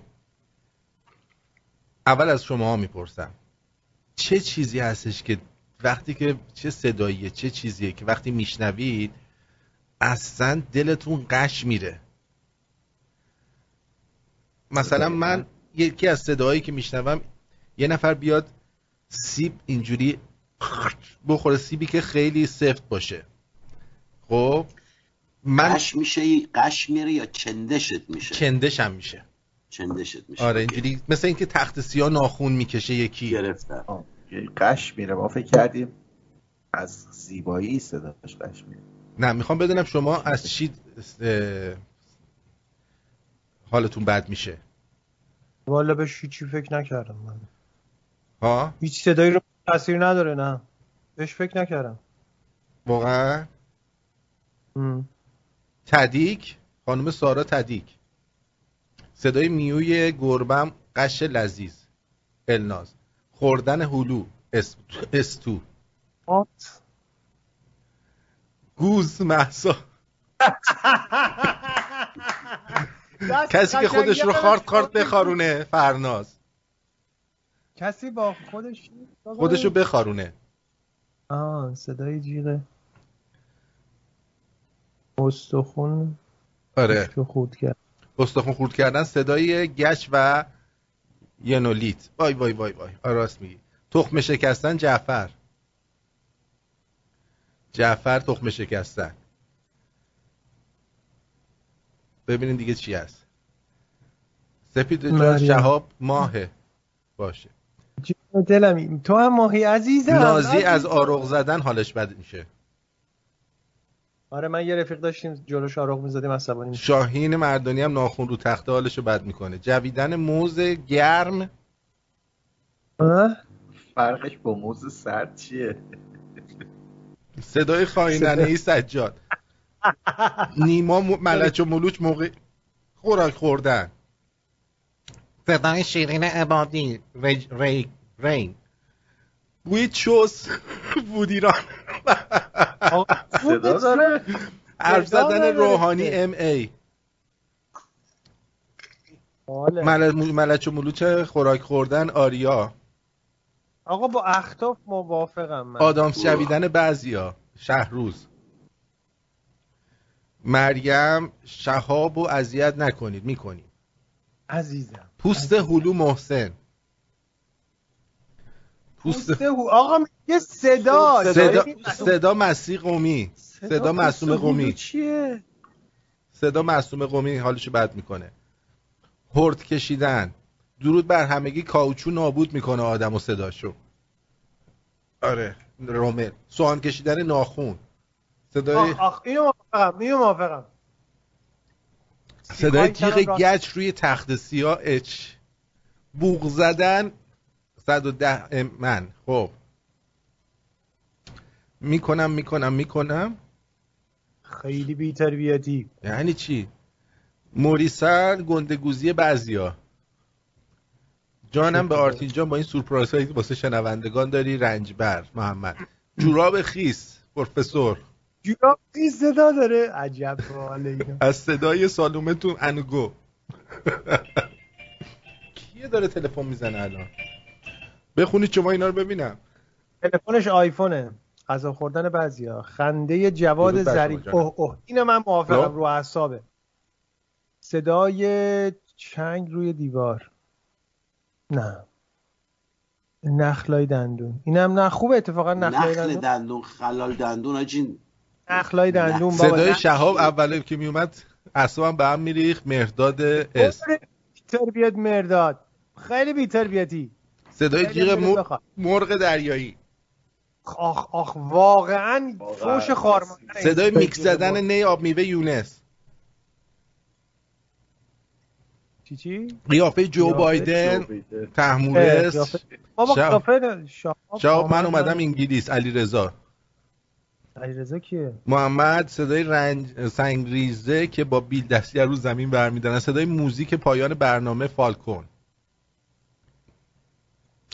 اول از شما میپرسم چه چیزی هستش که وقتی که چه صداییه چه چیزیه که وقتی میشنوید اصلا دلتون قش میره مثلا من یکی از صداهایی که میشنوم یه نفر بیاد سیب اینجوری بخوره سیبی که خیلی سفت باشه خب من قش میشه قش میره یا چندشت میشه کندشم میشه چندشت میشه آره اینجوری مثل اینکه تخت سیاه ناخون میکشه یکی گرفتم آه، یه قش میره ما فکر کردیم از زیبایی صداش قش میره نه میخوام بدونم شما از چی اه، حالتون بد میشه والا بهش هیچی فکر نکردم من ها هیچ صدایی رو تاثیر نداره نه بهش فکر نکردم واقعا ام. تدیک خانم سارا تدیک صدای میوی گربم قش لذیذ الناز خوردن هلو اس- استو آت گوز محسا کسی که خودش رو خارت خارت بخارونه فرناز کسی با خودش خودش رو بخارونه آه صدای جیغه استخون آره که خود کرد استخون خورد کردن صدای گچ و ینولیت وای وای وای وای آره راست میگی تخم شکستن جعفر جعفر تخم شکستن ببینین دیگه چی هست سپید جان مریم. شهاب ماهه باشه جیغ دلم تو هم ماهی عزیزم نازی عزیزم. از آرغ زدن حالش بد میشه آره من یه رفیق داشتیم جلو شارق میزدیم عصبانی می‌شد. شاهین مردانی هم ناخون رو تخته حالشو بد میکنه جویدن موز گرم آه؟ فرقش با موز سرد چیه صدای خاینانه ای سجاد نیما م- ملچ و ملوچ موقع خوراک خوردن صدای شیرین عبادی ری- ری- رین بوی چوس بودیران آه، صدا داره حرف صدا نداره. زدن روحانی ام ای آله. مل- ملچ و ملوچ خوراک خوردن آریا آقا با اختاف موافقم من آدم شویدن بعضیا شهروز مریم شهاب و اذیت نکنید میکنید عزیزم پوست هلو محسن پوست هو آقا یه صدا صدا صدا مسی قومی صدا معصوم قومی چیه صدا معصوم قومی حالشو بد میکنه هرد کشیدن درود بر همگی کاوچو نابود میکنه آدم و صداشو آره رومل سوهان کشیدن ناخون صدای آخ آخ اینو موافقم اینو موافقم صدای تیغ گچ روی تخت سیاه اچ بوغ زدن 110 من خب میکنم میکنم میکنم خیلی بی تربیتی یعنی چی موریسر گندگوزی بعضیا جانم به آرتینجان با این سورپرایز هایی واسه شنوندگان داری رنجبر محمد جوراب خیس پروفسور جوراب خیس صدا داره عجب باله از صدای سالومتون انگو کیه داره تلفن میزنه الان بخونید شما اینا رو ببینم تلفنش آیفونه غذا خوردن بعضیا خنده جواد ظریف اوه اوه این من موافقم رو حسابه صدای چنگ روی دیوار نه نخلای دندون اینم نه خوبه اتفاقا نخلای نخل دندون خلال دندون آجین نخلای دندون بابا صدای شهاب اول که میومد اصلا به هم میریخ مهرداد اس بیتر بیاد مرداد خیلی بیتر بیاتی صدای جیغ مرغ دریایی آخ آخ واقعا فوش خارمان صدای میکس زدن نی آب میوه یونس چی چی؟ قیافه جو بایدن تحمورس بابا قیافه شاب من اومدم انگلیس علی رضا علی رضا کیه؟ محمد صدای رنج سنگریزه که با بیل دستی رو زمین برمیدن صدای موزیک پایان برنامه فالکون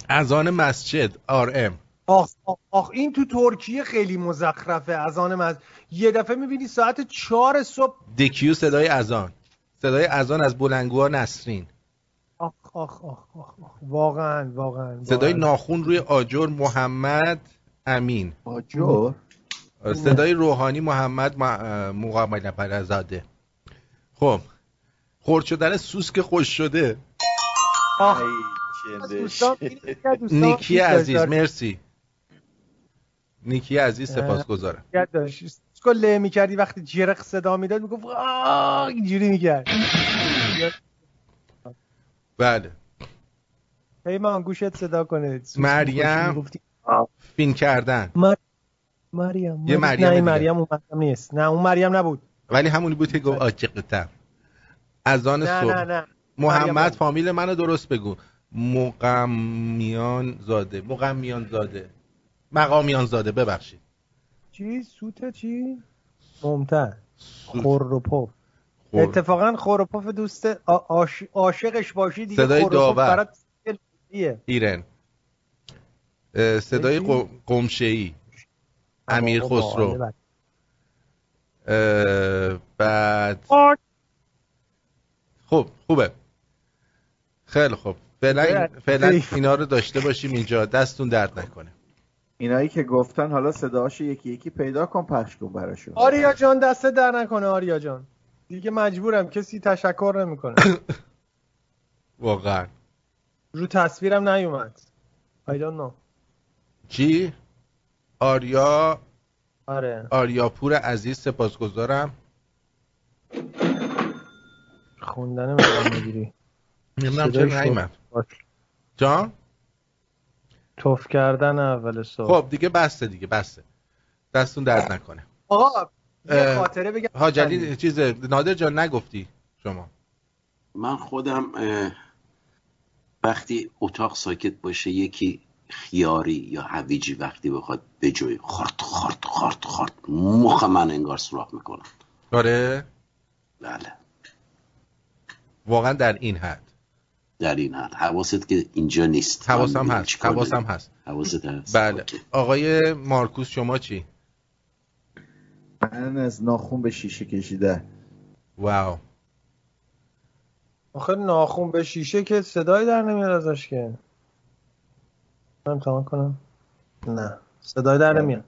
اذان مسجد آر ام آخ, آخ, آخ این تو ترکیه خیلی مزخرفه اذان مسجد یه دفعه میبینی ساعت چهار صبح دکیو صدای اذان صدای اذان از بلنگوها نسرین آخ آخ آخ, آخ, آخ. واقعا واقعا صدای ناخون روی آجر محمد امین آجر صدای روحانی محمد محمد نفرزاده خب خورد شدن سوسک خوش شده آخ دوستان، دوستان، نیکی عزیز دارد. مرسی نیکی عزیز سپاس گذارم سوسکو له میکردی وقتی جرق صدا میداد میگفت آه اینجوری میکرد بله پیمان گوشت صدا کنه مریم فین کردن مر... مریم یه مریم نه مریم اون مریم نیست نه اون مریم نبود ولی همونی بود که گفت آجقتم از آن نه صبح نه نه. محمد فامیل منو درست بگو مقمیان زاده مقمیان زاده مقامیان زاده ببخشید چی سوت چی ممتن خروپوف خور. اتفاقا خروپوف دوست عاشقش آش... باشی دیگه صدای داور ایرن صدای قم... قمشه ای امیر آره، بله. خسرو بعد خب خوبه خیلی خوب فعلا فعلا اینا رو داشته باشیم اینجا دستون درد نکنه اینایی که گفتن حالا صداش یکی یکی پیدا کن پخش کن براشون آریا جان دسته در نکنه آریا جان دیگه مجبورم کسی تشکر نمیکنه واقعا رو تصویرم نیومد I don't know چی آریا آره آریا پور عزیز سپاسگزارم خوندن مدیری نمیدونم چرا نیومد جان توف کردن اول صبح خب دیگه بسته دیگه بسته دستون درد نکنه آقا یه خاطره بگم حاجلی چیز نادر جان نگفتی شما من خودم وقتی اتاق ساکت باشه یکی خیاری یا هویجی وقتی بخواد به جوی خورد خورد خورد خورد مخ من انگار سراخ میکنم آره بله واقعا در این حد در این حد حواست که اینجا نیست حواسم هست حواسم هست حواست هست بله اوکی. آقای مارکوس شما چی من از ناخون به شیشه کشیده واو آخه ناخون به شیشه که صدای در نمیاد ازش که من امتحان کنم نه صدای در نمیاد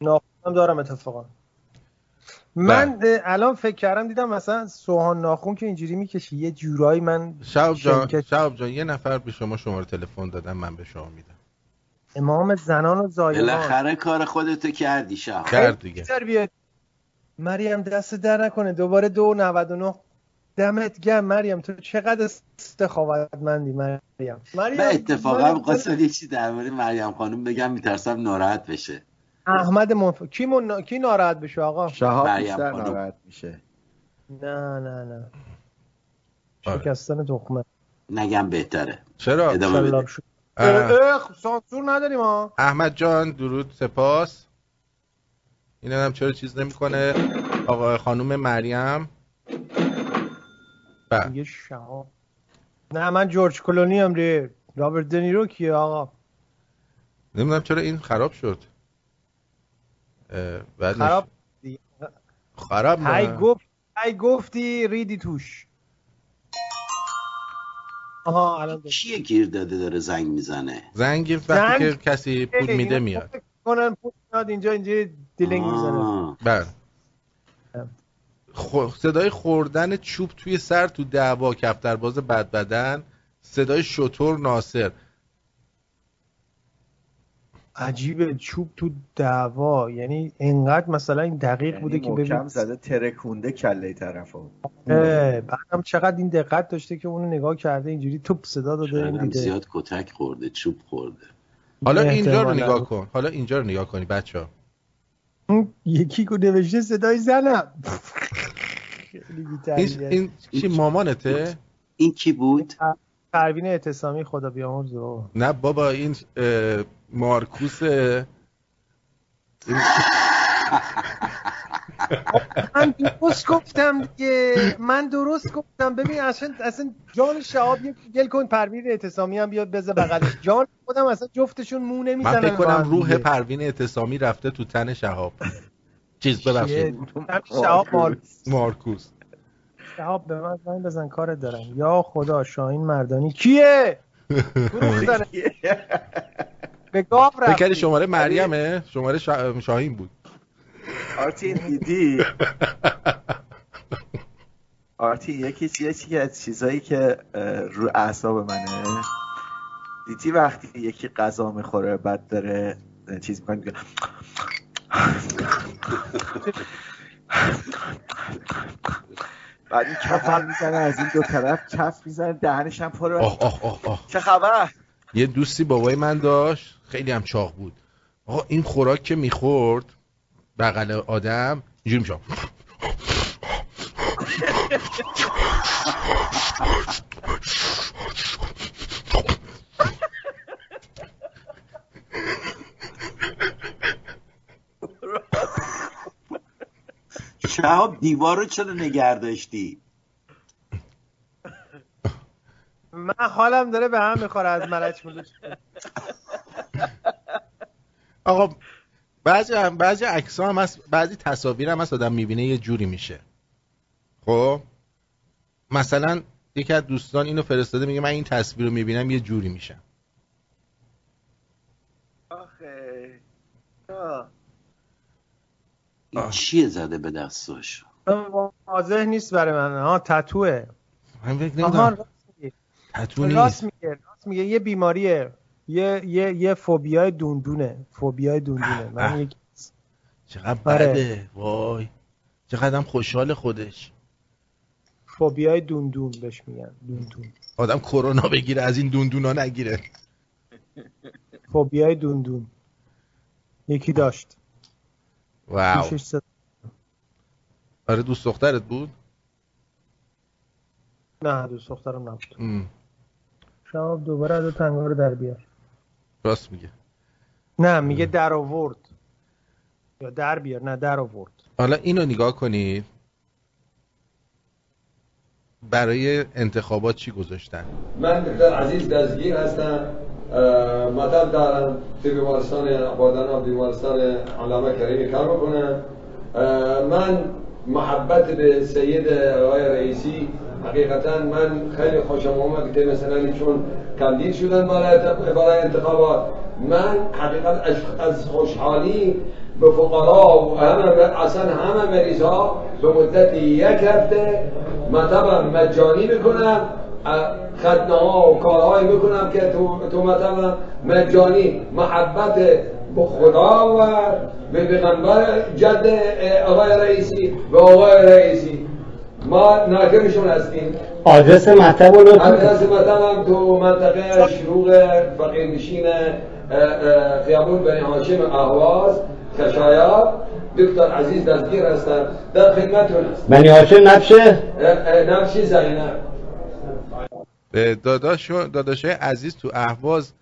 ناخونم دارم اتفاقا من بله. الان فکر کردم دیدم مثلا سوهان ناخون که اینجوری میکشه یه جورایی من شعب جان, شعب جان یه نفر به شما شماره تلفن دادم من به شما میدم امام زنان و زایمان بالاخره کار خودتو کردی شب کرد دیگه بیاد. مریم دست در نکنه دوباره دو 99 دمت گم مریم تو چقدر استخاوتمندی مریم مریم من اتفاقا قصد یه چی درباره مریم خانم بگم میترسم ناراحت بشه احمد منف... کی, من... کی ناراحت بشه آقا شهاب بیشتر ناراحت میشه نه نه نه آره. شکستن تخمه نگم بهتره چرا ادامه بده اه، اه، خب سانسور نداریم ها احمد جان درود سپاس این هم چرا چیز نمیکنه آقا خانم مریم بله یه شهاب نه من جورج کلونی هم ری رابرت دنیرو کیه آقا نمیدونم چرا این خراب شد بعد خراب خراب نه هی گفت هی گفتی ریدی توش آها الان دارم. کیه گیر داده داره زنگ میزنه زنگ گرفت وقتی که کسی پول میده میاد کنن پول میاد اینجا اینجا دلنگ میزنه بله صدای خوردن چوب توی سر تو دعوا کفترباز بد بدن صدای شطور ناصر عجیبه چوب تو دعوا یعنی انقدر مثلا این یعنی دقیق بوده که ببین زده ترکونده کله طرفو بعدم چقدر این دقت داشته که اونو نگاه کرده اینجوری توپ صدا داده این دیده زیاد کتک خورده چوب خورده حالا اینجا رو نگاه کن حالا اینجا رو نگاه کنی بچه یکی کو نوشته صدای زنم بله، این چی مامانته این کی بود پروین اعتصامی خدا بیامرز نه بابا این مارکوس من درست گفتم دیگه من درست گفتم ببین اصلا اصلا جان شهاب گل کن پروین اعتصامی هم بیاد بزه بغلش جان خودم اصلا جفتشون مو نمیزنن من فکر کنم روح خب، پروین اعتصامی رفته تو تن شهاب چیز ببخشید شهاب مارکوس مارکوس شهاب به من زنگ بزن کارت دارم یا خدا شاهین مردانی کیه به گاو رفتی یعنی بکردی شماره مریمه شماره شا... شاهین بود آرتین دیدی آرتین یکی یکی از چیزایی که رو اعصاب منه دیدی وقتی یکی غذا میخوره بعد داره چیز میکنه دیگه بعد این کفن میزنه از این دو طرف کف میزنه دهنش هم پر آه آه آه آه. چه خبر یه دوستی بابای من داشت خیلی هم چاق بود آقا این خوراک که میخورد بغل آدم اینجوری میشه شهاب دیوار رو چرا نگرداشتی من حالم داره به هم میخوره از ملچ ملوچ آقا بعضی هم بعضی عکس‌ها هم هست بعضی تصاویر هم هست آدم میبینه یه جوری میشه خب مثلا یکی از دوستان اینو فرستاده میگه من این تصویر رو میبینم یه جوری میشم آخه آه. این چیه زده به دستش واضح نیست برای من ها تتوه من فکر نمیدونم تتو نیست راست میگه راست میگه یه بیماریه یه یه یه فوبیای دوندونه فوبیای دوندونه من یک چقدر بده وای چقدر خوشحال خودش فوبیای دوندون بهش میگن دوندون آدم کرونا بگیره از این دوندونا نگیره فوبیای دوندون یکی داشت واو آره دوست دخترت بود نه دوست دخترم نبود شاب دوباره از تنگا رو در بیار راست میگه نه میگه در آورد یا در بیار نه در آورد حالا اینو نگاه کنید برای انتخابات چی گذاشتن من دکتر عزیز دزگیر هستم مطلب دارم تو بیمارستان آبادان و بیمارستان علامه کریمی کار بکنم من محبت به سید آقای رئیسی حقیقتا من خیلی خوشم آمد که مثلا چون کندید شدن برای انت- برای انتخابات من حقیقت از- از خوشحالی به فقرا و همه اصلا همه مریض ها به مدت یک هفته مطبم مجانی میکنم ختنه ها و کارهایی میکنم که تو, تو مطبم مجانی محبت به خدا و به پیغمبر جد آقای رئیسی و آقای رئیسی ما ناکرشون هستیم آدرس مطب رو لطفا از مثلا تو منطقه شروق فقیرنشین اه، اه، خیابون بنی هاشم اهواز کشایات دکتر عزیز دستگیر هستن در خدمتتون هست بنی هاشم نبشه نقشی زینب به داداش داداشای عزیز تو اهواز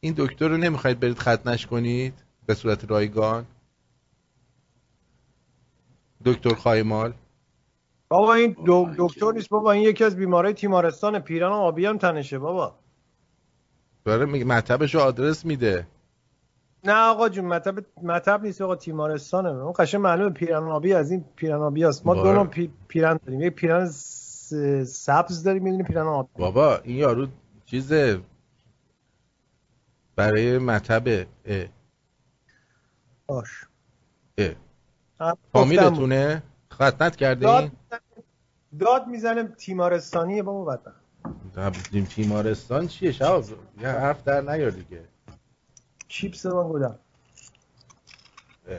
این دکتر رو نمیخواید برید ختنش کنید به صورت رایگان دکتر خایمال بابا این دو- دکتر نیست بابا این یکی از بیمارای تیمارستان پیران و آبی هم تنشه بابا داره میگه مطبش رو آدرس میده نه آقا جون مطب مطب نیست آقا تیمارستانه اون قشنگ معلومه پیران و آبی از این پیران و آبی است ما دو باره. نوع پی... پیران داریم یک پیران س... سبز داریم میدونی پیران آبی بابا این یارو چیز برای مطب اه، باش اه. هم گفتم بود. فامیلتونه ختنت کرده داد این میزنه- داد میزنه تیمارستانیه بابا بدن نه، این تیمارستان چیه شب یه حرف در نیار دیگه چیپس من بودم اه.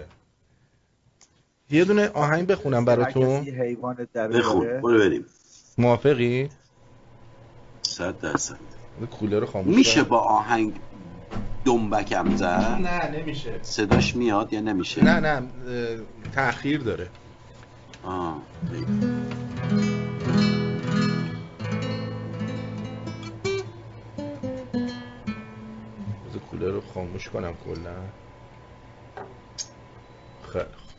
یه دونه آهنگ بخونم براتون کسی حیوان دبیره بخون برو بریم موافقی صد درصد کولر رو خاموش میشه کنم. با آهنگ دنبکم زد نه نمیشه صداش میاد یا نمیشه نه نه اه، تأخیر داره آه. بذار کولر رو خاموش کنم کلا خیلی خوب.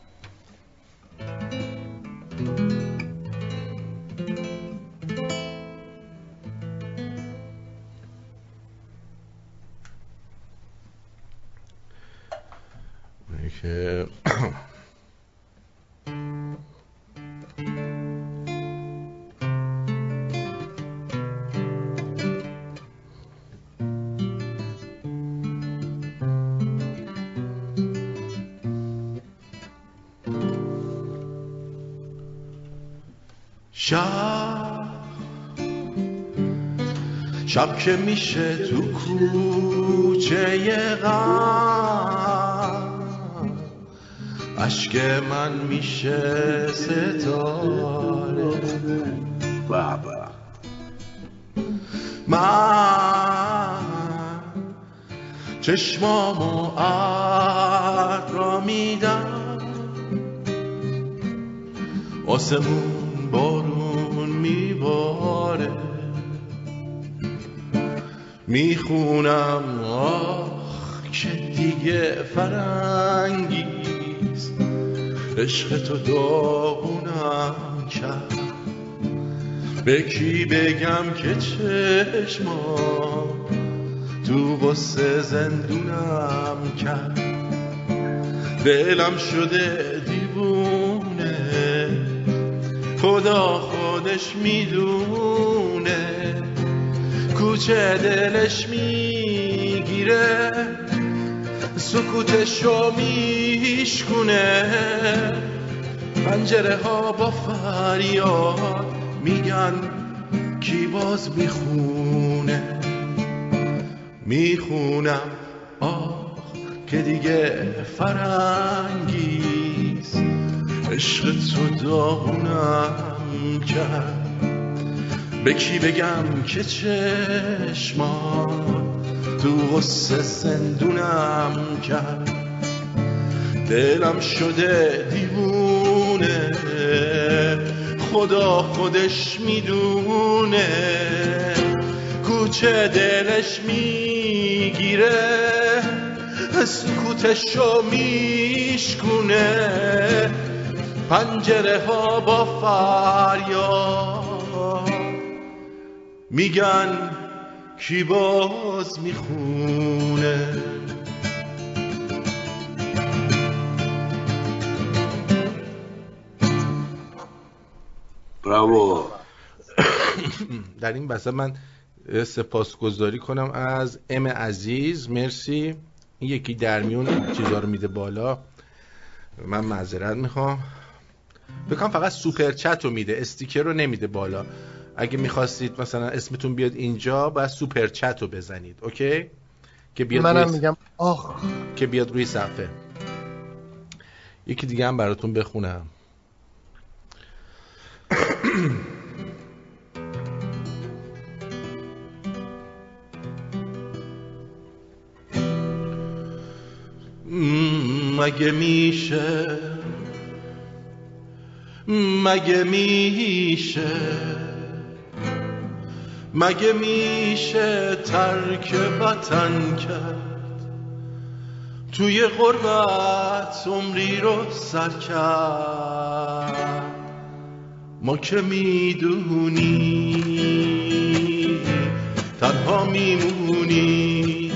اینه که شب شب که میشه تو کوچه غم اشک من میشه ستاره بابا من چشمامو عرق را میدم آسمون بارون میباره میخونم آخ که دیگه فرنگیز عشق تو داغونم کرد به کی بگم که چشمام تو غصه زندونم کرد دلم شده دیوونه خدا خودش میدونه کوچه دلش میگیره سکوتشو میشکونه پنجره ها با فریاد میگن کی باز میخونه میخونم آه که دیگه فرنگیز عشق تو داغونم کرد به کی بگم که چشمان تو غصه زندونم کرد دلم شده دیوونه خدا خودش میدونه کوچه دلش میگیره سکوتشو میشکونه پنجره ها با فریاد میگن کی باز میخونه براو در این بسه من سپاسگزاری کنم از ام عزیز مرسی این یکی در میون چیزا رو میده بالا من معذرت میخوام بکنم فقط سوپر چت رو میده استیکر رو نمیده بالا اگه میخواستید مثلا اسمتون بیاد اینجا باید سوپر چت رو بزنید اوکی که بیاد منم روی- میگم آخ که بیاد روی صفحه یکی دیگه هم براتون بخونم مگه میشه مگه میشه مگه میشه ترک وطن کرد توی غربت عمری رو سر کرد ما که میدونی تنها میمونی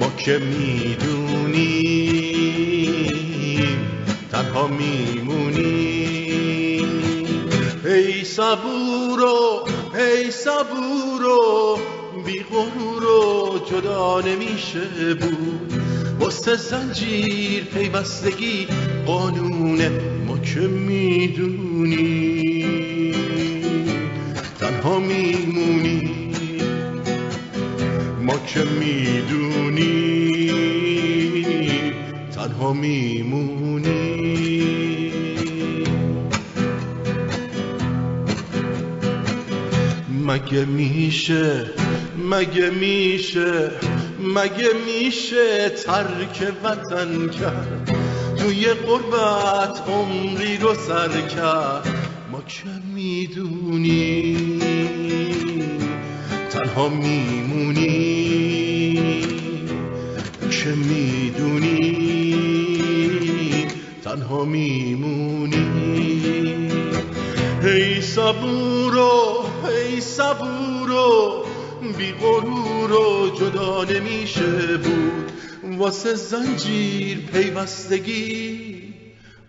ما که میدونیم تنها میمونیم ای صبورو ای صبورو بی غرورو جدا نمیشه بود واسه زنجیر پیوستگی قانونه ما که میدونیم تنها میمونیم ما که میدونی تنها میمونی مگه میشه مگه میشه مگه میشه ترک وطن کرد توی قربت عمری رو سر کرد ما که میدونی تنها میمونی که میدونی تنها میمونی ای صبورو ای صبورو بی غرورو جدا نمیشه بود واسه زنجیر پیوستگی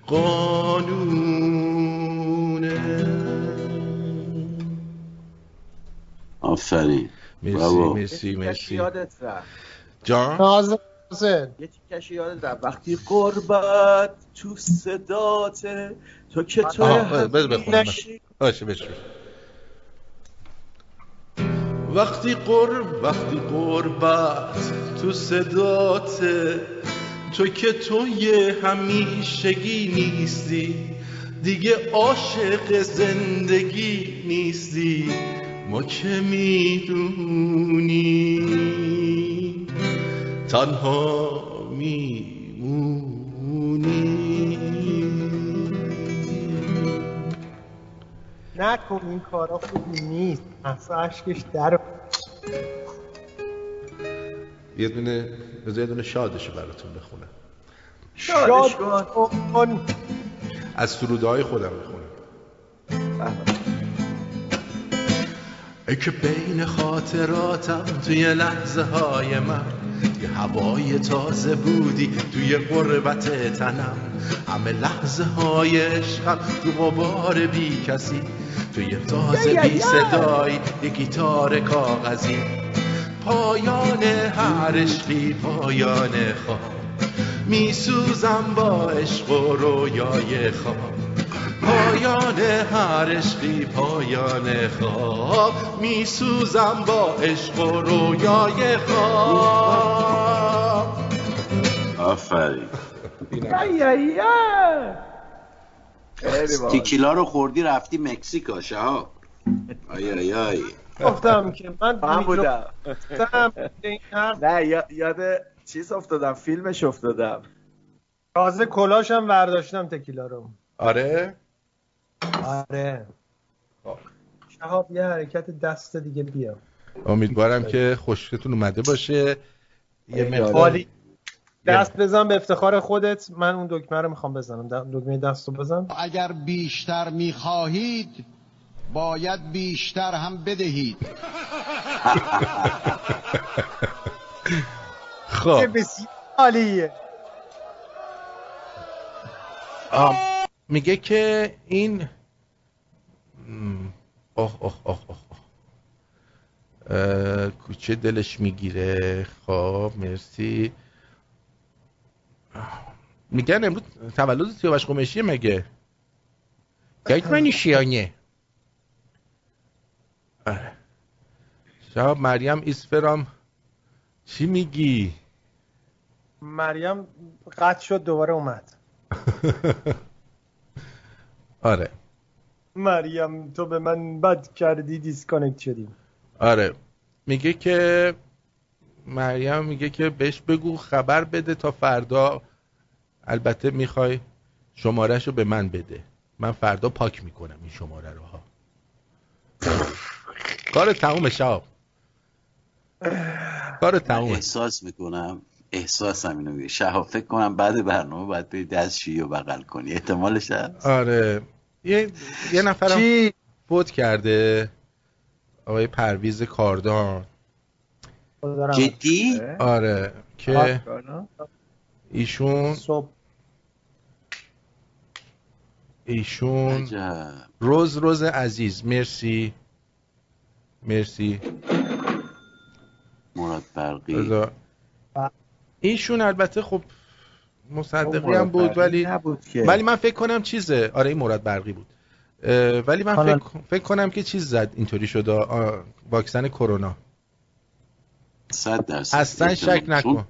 قانونه آفرین مرسی بابا. مرسی مرسی یادت رفت جان نازم حسین یه تیکش یادت رفت وقتی قربت تو صداته تو که تو آها بذار بخونم نشی باشه بشه وقتی قرب وقتی قربت تو صدات تو که توی همیشگی نیستی دیگه عاشق زندگی نیستی ما که میدونی تنها میمونی نکن این کارا خوب نیست اصلا اشکش در یه دونه بذار یه دونه شادش براتون بخونم شادش کن از سروده های خودم بخونم ای که بین خاطراتم توی لحظه های من یه هوای تازه بودی توی قربت تنم همه لحظه های عشقم تو غبار بی کسی توی تازه یا، یا، بی یا. صدایی یه گیتار کاغذی پایان هر عشقی پایان خواب میسوزم با عشق و رویای خواب پایان هر عشقی پایان خواب میسوزم با عشق و رویای خواب آفرین تیکیلا رو خوردی رفتی مکسیکا شهاب آی آی آی گفتم که من من بودم گفتم این حرف نه یا- یاد چیز افتادم فیلمش افتادم تازه کلاشم برداشتم تکیلا رو آره آره شهاب یه حرکت دست دیگه بیا امیدوارم که خوشتون اومده باشه یه مقدار عالی. دست بزن به افتخار خودت من اون دکمه رو میخوام بزنم د- دکمه دست رو بزن اگر بیشتر میخواهید باید بیشتر هم بدهید چه خب بسیار عالیه آم، میگه که این م، آه آه آه آه آه. کوچه دلش میگیره خب مرسی میگن امروز تولد سیاوش قمشیه مگه گیت منی شیانه آره شب مریم ایسفرام چی میگی؟ مریم قطع شد دوباره اومد آره مریم تو به من بد کردی دیسکانکت شدیم آره میگه که مریم میگه که بهش بگو خبر بده تا فردا البته میخوای شمارهشو به من بده من فردا پاک میکنم این شماره رو ها کار تموم شاب کار تمومه احساس میکنم احساسم اینو میگه شهاب فکر کنم بعد برنامه باید بری دست شیی و بغل کنی احتمالش هست آره یه, یه نفرم فوت کرده آقای پرویز کاردان خدا رحمت جدی کنه. آره که ایشون صبح ایشون روز روز عزیز مرسی مرسی مراد برقی رضا. ایشون البته خب مصدقی هم مراد بود برقی ولی نبود که. ولی من فکر کنم چیزه آره این مراد برقی بود اه، ولی من کانال- فکر, فکر کنم که چیز زد اینطوری شد آه، واکسن کرونا صد درصد اصلا احتمال. شک نکن چون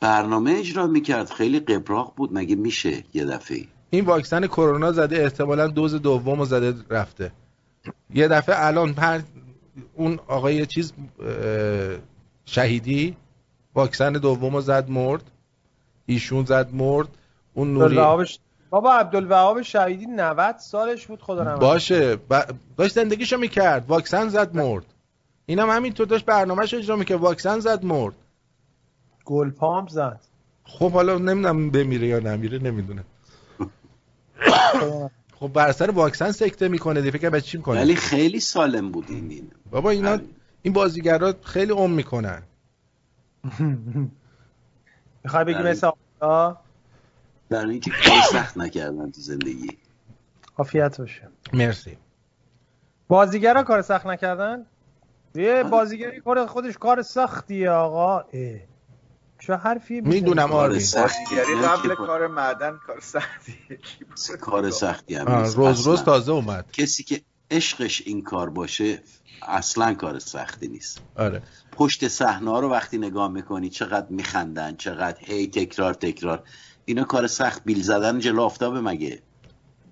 برنامه اجرا میکرد خیلی قبراق بود مگه میشه یه دفعه این واکسن کرونا زده احتمالا دوز دوم زده رفته یه دفعه الان پر... اون آقای چیز اه، شهیدی واکسن دوم زد مرد ایشون زد مرد اون نوری عبدالوهاب ش- بابا عبدالوهاب شهیدی 90 سالش بود خدا رحمت باشه ب... داشت زندگیشو میکرد واکسن زد مرد اینم همینطور داشت برنامهش اجرا میکرد واکسن زد مرد گل پامپ زد خب حالا نمیدونم بمیره یا نمیره نمیدونه خدا خب بر سر واکسن سکته میکنه دیگه فکر به چی میکنه ولی خیلی سالم بود این این بابا اینا این بازیگرا خیلی عم میکنن رحمت. میخوای بگی بله. مثل آقا برای اینکه کار سخت نکردن تو زندگی کافیت باشه مرسی بازیگرا کار سخت نکردن یه بازیگری کار خودش کار سختیه آقا اه. چه حرفی آره. میدونم کار آرمین سختی دیگری نه که یعنی قبل با- کار معدن کار سختی کی بود؟ کار سختی هم آه، نیست. روز روز اصلاً. تازه اومد کسی که عشقش این کار باشه اصلا کار سختی نیست آره پشت صحنه ها رو وقتی نگاه میکنی چقدر میخندن چقدر هی تکرار تکرار اینا کار سخت بیل زدن جلو آفتابه مگه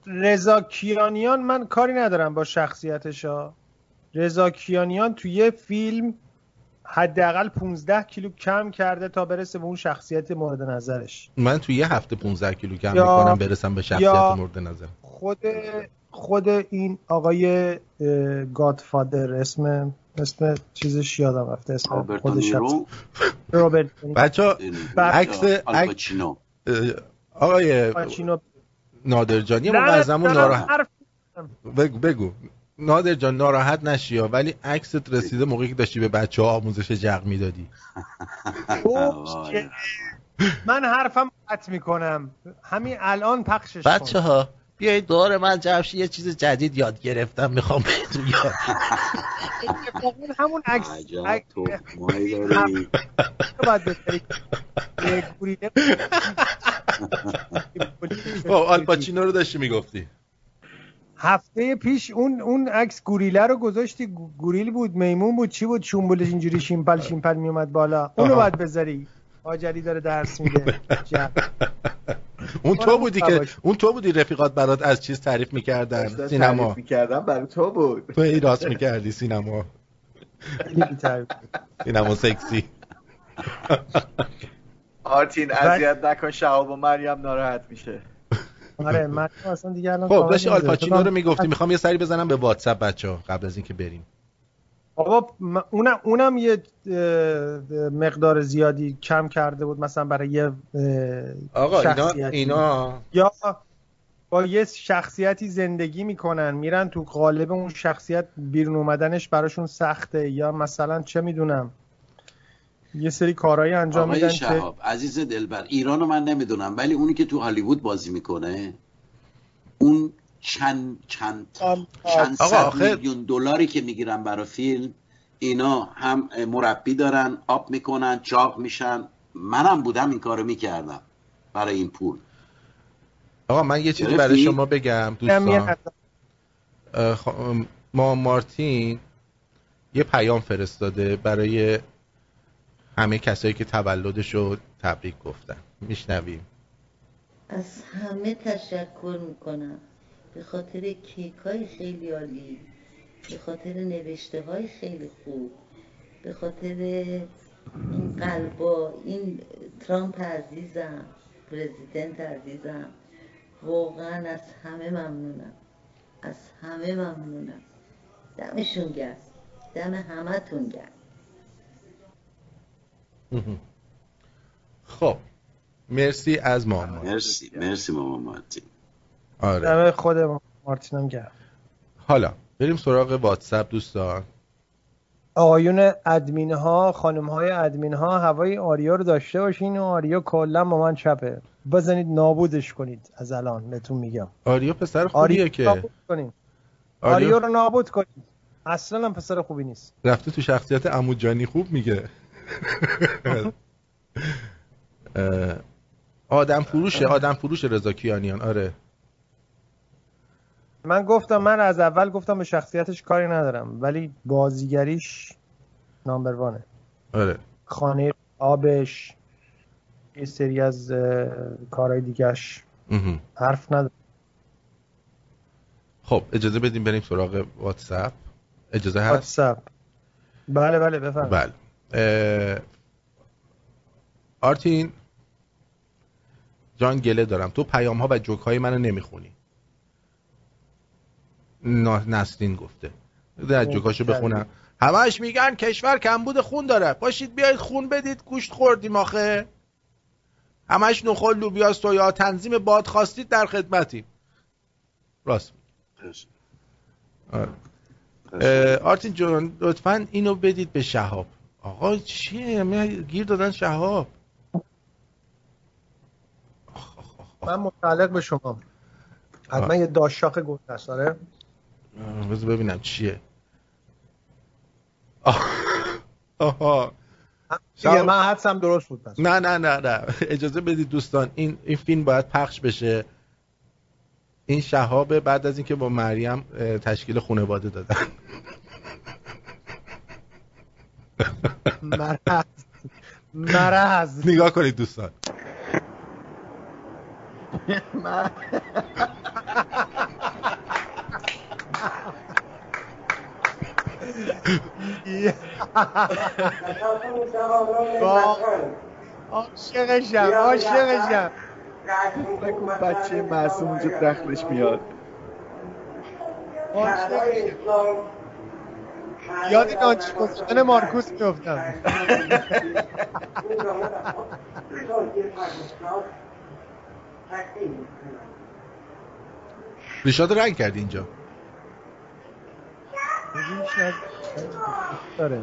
رضا کیانیان من کاری ندارم با شخصیتش ها رضا کیانیان تو یه فیلم حداقل 15 کیلو کم کرده تا برسه به اون شخصیت مورد نظرش من تو یه هفته 15 کیلو کم یا- میکنم برسم به شخصیت یا- خب، مورد نظر خود خود این آقای اه، گادفادر اسم اسم چیزش یادم رفته اسم آلبرتو خودش هست. نیرو روبرت بچه عکس- آلپاچینو آقای پاچینو نادرجانی لعنت معظمون دارم، ناراحت حرف بگو بگو نادر جان ناراحت نشیا ولی عکست رسیده موقعی که داشتی به بچه ها آموزش جغ میدادی بوشیه. من حرفم قطع میکنم همین الان پخشش کن. ها بیایید دور من جمشی یه چیز جدید یاد گرفتم میخوام بهتون یاد اتفاقاً همون عکس عجب عکس تخمایی داری رو باید بذاری. یه گوریله خب آلپاچینو رو داشتی میگفتی هفته پیش اون اون عکس گوریله رو گذاشتی گو- گوریل بود میمون بود چی بود چونبولش اینجوری شیمپل شیمپل میومد بالا اونو آها. باید بذاری آجری داره درس میده جب. اون اونم تو اون بودی که تباش. اون تو بودی رفیقات برات از چیز تعریف داشتم میکردن تعریف سینما میکردم برای تو بود تو ای راست میکردی سینما سینما سکسی آرتین اذیت نکن شهاب و مریم ناراحت میشه آره من اصلا دیگه الان خب کامل داشتی نمی‌ذاره. آلپاچینو رو میگفتی میخوام یه سری بزنم به واتساپ بچه ها قبل از اینکه بریم آقا م- اونم اونم یه اه، مقدار زیادی کم کرده بود مثلا برای یه اه، آقا اینا شخصیتی. اینا یا با یه شخصیتی زندگی میکنن میرن تو قالب اون شخصیت بیرون اومدنش براشون سخته یا مثلا چه میدونم یه سری کارهایی انجام میدن آقای که شهاب عزیز دلبر ایرانو من نمیدونم ولی اونی که تو هالیوود بازی میکنه اون چند چند چند آقا، صد آخه- میلیون دلاری که میگیرن برای فیلم اینا هم مربی دارن آب میکنن چاق میشن منم بودم این کارو میکردم برای این پول آقا من یه چیزی برای گرفتی؟ شما بگم اینم یه دوستان نظر. اه، خ- ما مارتین یه پیام فرستاده برای همه کسایی که تولدش رو تبریک گفتن میشنویم از همه تشکر میکنم به خاطر کیک های خیلی عالی به خاطر نوشته های خیلی خوب به خاطر این قلبا این ترامپ عزیزم پرزیدنت عزیزم واقعا از همه ممنونم از همه ممنونم دمشون گرم دم همتون گرم خب مرسی از ما مرسی مرسی مامان مارتین آره دم خود مارتینم گرم حالا بریم سراغ واتساپ دوستان آقایون ادمین ها خانم های ادمین ها هوای آریا رو داشته باشین و آریا کلا با من چپه بزنید نابودش کنید از الان بهتون میگم آریا پسر خوبیه آریا که نابود کنین آریا- آریا رو نابود کنین اصلا هم پسر خوبی نیست رفته تو شخصیت عمو جانی خوب میگه اه، آدم فروشه آدم فروش رضا کیانیان آره من گفتم من از اول گفتم به شخصیتش کاری ندارم ولی بازیگریش نامبر وانه آره خانه آبش یه سری از اه، کارهای دیگهش مهم. حرف نداره خب اجازه بدیم بریم سراغ واتساپ اجازه هست واتساپ بله بله بفهم بله اه، آرتین جان گله دارم تو پیام ها و جوک های منو نمیخونی نا- نسرین گفته در جوکاشو بخونم همش میگن کشور کمبود خون داره باشید بیایید خون بدید گوشت خوردیم آخه همش نخل لوبیا سویا تنظیم باد خواستید در خدمتیم راست میگی آره. اه، آرتین جان لطفا اینو بدید به شهاب آقا چیه من گیر دادن شهاب من متعلق به شما حتما آه. یه داشاق گل هست آره اه، بذار ببینم چیه آه، آها دیگه شهاب- من حدسم درست بود پس نه نه نه نه اجازه بدید دوستان این این فیلم باید پخش بشه این شهاب بعد از اینکه با مریم اه، تشکیل خانواده دادن مرض مرض نگاه کنید دوستان من عاشقشم عاشقشم نکن بچه معصوم اونجا دخلش میاد یاد نانچی گفتن مارکوس میفتم ریشاد رنگ کرد اینجا داره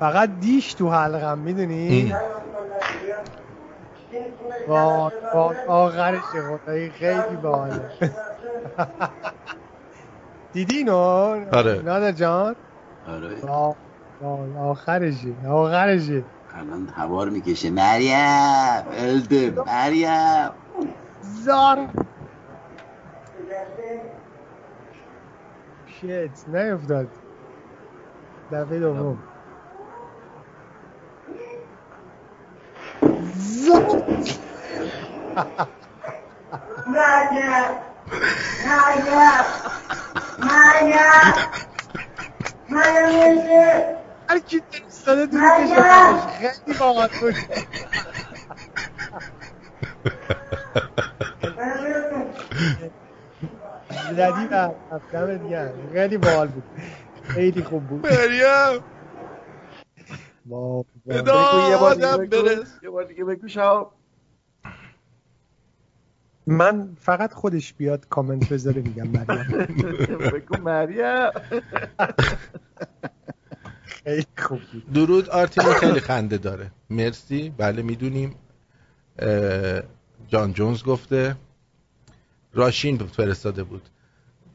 فقط دیش تو حلقم میدونی وای وای آخرش خدایی خیلی باحاله دیدی اینو آره. نادر جان آره وای، وای، آخرشه آخرشه الان هوار میکشه مریم الدم مریم زار شیت نیفتاد دفعه دوم زار. هر کی دل ایستاده دور کشورش. خیلی باحال بود زدی و دمت گرم خیلی باحال بود خیلی خوب بود مریم وای، وای. بگو یه بار دیگه آدم بگو. برس. یه بار دیگه بگو شهاب من فقط خودش بیاد کامنت بذاره میگم مریم بگو مریم خیلی خوب بود درود آرتین خیلی خنده داره مرسی بله میدونیم جان جونز گفته راشین فرستاده بود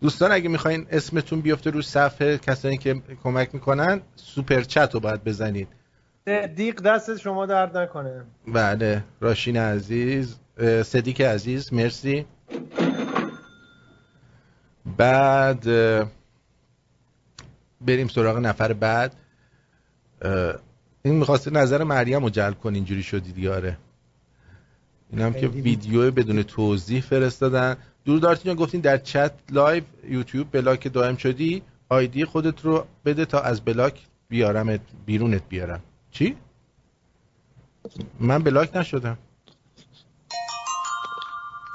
دوستان اگه میخواین اسمتون بیفته رو صفحه کسانی که کمک میکنن سوپر چت رو باید بزنید صدیق دست شما درد نکنه بله راشین عزیز اه، صدیق عزیز مرسی بعد اه، بریم سراغ نفر بعد اه، این میخواسته نظر مریم رو جلب کن اینجوری شدی دیاره اینم که ویدیو بدون توضیح فرستادن دور دارتین گفتین در چت لایو یوتیوب بلاک دائم شدی آیدی خودت رو بده تا از بلاک بیارمت بیرونت بیارم چی؟ من بلاک نشدم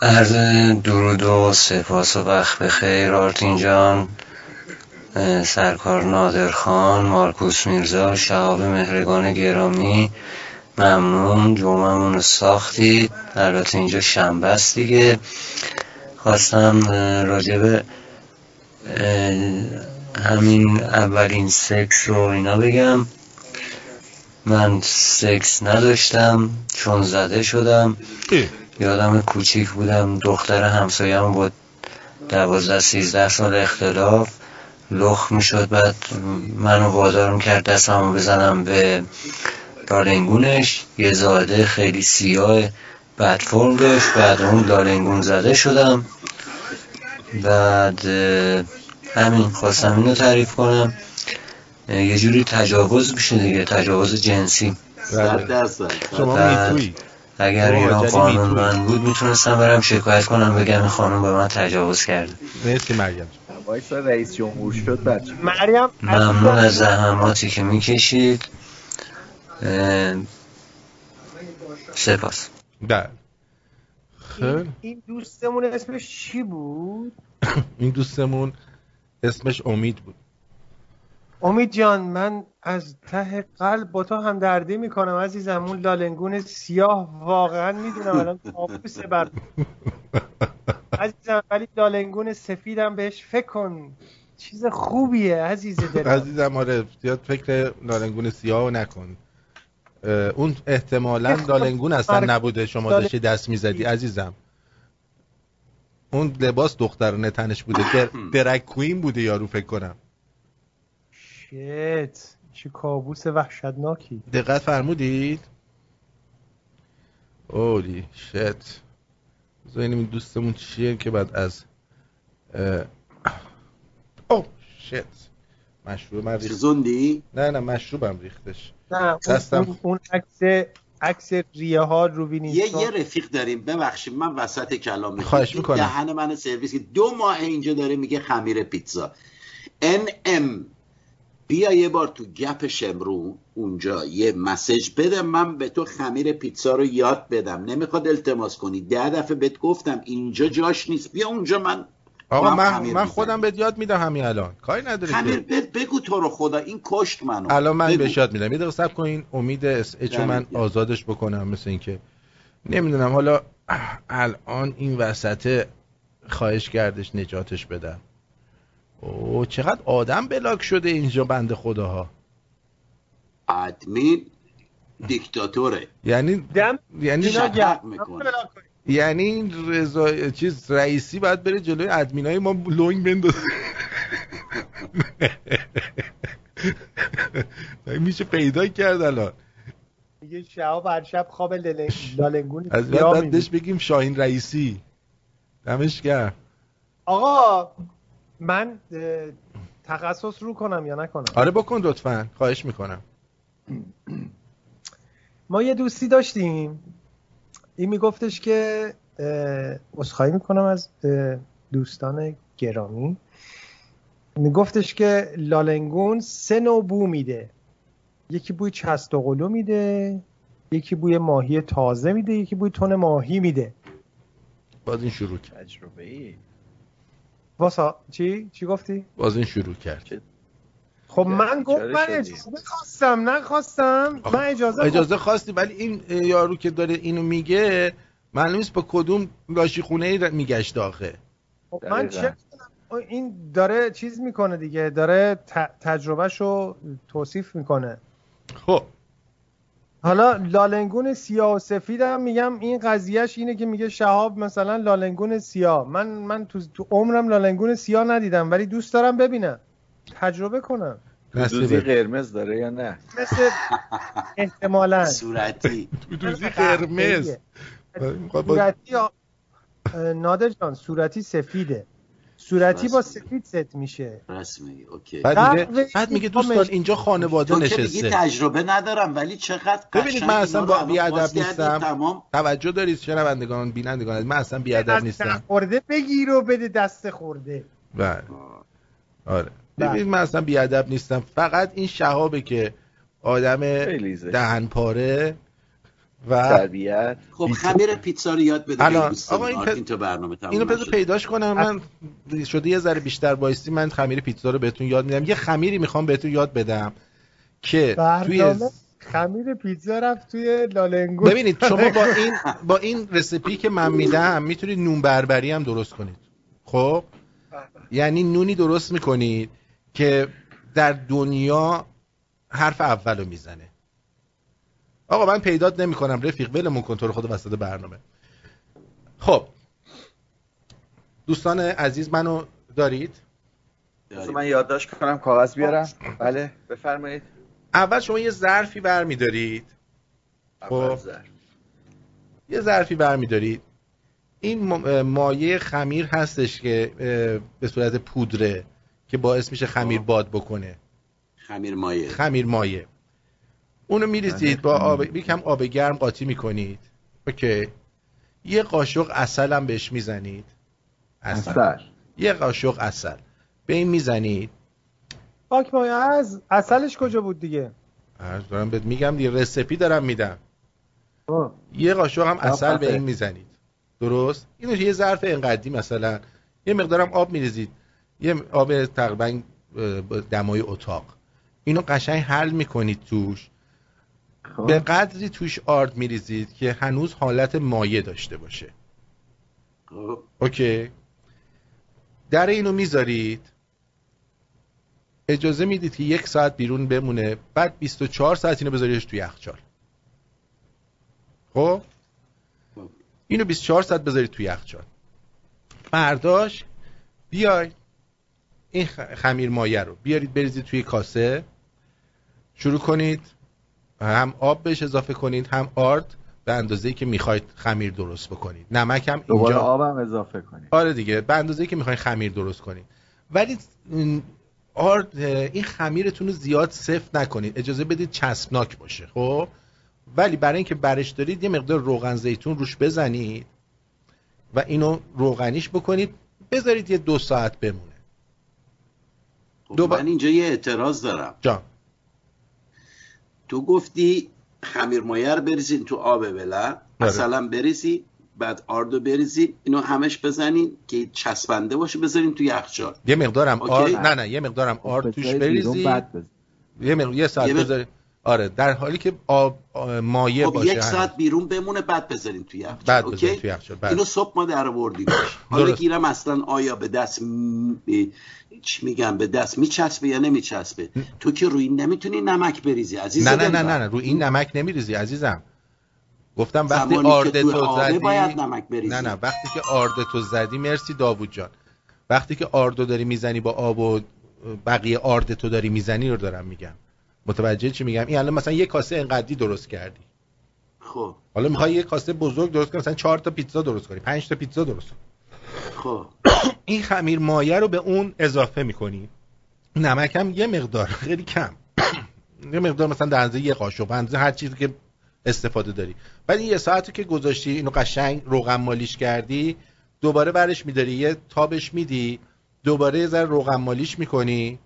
عرض درود و سپاس و وقت بخیر آرتین جان اه، سرکار نادر خان مارکوس میرزا شهاب مهرگان گرامی ممنون جمعمون رو ساختید البته اینجا شنبه است دیگه خواستم اه، راجع به اه، همین اولین سکس رو اینا بگم من سکس نداشتم چون زده شدم یادم کوچیک بودم دختر همسایم با دوازده سیزده سال اختلاف لخ میشد بعد منو وادار کرد دستمو بزنم به لالنگونش یه زاده خیلی سیاه بدفرم داشت بعد اون لالنگون زده شدم بعد اه، همین خواستم اینو تعریف کنم اه، یه جوری تجاوز میشه دیگه تجاوز جنسی صد درصد بله. شما بعد میتویی اگر شما ایران عجله قانون می‌تونی. من بود میتونستم برم شکایت کنم بگم این خانم به من تجاوز کرده مرسی مریم وایس رئیس جمهور شد بچه مریم ممنون از زحماتی که میکشید سپاس بله خیلی این, این دوستمون اسمش چی بود این دوستمون اسمش امید بود امید جان من از ته قلب با تو همدردی میکنم عزیزم اون لالنگون سیاه واقعا میدونم الان کابوس بر عزیزم ولی لالنگون سفیدم بهش فکر کن چیز خوبیه عزیز دلم عزیزم آره زیاد فکر لالنگون سیاه رو نکن اه، اون احتمالا لالنگون اصلا نبوده شما داشتی دست میزدی عزیزم اون لباس دخترانه تنش بوده در... درک کوین بوده یارو فکر کنم شیت چه کابوس وحشتناکی دقت فرمودید اولی شت بذاریم این دوستمون چیه که بعد از اه، او شت مشروب من ریخت زندی؟ نه نه مشروبم ریختش نه دستم- اون, اون, اون عکس عکس ریه ها رو یه وینیستون یه رفیق داریم ببخشید من وسط کلام می‌کنم. خب. خواهش این می‌کنم. دهن من سرویس که دو ماه اینجا داره میگه خمیر پیتزا ان ام بیا یه بار تو گپ شمرو اونجا یه مسج بده من به تو خمیر پیتزا رو یاد بدم نمیخواد التماس کنی ده دفعه بهت گفتم اینجا جاش نیست بیا اونجا من آقا هم من, خمیر من می‌زنم. خودم بهت یاد میدم همین الان کاری نداره خمیر که ب- بگو تو رو خدا این کشت منو الان من بگو. بهش یاد میدم یه دقیقه صبر کنین امید اس اچ رو من دمت گرم. آزادش بکنم مثل اینکه نمیدونم حالا اه، الان این وسطه خواهش کردش نجاتش بدم اوه چقدر آدم بلاک شده اینجا بند خداها ادمین دیکتاتوره یعنی یعنی شفق میکنه یعنی این رضا چیز رئیسی باید بره جلوی ادمینای ما لونگ بندازه میشه پیدا کرد الان یه شهاب هر شب خواب لل- لالنگون از بعد سیاه باید می‌بینه. بهش بگیم شاهین رئیسی دمش گرم آقا من اه، تخصص رو کنم یا نکنم آره بکن لطفا خواهش میکنم ما یه دوستی داشتیم این میگفتش که اه، عذرخواهی میکنم از اه، دوستان گرامی میگفتش که لالنگون سه نوع بو میده یکی بوی چست و قلو میده یکی بوی ماهی تازه میده یکی بوی تن ماهی میده باز این شروع کرد تجربه ای واسا چی چی گفتی باز این شروع کرد خب من گفت من شدی. اجازه خواستم نخواستم من اجازه اجازه خواستی ولی این اه، یارو که داره اینو میگه معلوم نیست با کدوم لاشی خونه ای میگشت آخه خب من چه می‌دونم، این داره چیز میکنه دیگه داره ت... تجربهشو توصیف میکنه خب حالا لالنگون سیاه و سفیدم میگم این قضیهش اینه که میگه شهاب مثلا لالنگون سیاه من من تو, تو عمرم لالنگون سیاه ندیدم ولی دوست دارم ببینم تجربه کنم دوزی قرمز داره یا نه مثل احتمالا صورتی دوزی قرمز صورتی آ- اه، نادر جان صورتی سفیده صورتی با سفید ست میشه رسمی اوکی بعد میگه, بعد میگه دوستان اینجا خانواده تو که دیگه نشسته تجربه ندارم ولی چقدر قشنگ ببینید من اصلا اینا رو با الان بیادب باز کردی، نیستم تمام توجه دارید شنوندگان بینندگان من اصلا بیادب از نیستم خورده بگیر و بده دست خورده بله آره بله. ببینید من اصلا بیادب نیستم فقط این شهابه که آدم خیلیزه. دهن پاره و تربیت خب خمیر پیتزا رو یاد بده الان. الان آقا این مارتین پد- تا برنامه تموم اینو بذار نشد. پیداش کنم من شده یه ذره بیشتر بایستی من خمیر پیتزا رو بهتون یاد میدم یه خمیری میخوام بهتون یاد بدم که توی برنامه خمیر پیتزا رفت توی لالنگون ببینید شما با این با این رسیپی که من میدم میتونید نون بربری هم درست کنید خب یعنی نونی درست میکنید که در دنیا حرف اولو میزنه آقا من پیدات نمیکنم رفیق ولمون کن تو رو خود وسط برنامه خب دوستان عزیز منو دارید بذار من یادداشت کنم کاغذ بیارم بله بفرمایید اول شما یه ظرفی برمیدارید اول خب ظرف. یه ظرفی برمیدارید این م- مایع خمیر هستش که اه، به صورت پودره که باعث میشه خمیر خب. باد بکنه خمیر مایه خمیر مایه اونو میریزید بله. با آب یکم آب گرم قاطی میکنید اوکی یه قاشق اصل هم بهش میزنید عسل. یه قاشق اصل به این میزنید پاک مایه از اصلش کجا بود دیگه عرض دارم بهت میگم دیگه رسپی دارم میدم آه. یه قاشق هم اصل آفرین. به این میزنید درست اینو یه ظرف انقدی مثلا یه مقدارم آب میریزید یه آب تقریبا اه، با دمای اتاق اینو قشنگ حل میکنید توش خب. به قدری توش آرد میریزید که هنوز حالت مایه داشته باشه خب. اوکی در اینو میذارید اجازه میدید که یک ساعت بیرون بمونه بعد 24 ساعت اینو بذاریدش توی یخچال خب اینو 24 ساعت بذارید توی یخچال فرداش بیای این خ- خمیر مایه رو بیارید بریزید توی کاسه شروع کنید هم آب بهش اضافه کنید هم آرد به اندازه‌ای که میخواید خمیر درست بکنید نمک هم دوباره اینجا آبم اضافه کنید آره دیگه به اندازه که میخواین خمیر درست کنید ولی این- آر این خمیرتون رو زیاد سفت نکنید اجازه بدید چسبناک باشه خب ولی برای اینکه برش دارید یه مقدار روغن زیتون روش بزنید و اینو روغنیش بکنید بذارید یه دو ساعت بمونه خب من اینجا یه اعتراض دارم جان تو گفتی خمیر مایه رو بریزین تو آب آره. بلن اصلا بریزی بعد آردو بریزی اینو همش بزنین که چسبنده باشه بذارین تو یخچال یه مقدارم اوکی. خب، آرد نه نه یه مقدارم آرد بذارید توش بیرون، بریزی بعد بزنید. یه مقدار یه ساعت یه مقدار- بذارید آره در حالی که آب آه، مایع خب باشه یک هنوز. ساعت بیرون بمونه بعد بذارین تو یخچال بعد اوکی؟ بذارید توی یخچال بله. اینو صبح ما در آوردیم حالا درست. گیرم اصلا آیا به دست م... اه، چی میگم به دست میچسبه یا نمیچسبه تو که روی نمیتونی نمک بریزی عزیز نه نه نه دلبر. نه نه روی این نمک نمیریزی عزیزم گفتم وقتی زمانی که آرد توی تو آبه زدی باید نمک بریزی. نه نه وقتی که آرد تو زدی مرسی داوود جان وقتی که آردو داری میزنی با آب و بقیه آرد تو داری میزنی رو دارم میگم متوجه چی میگم این الان مثلا یه کاسه انقدی درست کردی خب حالا میخوای یه کاسه بزرگ درست کنی مثلا چهار تا پیتزا درست کنی پنج تا پیتزا درست کنی خب این خمیر مایه رو به اون اضافه میکنی نمک هم یه مقدار خیلی کم یه مقدار مثلا در اندازه یه قاشق به اندازه هر چیزی که استفاده داری بعد این یه ساعتی که گذاشتی اینو قشنگ روغن مالیش کردی دوباره برش میداری یه تابش میدی دوباره یه ذره روغن مالیش میکنی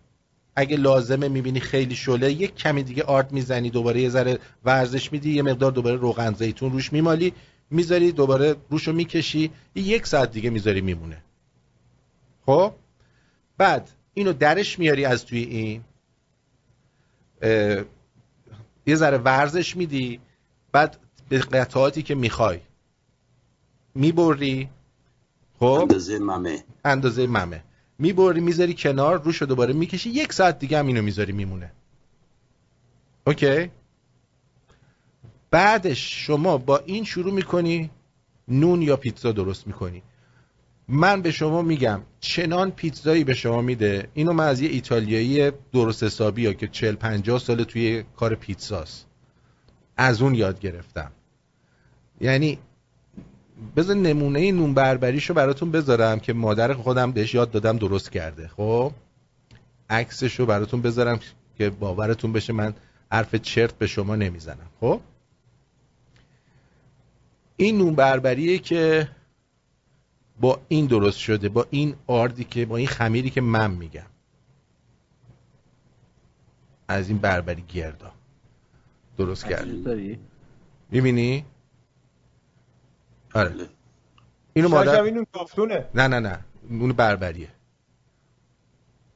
اگه لازمه میبینی خیلی شله یک کمی دیگه آرد میزنی دوباره یه ذره ورزش میدی یه مقدار دوباره روغن زیتون روش میمالی میذاری دوباره روشو میکشی یک ساعت دیگه میذاری میمونه خب بعد اینو درش میاری از توی این اه، یه ذره ورزش میدی بعد به قطعاتی که میخوای میبری خب اندازه ممه اندازه ممه میبری میذاری کنار روش رو دوباره میکشی یک ساعت دیگه هم اینو میذاری میمونه اوکی بعدش شما با این شروع میکنی نون یا پیتزا درست میکنی من به شما میگم چنان پیتزایی به شما میده اینو من از یه ایتالیایی درست حسابی ها که 40 50 سال توی کار پیتزاست از اون یاد گرفتم یعنی بذار نمونه نون بربریشو براتون بذارم که مادر خودم بهش یاد دادم درست کرده خب عکسشو براتون بذارم که باورتون بشه من حرف چرت به شما نمیزنم خب این نون بربریه که با این درست شده با این آردی که با این خمیری که من میگم از این بربری گردا درست کرده میبینی؟ آره اینو مادر این اون کافتونه نه نه نه نون بربریه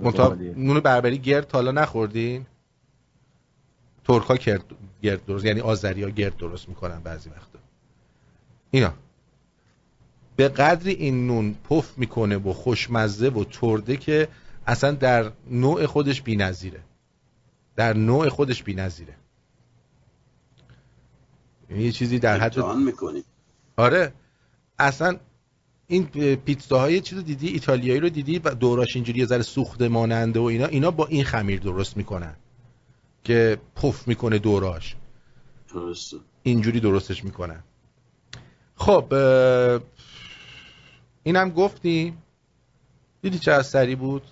منطقه نون بربری گرد تا حالا نخوردین ترکا کرد گرد درست یعنی آذریا گرد درست میکنن بعضی وقتا اینا به قدری این نون پف میکنه و خوشمزه و ترده که اصلا در نوع خودش بی‌نظیره در نوع خودش بی‌نظیره یعنی یه چیزی در حد میکنی آره اصلا این پیتزاهای چیز دیدی ایتالیایی رو دیدی و دوراش اینجوری یه ذره سوخته ماننده و اینا اینا با این خمیر درست میکنن که پف میکنه دوراش درسته اینجوری درستش میکنن خب اینم گفتی دیدی چه از سری بود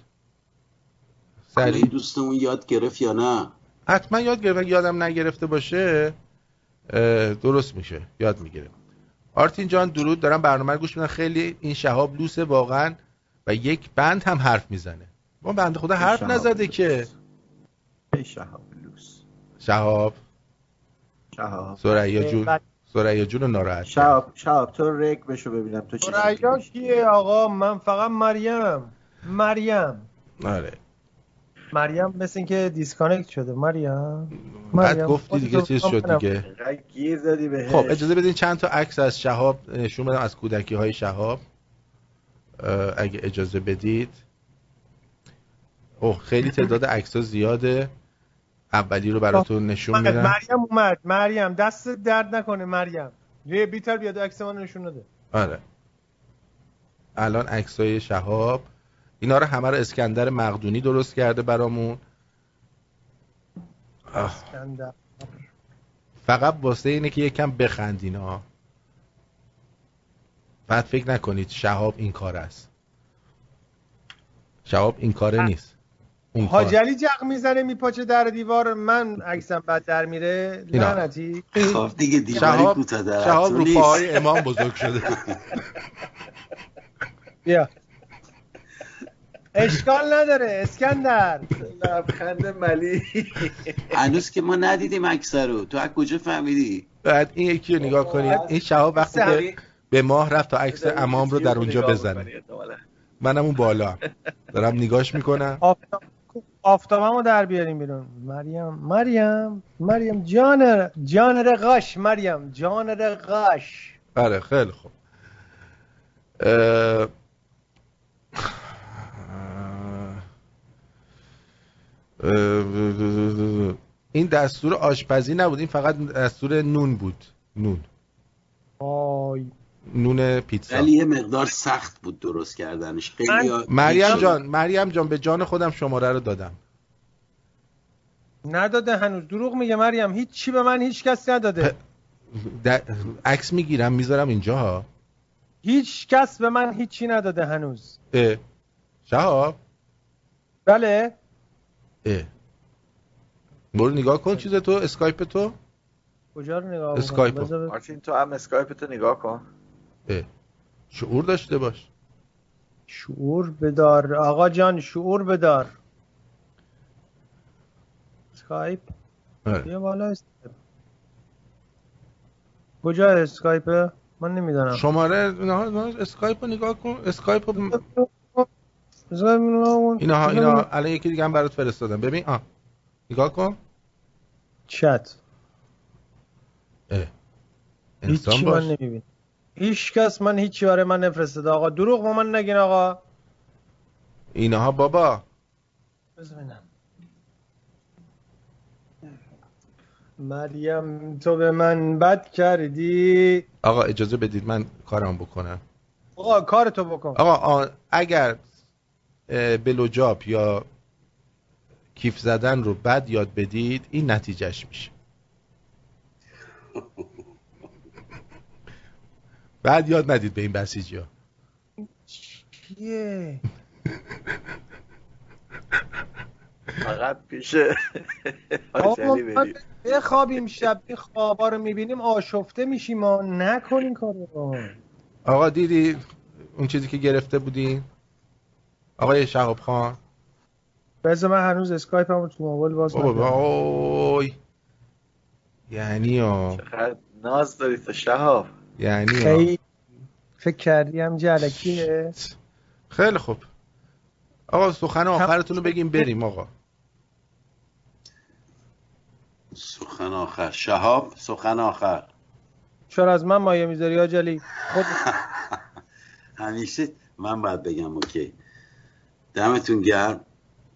سری دوستمون یاد گرفت یا نه حتما یاد گرفت یادم نگرفته باشه درست میشه یاد میگیره آرتین جان درود دارم برنامه گوش میدن خیلی این شهاب لوسه واقعا و یک بند هم حرف میزنه ما بند خدا حرف نزده لوس. که ای شهاب لوس شهاب شهاب سریا جون سریا جون رو ناراحت شهاب شهاب تو رگ بشو ببینم تو چی ریا کیه آقا من فقط مریم مریم کرد. آره مریم مثل اینکه دیسکانکت شده مریم بعد گفتی دیگه چیز شد دیگه رگ گیر دادی به خب اجازه بدین چند تا عکس از شهاب نشون بدم از کودکی های شهاب اه، اگه اجازه بدید اوه خیلی تعداد عکس ها زیاده اولی رو براتون نشون اومد، میدم مریم اومد مریم دست درد نکنه مریم یه بیتر بیاد عکس من نشون نده آره الان عکس های شهاب اینا رو همه رو اسکندر مقدونی درست کرده برامون آه. اسکندر فقط واسه اینه که یکم بخندین ها بعد فکر نکنید شهاب این کار است شهاب این کاره نیست اون کار حاجلی جق میزنه میپاچه در دیوار من عکسم بعد در میره اینا. لعنتی خب دیگه دیواری شهاب کوتاه در شهاب تو رو نیست. پاهای امام بزرگ شده بیا اشکال نداره اسکندر لبخند ملی هنوز که ما ندیدیم اکثر رو تو از کجا فهمیدی بعد این یکی رو نگاه کنید این شهاب وقتی که به ماه رفت تا عکس امام رو در اونجا بزنه منم اون بالا هم. دارم نگاش میکنم آفتاب آفتابمو در بیاریم بیرون مریم مریم مریم جان جان رقاش مریم جان رقاش آره خیلی خوب اه، اه، این دستور آشپزی نبود این فقط دستور نون بود نون وای نون پیتزا ولی یه مقدار سخت بود درست کردنش خیلی ها- مریم جان مریم جان به جان خودم شماره رو دادم نداده هنوز دروغ میگه مریم هیچ چی به من هیچ کس نداده در- عکس میگیرم میذارم اینجا ها هیچ کس به من هیچی نداده هنوز اه. شهاب بله اه. برو نگاه کن چیز تو اسکایپ تو کجا رو نگاه اسکایپ رو. بذار- مارتین تو هم اسکایپ تو نگاه کن اه. شعور داشته باش شعور بدار آقا جان شعور بدار اسکایپ آره. بیا بالا اسکایپ کجا اسکایپه من نمیدونم شماره نه، نه، اسکایپ رو نگاه کن اسکایپ رو- اینا ها اینا ها. الان یکی دیگه هم برات فرستادم ببین آه. نگاه کن چت انسان هیچی من باش نمیبین هیچ کس من هیچی برای من نفرستاده آقا دروغ با من نگین آقا اینها بابا بذار ببینم. مریم تو به من بد کردی آقا اجازه بدید من کارم بکنم آقا کارتو بکن آقا آ- اگر اه، بلوجاپ یا کیف زدن رو بد یاد بدید این نتیجهش میشه بعد یاد ندید به این بسیجی ها یه فقط پیش آره، حاج آقا علی ما برید بخوابیم شب این خوابا رو میبینیم آشفته میشیم ما نکنین کارو آقا دیدی اون چیزی که گرفته بودی آقای شهاب خان بذار من هنوز اسکایپ هم تو موبایل باز بابا نکردم وای. یعنی ها چقدر ناز داری تو شهاب یعنی ها. خیلی فکر کردی هم جلکیه خیلی خوب آقا سخن آخرتون رو بگیم بریم آقا سخن آخر شهاب سخن آخر چرا از من مایه میذاری آجلی خود همیشه من باید بگم اوکی دمتون گرم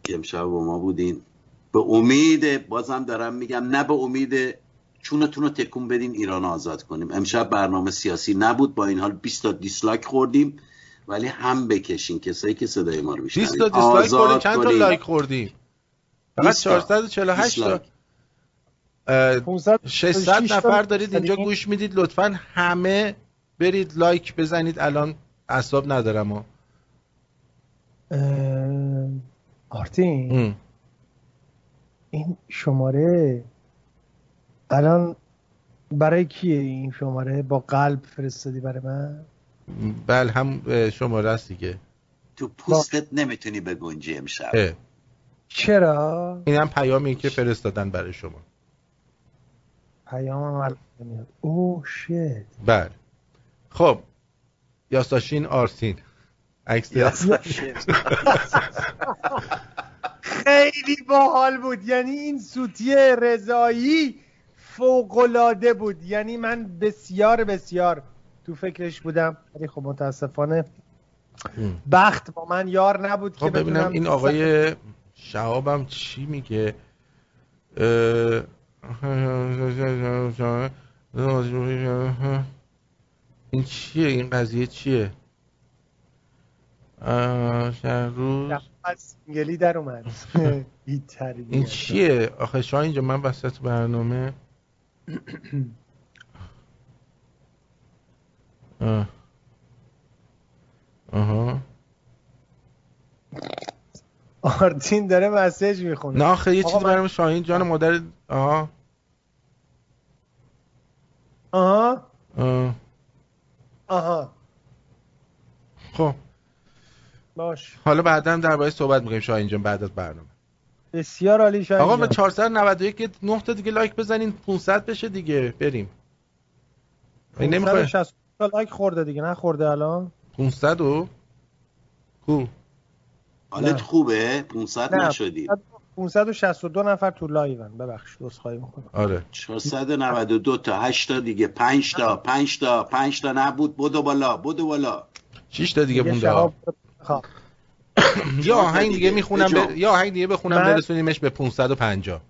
که امشب با ما بودین به امید بازم دارم میگم نه به امید چونتون رو تکون بدین ایران رو آزاد کنیم امشب برنامه سیاسی نبود با این حال 20 تا دیسلایک خوردیم ولی هم بکشین کسایی که صدای ما رو میشنوید 20 تا دیسلایک خوردیم چند تا لایک خوردیم فقط 20 تا. 448 تا دیسلایک. اه، 600 600 نفر دارید اینجا داریم. گوش میدید لطفا همه برید لایک بزنید الان اعصاب ندارم ها اه، آرتین ام. این شماره الان برای کیه این شماره با قلب فرستادی برای من بله هم اه، شماره است دیگه تو پوستت نمیتونی بگنجی امشب اه. چرا این هم پیامی که فرستادن برای شما پیامم الان میاد اوه شت بله خب یاساشین آرتین عکس یاساشین. خیلی باحال بود یعنی این سوتی رضایی فوقلاده بود یعنی من بسیار بسیار تو فکرش بودم ولی خب متاسفانه بخت با من یار نبود که خب ببینم بتونم این آقای شهابم چی میگه اه، این چیه این قضیه چیه اه، شهر روز از انگلی در اومد این تربیت. این چیه آخه شاه اینجا من وسط برنامه آه. آها آرتین داره مسیج میخونه نه آخه یه آقا چیزی من- برام شاهین جان مادر آها آها آه. آها خب باش حالا بعدا درباره صحبت میکنیم شاهین جان بعد از برنامه بسیار عالی شاید آقا به 491 نه تا دیگه لایک بزنین 500 بشه دیگه بریم این نمیخوای 560 تا لایک خورده دیگه نخورده الان 500 و کو حالت نه. خوبه 500 نه نشدی 562 نفر تو لایون ببخشید عذرخواهی میکنم آره 492 تا 8 تا دیگه 5 تا 5 تا 5 تا نبود بدو بالا بدو بالا 6 تا دیگه دیگه مونده شهاب ها. خب. یا آهنگ دیگه دیگه. میخونم ب- بجام. یا آهنگ دیگه بخونم من- برسونیمش به 550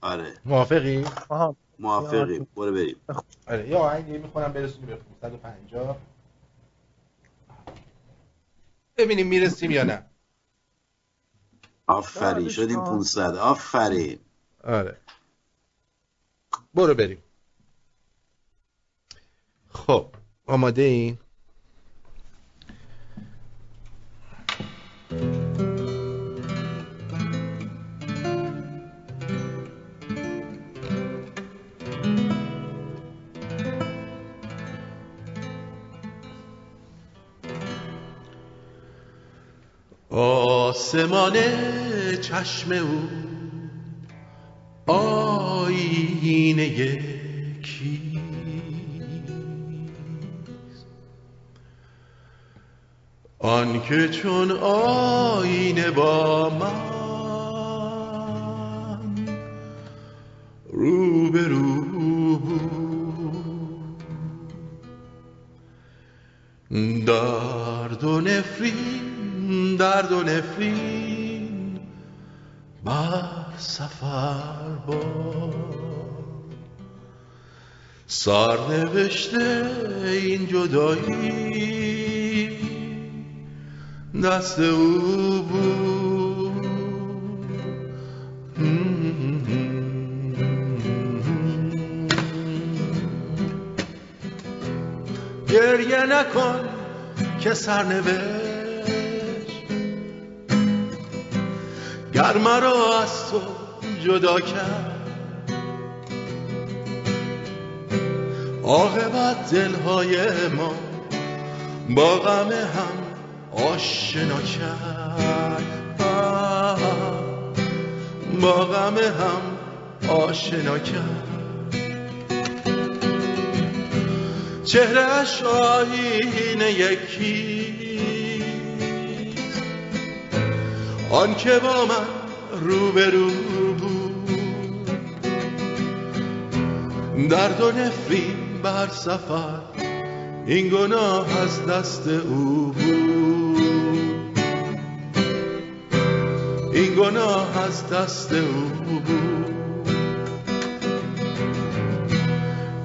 آره موافقی آها موافقیم برو بریم آره یا آهنگ دیگه میخونم برسونیم به 550 ببینیم میرسیم یا نه آفرین شدیم 500 آفرین آره برو بریم خب آماده این آسمان چشم او آینه کیست آنکه چون آینه با من رو به رو بود درد و نفرین درد و نفرین بر سفر باد سرنوشته این جدایی دست او بود گریه نکن که سرنوشت گر مرا از تو جدا کرد عاقبت دلهای ما با غم هم آشنا کرد با غم هم آشنا کرد چهره شاهین یکی آن که با من روبرو بود درد و نفرین بر سفر این گناه از دست او بود این گناه از دست او بود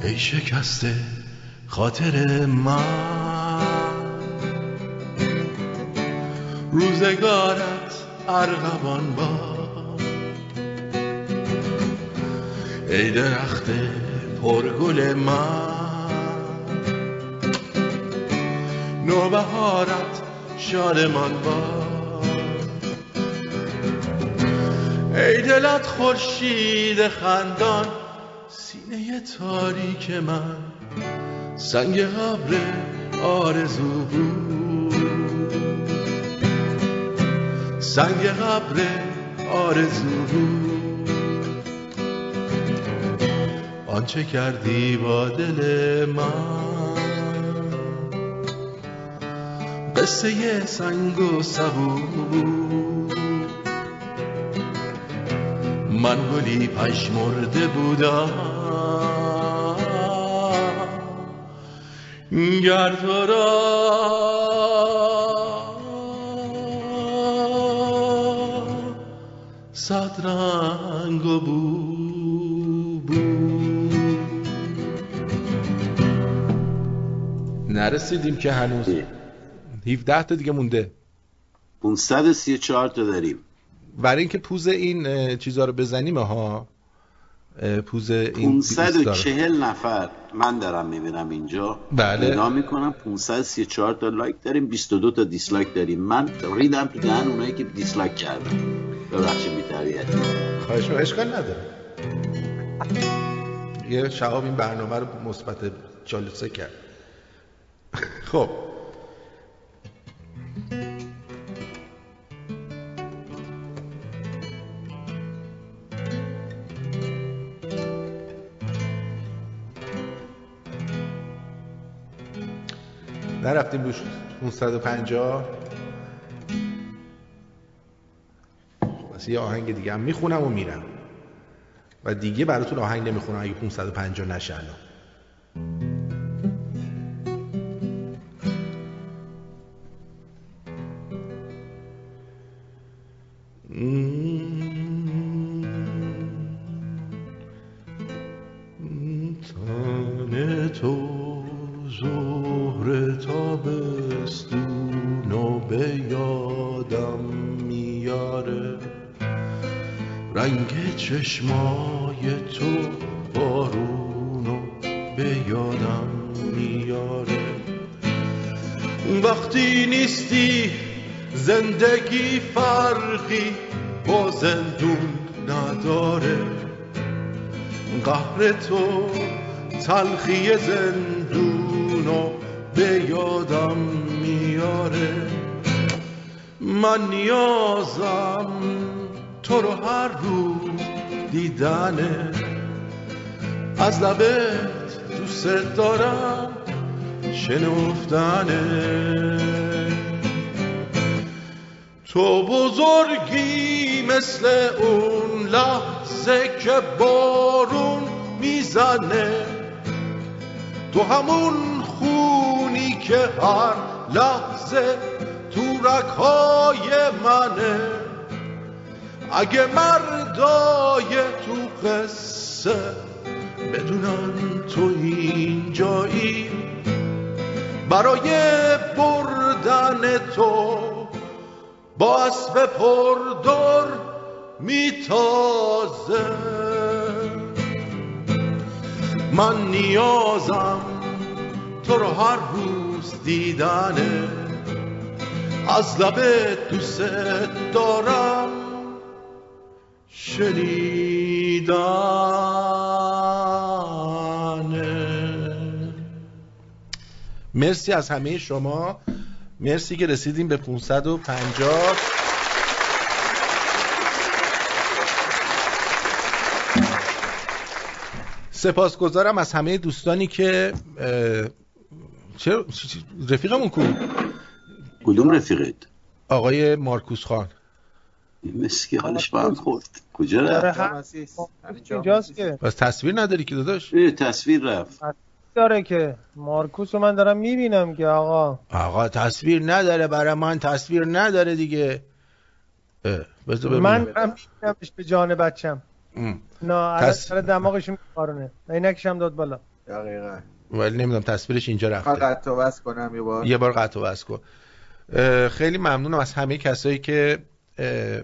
ای شکسته خاطر من روزگارت ارغوان با ای درخت پرگل من نوبهارت شادمان با ای دلت خورشید خندان سینه تاریک من سنگ قبر آرزو بود سنگ قبر آرزو بود آنچه کردی با دل من قصه سنگ و سبو بود من گلی پشمرده بودم گر تو را صد رنگ و بو بود نرسیدیم که هنوز 17 تا دیگه مونده 534 تا داریم برای اینکه پوز این اه، چیزا رو بزنیم ها اه، پوز این 540 نفر من دارم میبینم اینجا بله. نگاه میکنم 534 تا لایک داریم 22 تا دیسلایک داریم من ریدم تو دهن اونایی که دیسلایک کردن ببخشید بی‌تربیت خواهش می‌کنم. اشکال نداره یه شهاب این برنامه رو مثبت 43 کرد خب نرفتیم روش 550 بس یه آهنگ دیگه هم میخونم و میرم و دیگه براتون آهنگ نمیخونم اگه 550 نشه الان تن تو زهر تابستون و به یادم میاره رنگ چشمای تو بارون و به یادم میاره وقتی نیستی زندگی فرقی با زندون نداره قهر تو تلخی زندون و به یادم میاره من نیازم تو رو هر روز دیدنه از لبت دوست دارم شنفتنه تو بزرگی مثل اون لحظه که بارون میزنه تو همون خونی که هر لحظه تو رکهای منه اگه مردای تو قصه بدونم تو اینجایی برای بردن تو با اسب پردر میتازه من نیازم تو رو هر روز دیدنه از لب دوست دارم شنیدنه مرسی از همه شما مرسی که رسیدیم به 550 سپاسگزارم از همه دوستانی که اه، چرا چ- چ- رفیقمون کو کدوم رفیقت آقای مارکوس خان مثل که حالش به هم خورد کجا داره رفت هم اینجاست که بس تصویر نداری که داداش اه، تصویر رفت داره که مارکوس رو من دارم میبینم که آقا آقا تصویر نداره برای من تصویر نداره دیگه اه، بذار ببینم. من هم میبینمش به جان بچم ام. نه تس- سر دماغشون کارونه عینکش هم داد بالا دقیقا ولی نمیدونم تصویرش اینجا رفته من قطع و وصل کنم یه بار یه بار قطع و وصل کن اه، خیلی ممنونم از همه کسایی که اه،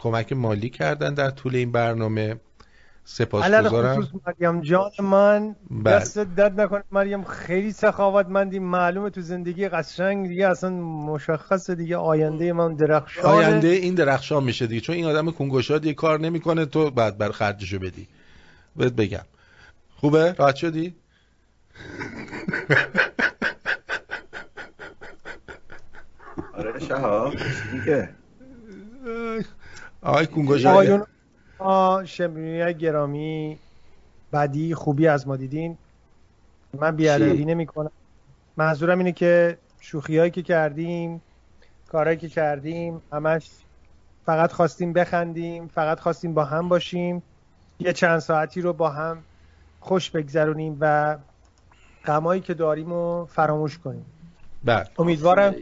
کمک مالی کردن در طول این برنامه علل سپاسگزارم خصوص مریم جان من بله. دست درد نکنه مریم خیلی سخاوتمندی معلومه تو زندگی قشنگ دیگه اصلا مشخص دیگه آینده من درخشانه آینده این درخشان میشه دیگه چون این آدم کنگوشاد یه کار نمیکنه تو بعد بر خرجشو بدی بهت بگم خوبه راحت شدی آره شهاب چی میگه آقای آقایون کنگوشاد ما شمرونی گرامی بدی خوبی از ما دیدین من بیادبی چی؟ نمی کنم منظورم اینه که شوخی که کردیم کارهایی که کردیم همش فقط خواستیم بخندیم فقط خواستیم با هم باشیم یه چند ساعتی رو با هم خوش بگذرونیم و غمایی که داریم رو فراموش کنیم بله امیدوارم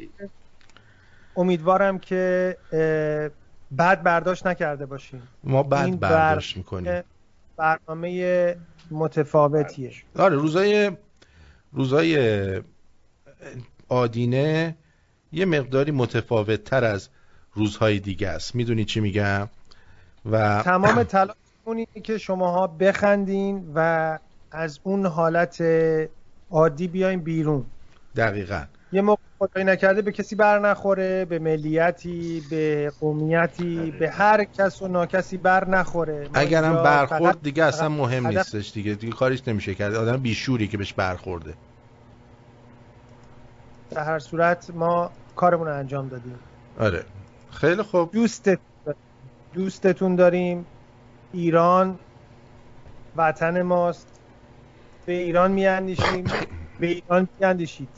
امیدوارم که اه، بد برداشت نکرده باشیم ما بد این برداشت بر- میکنیم برنامه متفاوتیه آره روزای روزای آدینه یه مقداری متفاوت تر از روزهای دیگه است میدونی چی میگم و تمام تلاشمون اینه که شماها بخندین و از اون حالت عادی بیاین بیرون دقیقا یه موقع خدایی نکرده به کسی بر نخوره به ملیتی به قومیتی به هر کس و ناکسی بر نخوره ما بله. اگرم اینجا برخورد فقط- دیگه اصلا فقط- مهم هدف نیستش دیگه دیگه کاریش نمیشه کرد آدم بیشوری که بهش برخورده در هر صورت ما کارمون رو انجام دادیم آره خیلی خوب دوستتون داریم. دوستتون داریم ایران وطن ماست به ایران میاندیشیم به ایران میاندیشید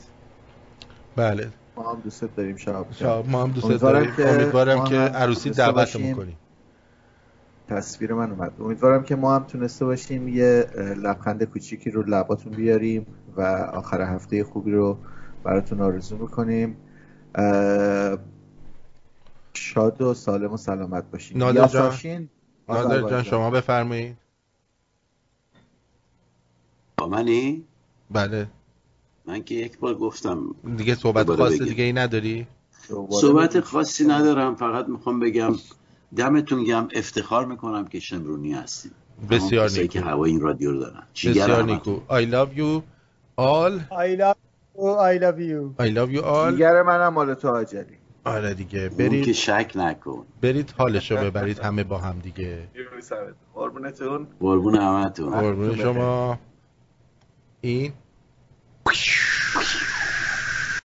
بله ما هم دوستت داریم شهاب جان. شهاب، ما هم دوستت امیدوارم داریم. امیدوارم ما که هم عروسی تونسته دعوتمون باشیم. کنی. تصویر من اومد امیدوارم که ما هم تونسته باشیم یه اه، لبخند کوچیکی رو لباتون بیاریم و آخر هفته خوبی رو براتون آرزو میکنیم اه، شاد و سالم و سلامت باشین نادر جان یاساشین، نادر جان آذربایجان. شما بفرمایید با منی بله من که یک بار گفتم دیگه صحبت دوباره خاص بگم. دیگه ای نداری صحبت خاصی ندارم فقط میخوام بگم دمتون گم افتخار میکنم که شمرونی هستیم بسیار نیکو که هوای این رادیو رو دارن جیگر بسیار همتون. نیکو I love you all I love you I love you I love you all دیگر منم مال تو آجلی آره دیگه اون که برید شک نکن برید حالشو ببرید همه با هم دیگه قربونتون قربون همتون قربون شما این